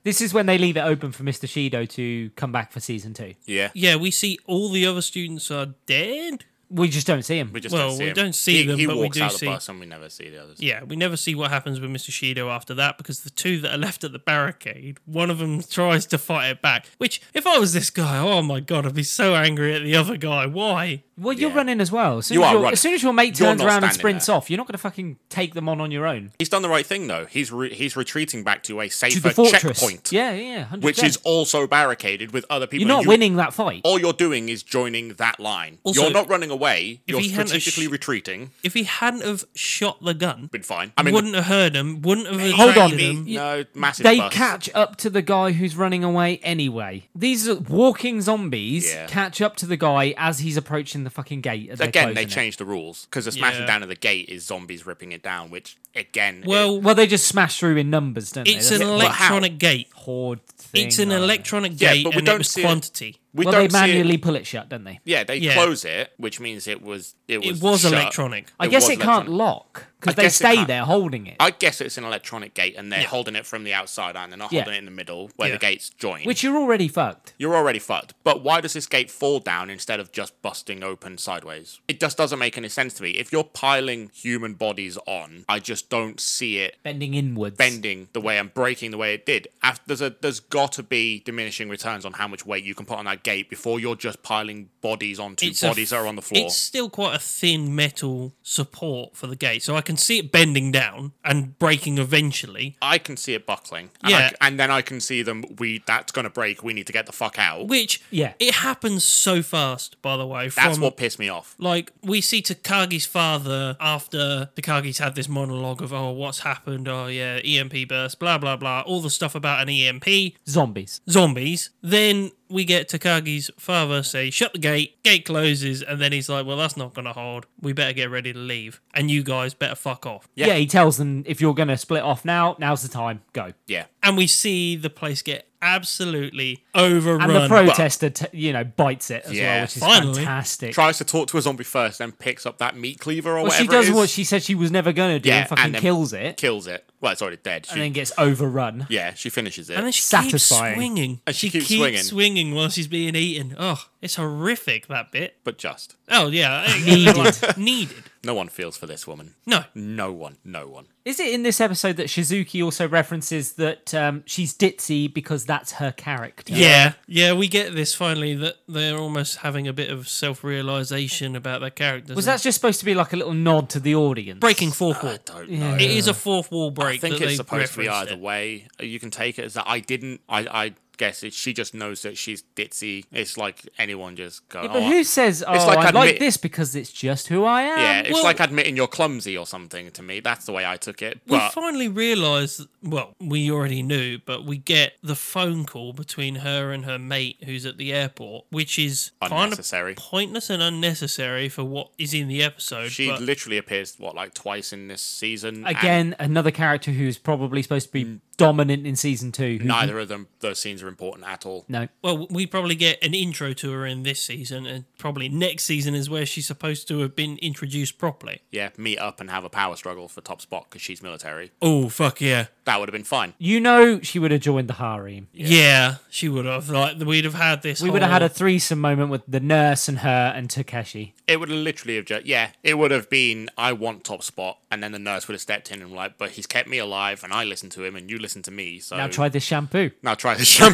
Speaker 1: This is when they leave it open for Mr. Shido to come back for season two.
Speaker 3: Yeah.
Speaker 2: yeah, we see all the other students are dead.
Speaker 1: We just don't see him.
Speaker 3: We just
Speaker 2: Well,
Speaker 3: don't see
Speaker 2: we
Speaker 3: him.
Speaker 2: don't see
Speaker 3: he,
Speaker 2: them,
Speaker 3: He
Speaker 2: but we
Speaker 3: walks
Speaker 2: do
Speaker 3: out of
Speaker 2: see-
Speaker 3: the bus, and we never see the others.
Speaker 2: yeah, we never see what happens with Mr. Shido after that because the two that are left at the barricade, one of them tries to fight it back. Which, if I was this guy, oh my god, I'd be so angry at the other guy. Why?
Speaker 1: Well, you're
Speaker 3: Yeah.
Speaker 1: running as well. As soon
Speaker 3: You
Speaker 1: as
Speaker 3: are
Speaker 1: your-
Speaker 3: running.
Speaker 1: As soon as your mate
Speaker 3: You're
Speaker 1: turns
Speaker 3: not
Speaker 1: around and
Speaker 3: standing
Speaker 1: sprints
Speaker 3: there.
Speaker 1: off, you're not going to fucking take them on on your own.
Speaker 3: He's done the right thing though. He's re- he's retreating back to a
Speaker 1: To
Speaker 3: safer
Speaker 1: the fortress.
Speaker 3: checkpoint,
Speaker 1: Yeah, yeah, 100%.
Speaker 3: which is also barricaded with other people.
Speaker 1: You're not
Speaker 3: You-
Speaker 1: winning that fight.
Speaker 3: all you're doing is joining that line.
Speaker 2: Also,
Speaker 3: you're not running away. You're
Speaker 2: he hadn't a sh-
Speaker 3: strategically retreating.
Speaker 2: If he hadn't have shot the gun,
Speaker 3: Been fine. I mean,
Speaker 2: wouldn't have heard him, wouldn't have
Speaker 1: Hold on.
Speaker 2: attracted him.
Speaker 3: no massive.
Speaker 1: They
Speaker 3: bust.
Speaker 1: catch up to the guy who's running away anyway. These are walking zombies
Speaker 3: Yeah.
Speaker 1: catch up to the guy as he's approaching the fucking gate. as they're
Speaker 3: Again, they
Speaker 1: closing it.
Speaker 3: changed the rules because the smashing
Speaker 2: Yeah.
Speaker 3: down of the gate is zombies ripping it down, which again, it-
Speaker 2: Well,
Speaker 1: Well, they just smash through in numbers, don't
Speaker 2: it's
Speaker 1: they?
Speaker 2: an
Speaker 1: That's
Speaker 3: Well, how?
Speaker 2: electronic gate.
Speaker 1: a horde thing. uh,
Speaker 2: It's an
Speaker 1: I don't know.
Speaker 2: electronic
Speaker 3: Yeah,
Speaker 2: gate,
Speaker 3: but we
Speaker 2: and it
Speaker 3: don't
Speaker 2: was
Speaker 3: see it.
Speaker 2: quantity.
Speaker 3: we
Speaker 1: Well,
Speaker 3: don't
Speaker 1: they
Speaker 3: see it-
Speaker 1: manually pull it shut, don't they?
Speaker 3: Yeah, they
Speaker 2: Yeah.
Speaker 3: close it, which means it was it was.
Speaker 2: It was
Speaker 3: shut.
Speaker 2: electronic.
Speaker 1: I guess
Speaker 3: was
Speaker 1: it can't
Speaker 3: electronic.
Speaker 1: lock because
Speaker 3: I
Speaker 1: they
Speaker 3: guess it
Speaker 1: stay
Speaker 3: can't.
Speaker 1: there holding it.
Speaker 3: I guess it's an electronic gate, and they're
Speaker 2: Yeah.
Speaker 3: holding it from the outside, and they're not
Speaker 1: Yeah.
Speaker 3: holding it in the middle where
Speaker 2: Yeah.
Speaker 3: the gates join.
Speaker 1: Which you're already fucked.
Speaker 3: You're already fucked. But why does this gate fall down instead of just busting open sideways? It just doesn't make any sense to me. If you're piling human bodies on, I just don't see it
Speaker 1: Bending inwards.
Speaker 3: bending the way and breaking the way it did. Af- There's a there's got to be diminishing returns on how much weight you can put on that gate before you're just piling bodies onto
Speaker 2: It's a
Speaker 3: bodies that are on the floor.
Speaker 2: It's still quite a thin metal support for the gate, so I can see it bending down and breaking eventually.
Speaker 3: I can see it buckling, and, I
Speaker 2: Yeah.
Speaker 3: c- and then I can see them. We that's gonna break. We need to get the fuck out.
Speaker 2: Which
Speaker 1: Yeah.
Speaker 2: it happens so fast. By the way, from
Speaker 3: that's what pissed me off.
Speaker 2: like we see Takagi's father after Takagi's had this monologue of oh what's happened oh yeah EMP burst blah blah blah all the stuff about an EMP
Speaker 1: Zombies.
Speaker 2: zombies. Then we get Takagi's father say, shut the gate, gate closes, and then he's like, well, that's not going to hold. We better get ready to leave, and you guys better fuck off.
Speaker 1: Yeah.
Speaker 3: Yeah.
Speaker 1: he tells them if you're going to split off now, now's the time. Go.
Speaker 3: Yeah,
Speaker 2: And we see the place get absolutely overrun.
Speaker 1: And the protester, t- you know, bites it as well,
Speaker 3: Yeah,
Speaker 1: which is
Speaker 2: finally.
Speaker 1: fantastic.
Speaker 3: tries to talk to a zombie first, then picks up that meat cleaver or
Speaker 1: well,
Speaker 3: whatever.
Speaker 1: she does
Speaker 3: it is.
Speaker 1: what she said she was never going to do
Speaker 3: Yeah,
Speaker 1: and fucking
Speaker 3: and then-
Speaker 1: kills it
Speaker 3: kills it. Well, it's already dead. She,
Speaker 1: and then gets overrun.
Speaker 3: yeah, she finishes it.
Speaker 2: And then she
Speaker 1: Satisfying.
Speaker 2: keeps swinging.
Speaker 3: And she keeps
Speaker 2: keeps
Speaker 3: swinging.
Speaker 2: swinging while she's being eaten. Oh, It's horrific that bit.
Speaker 3: but just.
Speaker 2: Oh yeah,
Speaker 1: Needed.
Speaker 2: needed.
Speaker 3: No one feels for this woman.
Speaker 2: No,
Speaker 3: No one. No one.
Speaker 1: Is it in this episode that Shizuki also references that um, she's ditzy because that's her character?
Speaker 2: Yeah, yeah, we get this finally that they're almost having a bit of self realization about their characters.
Speaker 1: Was
Speaker 2: and
Speaker 1: that just supposed to be like a little nod to the audience?
Speaker 2: breaking fourth wall?
Speaker 3: I don't know.
Speaker 2: It is a fourth wall break.
Speaker 3: I think
Speaker 2: that
Speaker 3: it's
Speaker 2: they
Speaker 3: supposed to be
Speaker 2: referenced
Speaker 3: either
Speaker 2: it.
Speaker 3: way. You can take it as that I didn't. I, I guess it, she just knows that she's ditzy. It's like anyone just go.
Speaker 1: Yeah,
Speaker 3: "Oh,
Speaker 1: but
Speaker 3: I-
Speaker 1: who says, oh,
Speaker 3: like
Speaker 1: I
Speaker 3: admit-
Speaker 1: like this because it's just who I am?
Speaker 3: Yeah, it's
Speaker 2: um, well-
Speaker 3: like admitting you're clumsy or something to me. That's the way I took it.
Speaker 2: We
Speaker 3: But
Speaker 2: finally realise, well, we already knew, but we get the phone call between her and her mate who's at the airport, which is kind of
Speaker 3: unnecessary.
Speaker 2: pointless and unnecessary for what is in the episode.
Speaker 3: She
Speaker 2: but
Speaker 3: literally appears what like twice in this season. and Mm.
Speaker 1: Again, another character who's probably supposed to be dominant in season two. who-
Speaker 3: neither of them those scenes are important at all.
Speaker 1: No.
Speaker 2: Well, we probably get an intro to her in this season, and probably next season is where she's supposed to have been introduced properly.
Speaker 3: Yeah, meet up and have a power struggle for top spot because she's military.
Speaker 2: Oh fuck yeah,
Speaker 3: That would have been fine.
Speaker 1: You know she would have joined the harem.
Speaker 2: yeah! she would have like we'd have had this.
Speaker 1: We would have had
Speaker 3: Oh.
Speaker 2: whole-
Speaker 1: a threesome moment with the nurse and her and Takeshi.
Speaker 3: It would have literally have just yeah. It would have been I want top spot, and then the nurse would have stepped in and like, but he's kept me alive, and I listen to him, and you listen to me. So
Speaker 1: Now try this shampoo.
Speaker 3: now try the shampoo.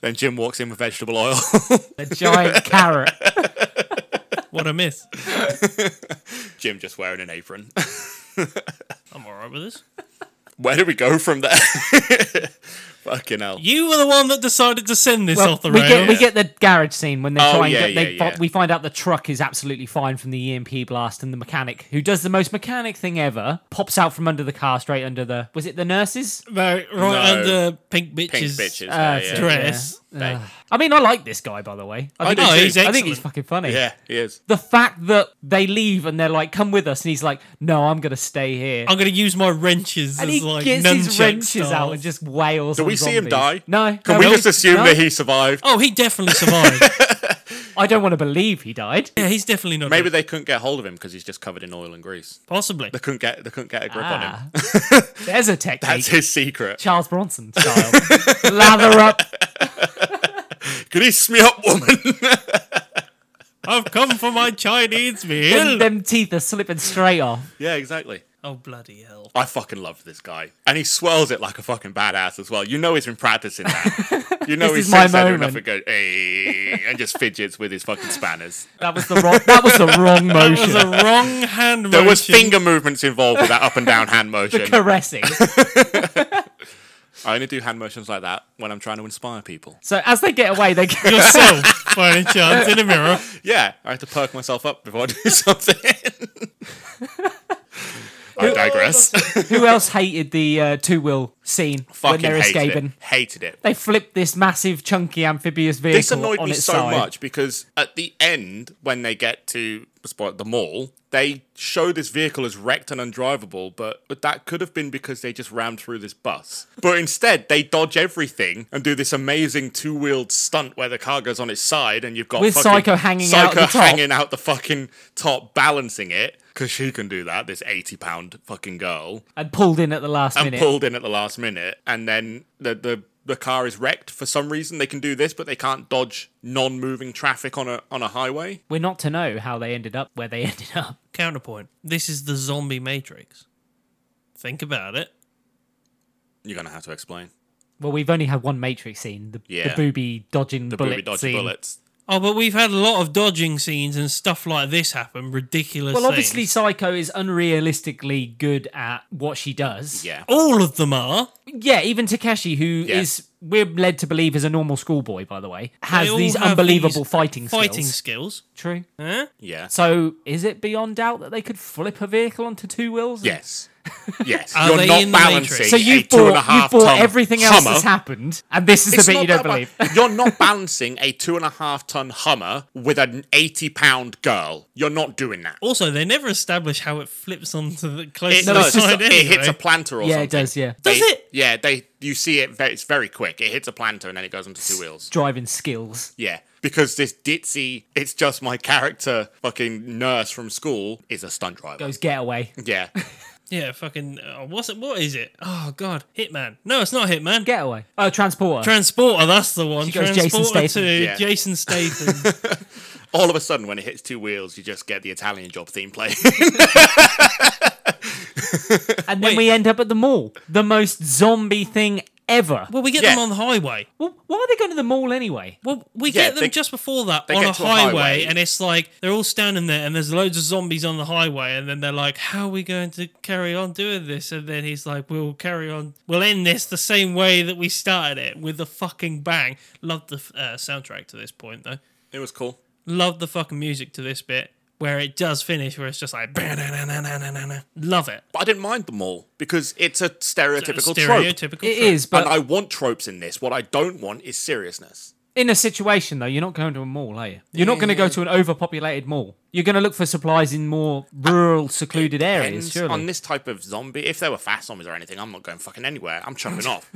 Speaker 3: then Jim walks in with vegetable oil.
Speaker 1: The giant carrot.
Speaker 2: what a myth.
Speaker 3: Jim just wearing an apron.
Speaker 2: I'm all right with this.
Speaker 3: Where do we go from there? Fucking hell.
Speaker 2: You were the one that decided to send this
Speaker 1: Well,
Speaker 2: off the
Speaker 1: we
Speaker 2: rails.
Speaker 1: get we get the garage scene when they
Speaker 3: Oh,
Speaker 1: try and
Speaker 3: yeah,
Speaker 1: get, they
Speaker 3: yeah,
Speaker 1: fi-
Speaker 3: yeah.
Speaker 1: we find out the truck is absolutely fine from the EMP blast and the mechanic who does the most mechanic thing ever pops out from under the car straight under the was it the nurses
Speaker 2: right,
Speaker 3: No.
Speaker 2: under pink bitches.
Speaker 3: Pink bitches.
Speaker 1: Uh,
Speaker 3: there, yeah.
Speaker 2: dress.
Speaker 1: Yeah.
Speaker 3: They-
Speaker 1: I mean, I like this guy by the way. I think,
Speaker 3: do
Speaker 2: Oh,
Speaker 3: too.
Speaker 2: he's
Speaker 1: I
Speaker 2: excellent.
Speaker 1: think he's fucking funny.
Speaker 3: Yeah, he is.
Speaker 1: The fact that they leave and they're like, "Come with us," and he's like, "No, I'm gonna stay here."
Speaker 2: I'm gonna use my wrenches
Speaker 1: and
Speaker 2: as
Speaker 1: he
Speaker 2: like
Speaker 1: gets his
Speaker 2: nunchuck
Speaker 1: wrenches
Speaker 2: style.
Speaker 1: out and just wails.
Speaker 3: Do we see him die?
Speaker 1: No.
Speaker 3: Can
Speaker 1: no,
Speaker 3: we
Speaker 1: no.
Speaker 3: just assume
Speaker 1: No.
Speaker 3: that he survived?
Speaker 2: Oh, he definitely survived.
Speaker 1: I don't want to believe he died.
Speaker 2: yeah, he's definitely not.
Speaker 3: Maybe
Speaker 2: dead.
Speaker 3: they couldn't get hold of him because he's just covered in oil and grease.
Speaker 2: possibly.
Speaker 3: They couldn't get they couldn't get a grip on him.
Speaker 1: Ah. There's a technique.
Speaker 3: That's his secret.
Speaker 1: Charles Bronson style. Lather up.
Speaker 3: Could he smear up woman?
Speaker 2: I've come for my Chinese
Speaker 1: Them,
Speaker 2: meal.
Speaker 1: them teeth are slipping straight off.
Speaker 3: yeah, exactly.
Speaker 2: oh bloody hell!
Speaker 3: I fucking love this guy, and he swells it like a fucking badass as well. You know he's been practicing that. You know
Speaker 1: This
Speaker 3: he's
Speaker 1: is my
Speaker 3: sits there doing
Speaker 1: moment.
Speaker 3: nothing, goes hey, and just fidgets with his fucking spanners.
Speaker 1: That was the wrong. That was the wrong
Speaker 2: It was
Speaker 1: motion.
Speaker 2: a wrong hand.
Speaker 3: There was
Speaker 2: motion.
Speaker 3: finger movements involved with that up and down hand motion.
Speaker 1: Caressing.
Speaker 3: I only do hand motions like that when I'm trying to inspire people.
Speaker 1: So as they get away, they go,
Speaker 2: yourself by any chance in a mirror.
Speaker 3: Yeah, I have to perk myself up before I do something. I digress.
Speaker 1: who else hated the uh, two wheel scene when
Speaker 3: Fucking
Speaker 1: they're
Speaker 3: hated
Speaker 1: escaping?
Speaker 3: it. Hated it.
Speaker 1: They flipped this massive, chunky amphibious vehicle
Speaker 3: This annoyed
Speaker 1: on
Speaker 3: me
Speaker 1: its
Speaker 3: so
Speaker 1: side.
Speaker 3: much because at the end, when they get to the spot the mall, they show this vehicle as wrecked and undrivable, but but that could have been because they just rammed through this bus. But instead, they dodge everything and do this amazing two-wheeled stunt where the car goes on its side and you've got
Speaker 1: With
Speaker 3: fucking
Speaker 1: Psycho hanging out
Speaker 3: Psycho
Speaker 1: the top.
Speaker 3: hanging out the fucking top, balancing it. Because she can do that, this 80 pound fucking girl
Speaker 1: And pulled in at the last minute.
Speaker 3: pulled in at the last minute, and then the the the car is wrecked for some reason. They can do this, but they can't dodge non-moving traffic on a on a highway.
Speaker 1: We're not to know how they ended up where they ended up.
Speaker 2: Counterpoint. This is the zombie matrix. Think about it.
Speaker 3: You're gonna have to explain
Speaker 1: Well, we've only had one Matrix scene. The,
Speaker 3: Yeah.
Speaker 1: the booby dodging
Speaker 3: the
Speaker 1: bullet
Speaker 3: booby dodge
Speaker 1: scene.
Speaker 3: bullets.
Speaker 2: Oh, but we've had a lot of dodging scenes and stuff like this happen. Ridiculous.
Speaker 1: Well, obviously,
Speaker 2: things.
Speaker 1: Psycho is unrealistically good at what she does.
Speaker 3: Yeah,
Speaker 2: all of them are.
Speaker 1: Yeah, even Takeshi, who
Speaker 3: Yeah.
Speaker 1: is- we're led to believe is a normal schoolboy, by the way, has
Speaker 2: They all
Speaker 1: these
Speaker 2: have
Speaker 1: unbelievable
Speaker 2: these
Speaker 1: fighting skills.
Speaker 2: Fighting skills.
Speaker 1: True.
Speaker 2: Huh?
Speaker 3: yeah.
Speaker 1: So, is it beyond doubt that they could flip a vehicle onto two wheels?
Speaker 3: Yes, yes.
Speaker 2: Are
Speaker 3: You're
Speaker 2: they
Speaker 3: not
Speaker 2: in the
Speaker 3: balancing.
Speaker 2: Matrix?
Speaker 1: So
Speaker 3: a
Speaker 1: you've
Speaker 3: two
Speaker 1: bought,
Speaker 3: and a half
Speaker 1: you've bought
Speaker 3: ton
Speaker 1: everything else
Speaker 3: Hummer.
Speaker 1: that's happened, and this is
Speaker 3: It's
Speaker 1: the bit you don't
Speaker 3: not that
Speaker 1: believe.
Speaker 3: ba- You're not balancing a two and a half ton Hummer with an 80 pound girl. You're not doing that.
Speaker 2: Also, they never establish how it flips onto the
Speaker 3: It,
Speaker 2: closest
Speaker 3: no, it's just,
Speaker 2: side. anyway.
Speaker 3: it hits a planter or
Speaker 1: yeah, it
Speaker 3: something.
Speaker 1: does. Yeah,
Speaker 2: Does
Speaker 3: They-
Speaker 2: it?
Speaker 3: Yeah, they. You see it. Very, it's very quick. It hits a planter and then it goes onto two wheels.
Speaker 1: driving skills.
Speaker 3: Yeah, because this ditzy, it's just my character, fucking nurse from school, is a stunt driver.
Speaker 1: Goes getaway.
Speaker 3: Yeah.
Speaker 2: Yeah, fucking. Uh, what's it? What is it? Oh god, Hitman. No, it's not Hitman.
Speaker 1: Getaway. Oh, transporter.
Speaker 2: Transporter. That's the one.
Speaker 1: She goes
Speaker 2: Transporter
Speaker 1: Jason Statham.
Speaker 2: Two.
Speaker 3: Yeah.
Speaker 2: Jason Statham.
Speaker 3: All of a sudden, when it hits two wheels, you just get the Italian job theme playing.
Speaker 1: and then we end up at the mall. The most zombie thing ever.
Speaker 2: well, we get
Speaker 3: Yeah.
Speaker 2: them on the highway.
Speaker 1: Well, why are they going to the mall anyway?
Speaker 2: Well, we
Speaker 3: Yeah,
Speaker 2: get them
Speaker 3: they-
Speaker 2: just before that
Speaker 3: they
Speaker 2: on
Speaker 3: get
Speaker 2: a
Speaker 3: to a
Speaker 2: highway,
Speaker 3: highway.
Speaker 2: and it's like they're all standing there, and there's loads of zombies on the highway, and then they're like, "How are we going to carry on doing this?" And then he's like, "We'll carry on. We'll end this the same way that we started it with a fucking bang." Love the uh, soundtrack to this point, though.
Speaker 3: it was cool.
Speaker 2: Love the fucking music to this bit where it does finish, where it's just like, "Ba-na-na-na-na-na-na." love it.
Speaker 3: But I didn't mind the mall because it's a stereotypical, trope.
Speaker 2: Stereotypical.
Speaker 1: It
Speaker 2: trope.
Speaker 1: is, but
Speaker 3: and I want tropes in this. What I don't want is seriousness.
Speaker 1: in a situation though, you're not going to a mall, are you? You're not going to go to an overpopulated mall. You're going to look for supplies in more rural, secluded areas.
Speaker 3: Depends
Speaker 1: Surely.
Speaker 3: on this type of zombie, if they were fast zombies or anything, I'm not going fucking anywhere. I'm chucking off.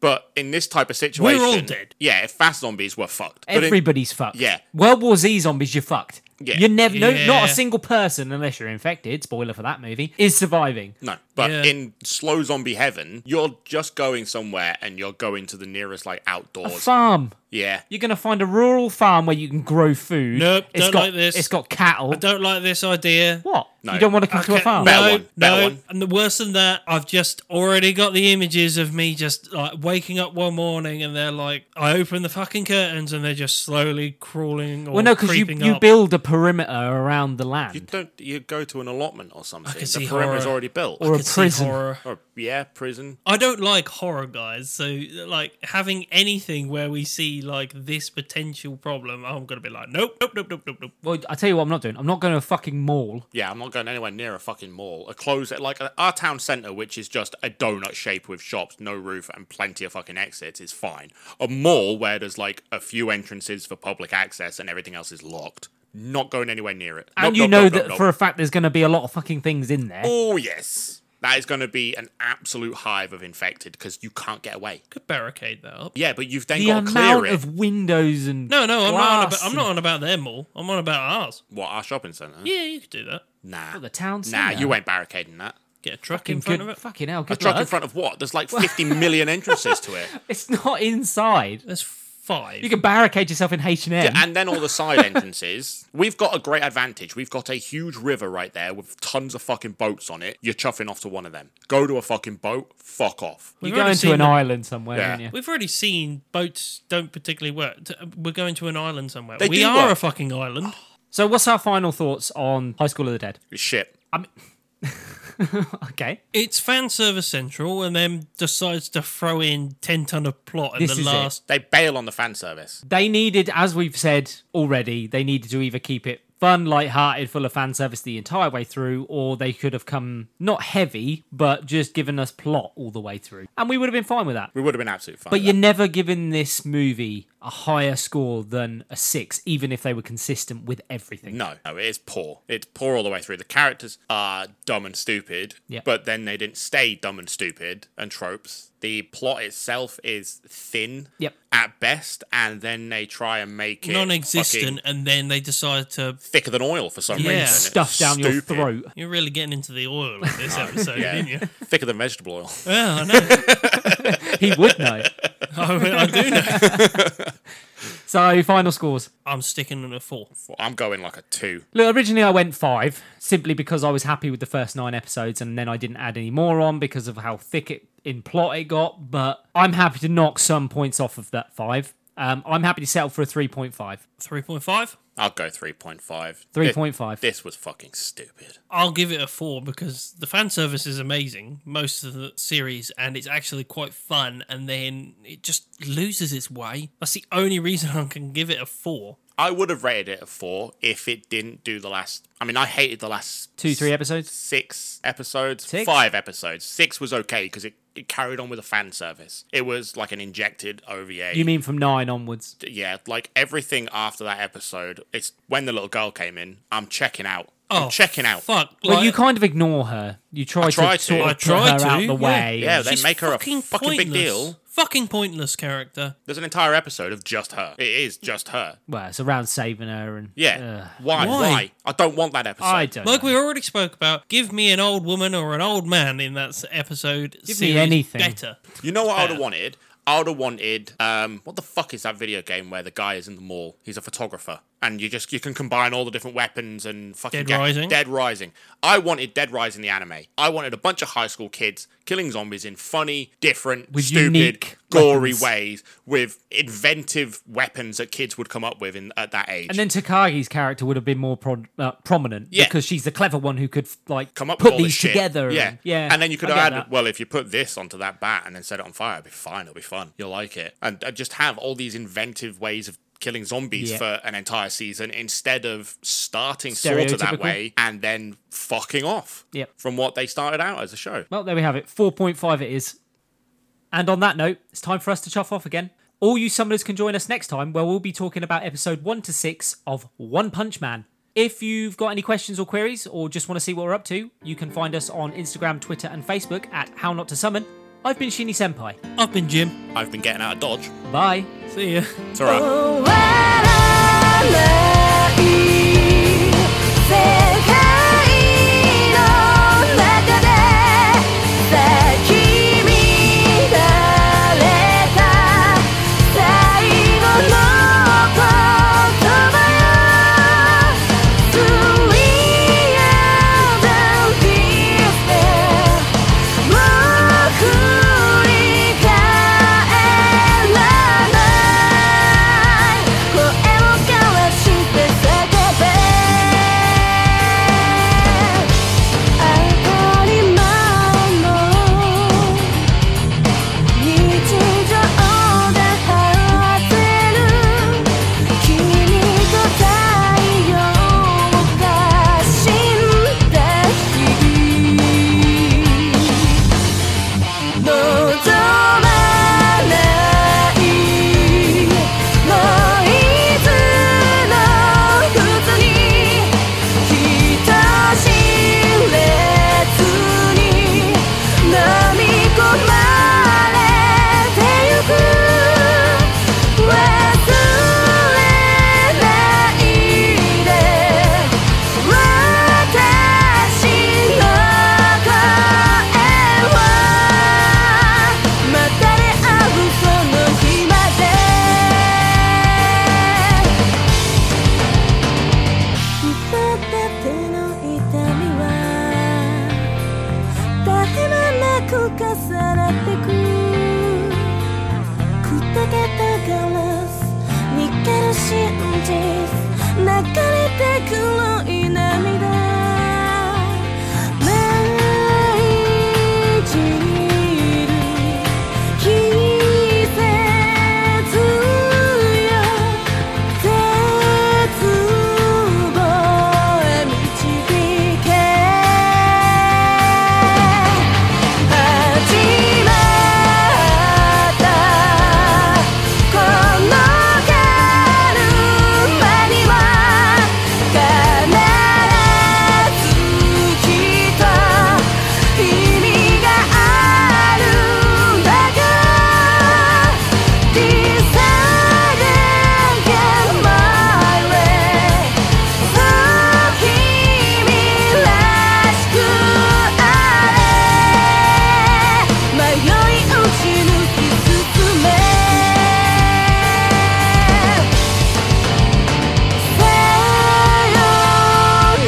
Speaker 3: But in this type of situation,
Speaker 2: all dead.
Speaker 3: Yeah, if fast zombies were fucked, but in-
Speaker 1: Everybody's fucked.
Speaker 3: Yeah.
Speaker 1: World War Z zombies, you're fucked.
Speaker 3: Yeah.
Speaker 1: You're never no, not
Speaker 2: Yeah.
Speaker 1: a single person unless you're infected. Spoiler for that movie is surviving.
Speaker 3: No, but
Speaker 2: Yeah.
Speaker 3: in slow zombie heaven, you're just going somewhere and you're going to the nearest like outdoors.
Speaker 1: Farm.
Speaker 3: yeah,
Speaker 1: You're gonna find a rural farm where you can grow food.
Speaker 2: Nope,
Speaker 1: It's
Speaker 2: don't
Speaker 1: got,
Speaker 2: like this.
Speaker 1: It's got cattle.
Speaker 2: Don't like this idea.
Speaker 1: What?
Speaker 3: No.
Speaker 1: You don't want to come to a
Speaker 2: Okay,
Speaker 1: farm?
Speaker 3: Better one, better
Speaker 2: no,
Speaker 3: one.
Speaker 2: and the worse than that, I've just already got the images of me just like waking up one morning and they're like, I open the fucking curtains and they're just slowly crawling or
Speaker 1: Well, no, because you,
Speaker 2: creeping
Speaker 1: you
Speaker 2: up.
Speaker 1: build a perimeter around the land.
Speaker 3: you don't. You go to an allotment or something.
Speaker 2: can
Speaker 3: The
Speaker 2: see
Speaker 3: perimeter's
Speaker 2: horror.
Speaker 3: already built.
Speaker 1: Or a
Speaker 2: I see
Speaker 1: prison.
Speaker 2: horror.
Speaker 3: Or- yeah, prison.
Speaker 2: I don't like horror, guys. So, like, having anything where we see like this potential problem, I'm gonna be like, nope, nope, nope, nope, nope, nope.
Speaker 1: Well, I tell you what, I'm not doing. I'm not going to a fucking mall.
Speaker 3: Yeah, I'm not going anywhere near a fucking mall. A close like a, our town centre, which is just a donut shape with shops, no roof, and plenty of fucking exits, is fine. A mall where there's like a few entrances for public access and everything else is locked. Not going anywhere near it.
Speaker 1: And
Speaker 3: Nope,
Speaker 1: you
Speaker 3: nope,
Speaker 1: know
Speaker 3: nope,
Speaker 1: that
Speaker 3: nope, nope.
Speaker 1: for a fact there's going to be a lot of fucking things in there.
Speaker 3: Oh yes, that is going to be an absolute hive of infected because you can't get away.
Speaker 2: Could barricade that up.
Speaker 3: Yeah, but you've then
Speaker 1: the
Speaker 3: got to clear
Speaker 1: amount
Speaker 3: it.
Speaker 1: of windows and
Speaker 2: No, no, I'm not. On
Speaker 1: glass
Speaker 2: about, I'm
Speaker 1: and-
Speaker 2: not on about their mall. I'm on about ours.
Speaker 3: what our shopping centre?
Speaker 2: Yeah, you could do that.
Speaker 3: Nah,
Speaker 1: What, the town
Speaker 3: Nah,
Speaker 1: centre?
Speaker 3: you ain't barricading that.
Speaker 2: Get a truck
Speaker 1: Fucking
Speaker 2: in front
Speaker 1: good-
Speaker 2: of it.
Speaker 1: Fucking hell,
Speaker 3: A
Speaker 1: good
Speaker 3: truck in
Speaker 1: luck.
Speaker 3: front of what? There's like 50 million entrances to it,
Speaker 1: It's not inside.
Speaker 2: There's five.
Speaker 1: You can barricade yourself in H and M.
Speaker 3: and then all the side entrances. We've got a great advantage. We've got a huge river right there with tons of fucking boats on it. You're chuffing off to one of them. Go to a fucking boat. Fuck off.
Speaker 1: You
Speaker 2: We've
Speaker 1: go
Speaker 2: already
Speaker 1: into
Speaker 2: seen
Speaker 1: an
Speaker 2: the-
Speaker 1: island somewhere,
Speaker 3: Yeah.
Speaker 1: don't you?
Speaker 2: We've already seen boats don't particularly work. T- We're going to an island somewhere.
Speaker 3: They
Speaker 2: we
Speaker 3: do
Speaker 2: are
Speaker 3: work.
Speaker 2: a fucking island.
Speaker 1: So, what's our final thoughts on High School of the Dead?
Speaker 3: It's shit.
Speaker 1: Okay,
Speaker 2: It's fan service central, and then decides to throw in ten ton of plot in
Speaker 1: This
Speaker 2: the
Speaker 1: is it.
Speaker 2: last.
Speaker 3: They bail on the fan service.
Speaker 1: they needed, as we've said already, they needed to either keep it fun, light-hearted, full of fan service the entire way through, or they could have come not heavy, but just given us plot all the way through, and we would have been fine with that.
Speaker 3: We would have been absolute fine.
Speaker 1: But
Speaker 3: with
Speaker 1: you're never giving this movie a higher score than a six, even if they were consistent with everything.
Speaker 3: No, no, it is poor. It's poor all the way through. The characters are dumb and stupid,
Speaker 1: Yeah.
Speaker 3: but then they didn't stay dumb and stupid and tropes. The plot itself is thin
Speaker 1: Yep.
Speaker 3: at best, and then they try and make it
Speaker 2: Non-existent,
Speaker 3: fucking
Speaker 2: and then they decide to.
Speaker 3: thicker than oil for some
Speaker 2: Yeah.
Speaker 3: reason. It's
Speaker 1: Stuff down your
Speaker 3: stupid.
Speaker 1: throat.
Speaker 2: You're really getting into the oil of this episode,
Speaker 3: Oh, Yeah.
Speaker 2: didn't you?
Speaker 3: Thicker than vegetable oil.
Speaker 2: Yeah, I know.
Speaker 1: He would know.
Speaker 2: I, I do know.
Speaker 1: so, final scores.
Speaker 2: I'm sticking on a four.
Speaker 3: I'm going like a two.
Speaker 1: Look, originally I went five simply because I was happy with the first nine episodes, and then I didn't add any more on because of how thick it in plot it got. But I'm happy to knock some points off of that five. Um, I'm happy to settle for a 3.5.
Speaker 2: Three point five.
Speaker 3: I'll go 3.5.
Speaker 1: 3.5.
Speaker 3: This, this was fucking stupid.
Speaker 2: I'll give it a four because the fan service is amazing most of the series, and it's actually quite fun. And then it just loses its way. That's the only reason I can give it a four.
Speaker 3: I would have rated it a four if it didn't do the last. I mean, I hated the last
Speaker 1: Two, three episodes.
Speaker 3: six episodes,
Speaker 1: Six?
Speaker 3: five episodes. Six was okay because it, it carried on with a fan service. It was like an injected OVA.
Speaker 1: You mean from nine onwards?
Speaker 3: yeah, like everything after that episode, it's when the little girl came in. I'm checking out.
Speaker 2: Oh,
Speaker 3: I'm checking out.
Speaker 2: Fuck.
Speaker 1: Well,
Speaker 2: like-
Speaker 1: you kind of ignore her. You try to
Speaker 3: tried to.
Speaker 1: sort
Speaker 3: I
Speaker 1: of put her
Speaker 2: tried to,
Speaker 1: out the
Speaker 2: yeah.
Speaker 1: way.
Speaker 3: Yeah, they
Speaker 2: She's
Speaker 3: make her a
Speaker 2: fucking
Speaker 3: fucking big
Speaker 2: pointless.
Speaker 3: deal.
Speaker 2: fucking pointless character.
Speaker 3: There's an entire episode of just her. It is just her.
Speaker 1: Well, it's around saving her and
Speaker 3: Yeah.
Speaker 1: Ugh.
Speaker 3: why?
Speaker 2: Why?
Speaker 3: why? I don't want that episode.
Speaker 1: I don't.
Speaker 2: Like
Speaker 1: know.
Speaker 2: we already spoke about, give me an old woman or an old man in that s- episode.
Speaker 1: me
Speaker 2: series
Speaker 1: anything.
Speaker 2: better.
Speaker 3: You know what I would have
Speaker 2: Fair.
Speaker 3: wanted? I would have wanted um, what the fuck is that video game where the guy is in the mall? He's a photographer, and you just you can combine all the different weapons and fucking
Speaker 2: Dead Rising?
Speaker 3: Dead Rising. I wanted Dead Rising the anime. I wanted a bunch of high school kids killing zombies in funny, different,
Speaker 1: With
Speaker 3: stupid,
Speaker 1: unique
Speaker 3: gory
Speaker 1: weapons.
Speaker 3: ways with inventive weapons that kids would come up with in at that age.
Speaker 1: And then Takagi's character would have been more pro- uh, prominent
Speaker 3: Yeah.
Speaker 1: because she's the clever one who could like
Speaker 3: come up
Speaker 1: put
Speaker 3: with all
Speaker 1: these
Speaker 3: this shit.
Speaker 1: together.
Speaker 3: Yeah,
Speaker 1: and, yeah.
Speaker 3: And then you could
Speaker 1: I
Speaker 3: have
Speaker 1: get
Speaker 3: added,
Speaker 1: that.
Speaker 3: well, if you put this onto that bat and then set it on fire, it'll be fine. It'll be fun. You'll like it, and uh, just have all these inventive ways of killing zombies
Speaker 1: Yeah.
Speaker 3: for an entire season instead of starting sort of that
Speaker 1: Stereotypical.
Speaker 3: way and then fucking off
Speaker 1: Yep.
Speaker 3: from what they started out as a show.
Speaker 1: Well, there we have it. 4.5 it is. And on that note, it's time for us to chuff off again. All you summoners can join us next time where we'll be talking about episode 1 to 6 of One Punch Man. If you've got any questions or queries or just want to see what we're up to, you can find us on Instagram, Twitter, and Facebook at How Not to Summon. I've been Shinny Senpai.
Speaker 2: Up in Jim.
Speaker 3: I've been getting out of dodge.
Speaker 1: Bye.
Speaker 2: See ya.
Speaker 3: It's all right.
Speaker 1: Oh.
Speaker 4: 終わらない世界の中で咲き乱れた最後の言葉よ To real despair もう振り返らない声を交わして叫べ当たり前の日常で外れる君と太陽が死んだ日々望まないノイズの靴に人知れずに飲み込まれてゆく忘れないで私の声はまた出会うその日までまた手の痛みは絶え間なく重なってくくたけたガラスニッケル真実流れて黒い涙舞い散る季節よ「絶望へ導け始まったこのカルマには必ずきっと意味があるんだから」Deciding my way, so 君らしくあれ。迷い落ちぬ日進め。さよ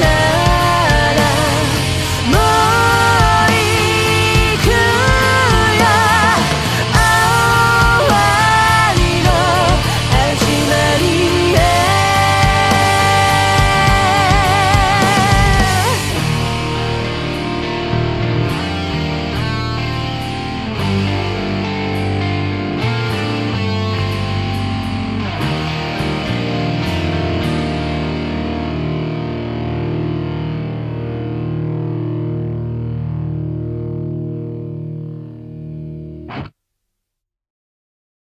Speaker 4: なら。もう行くよ終わりの始まりへ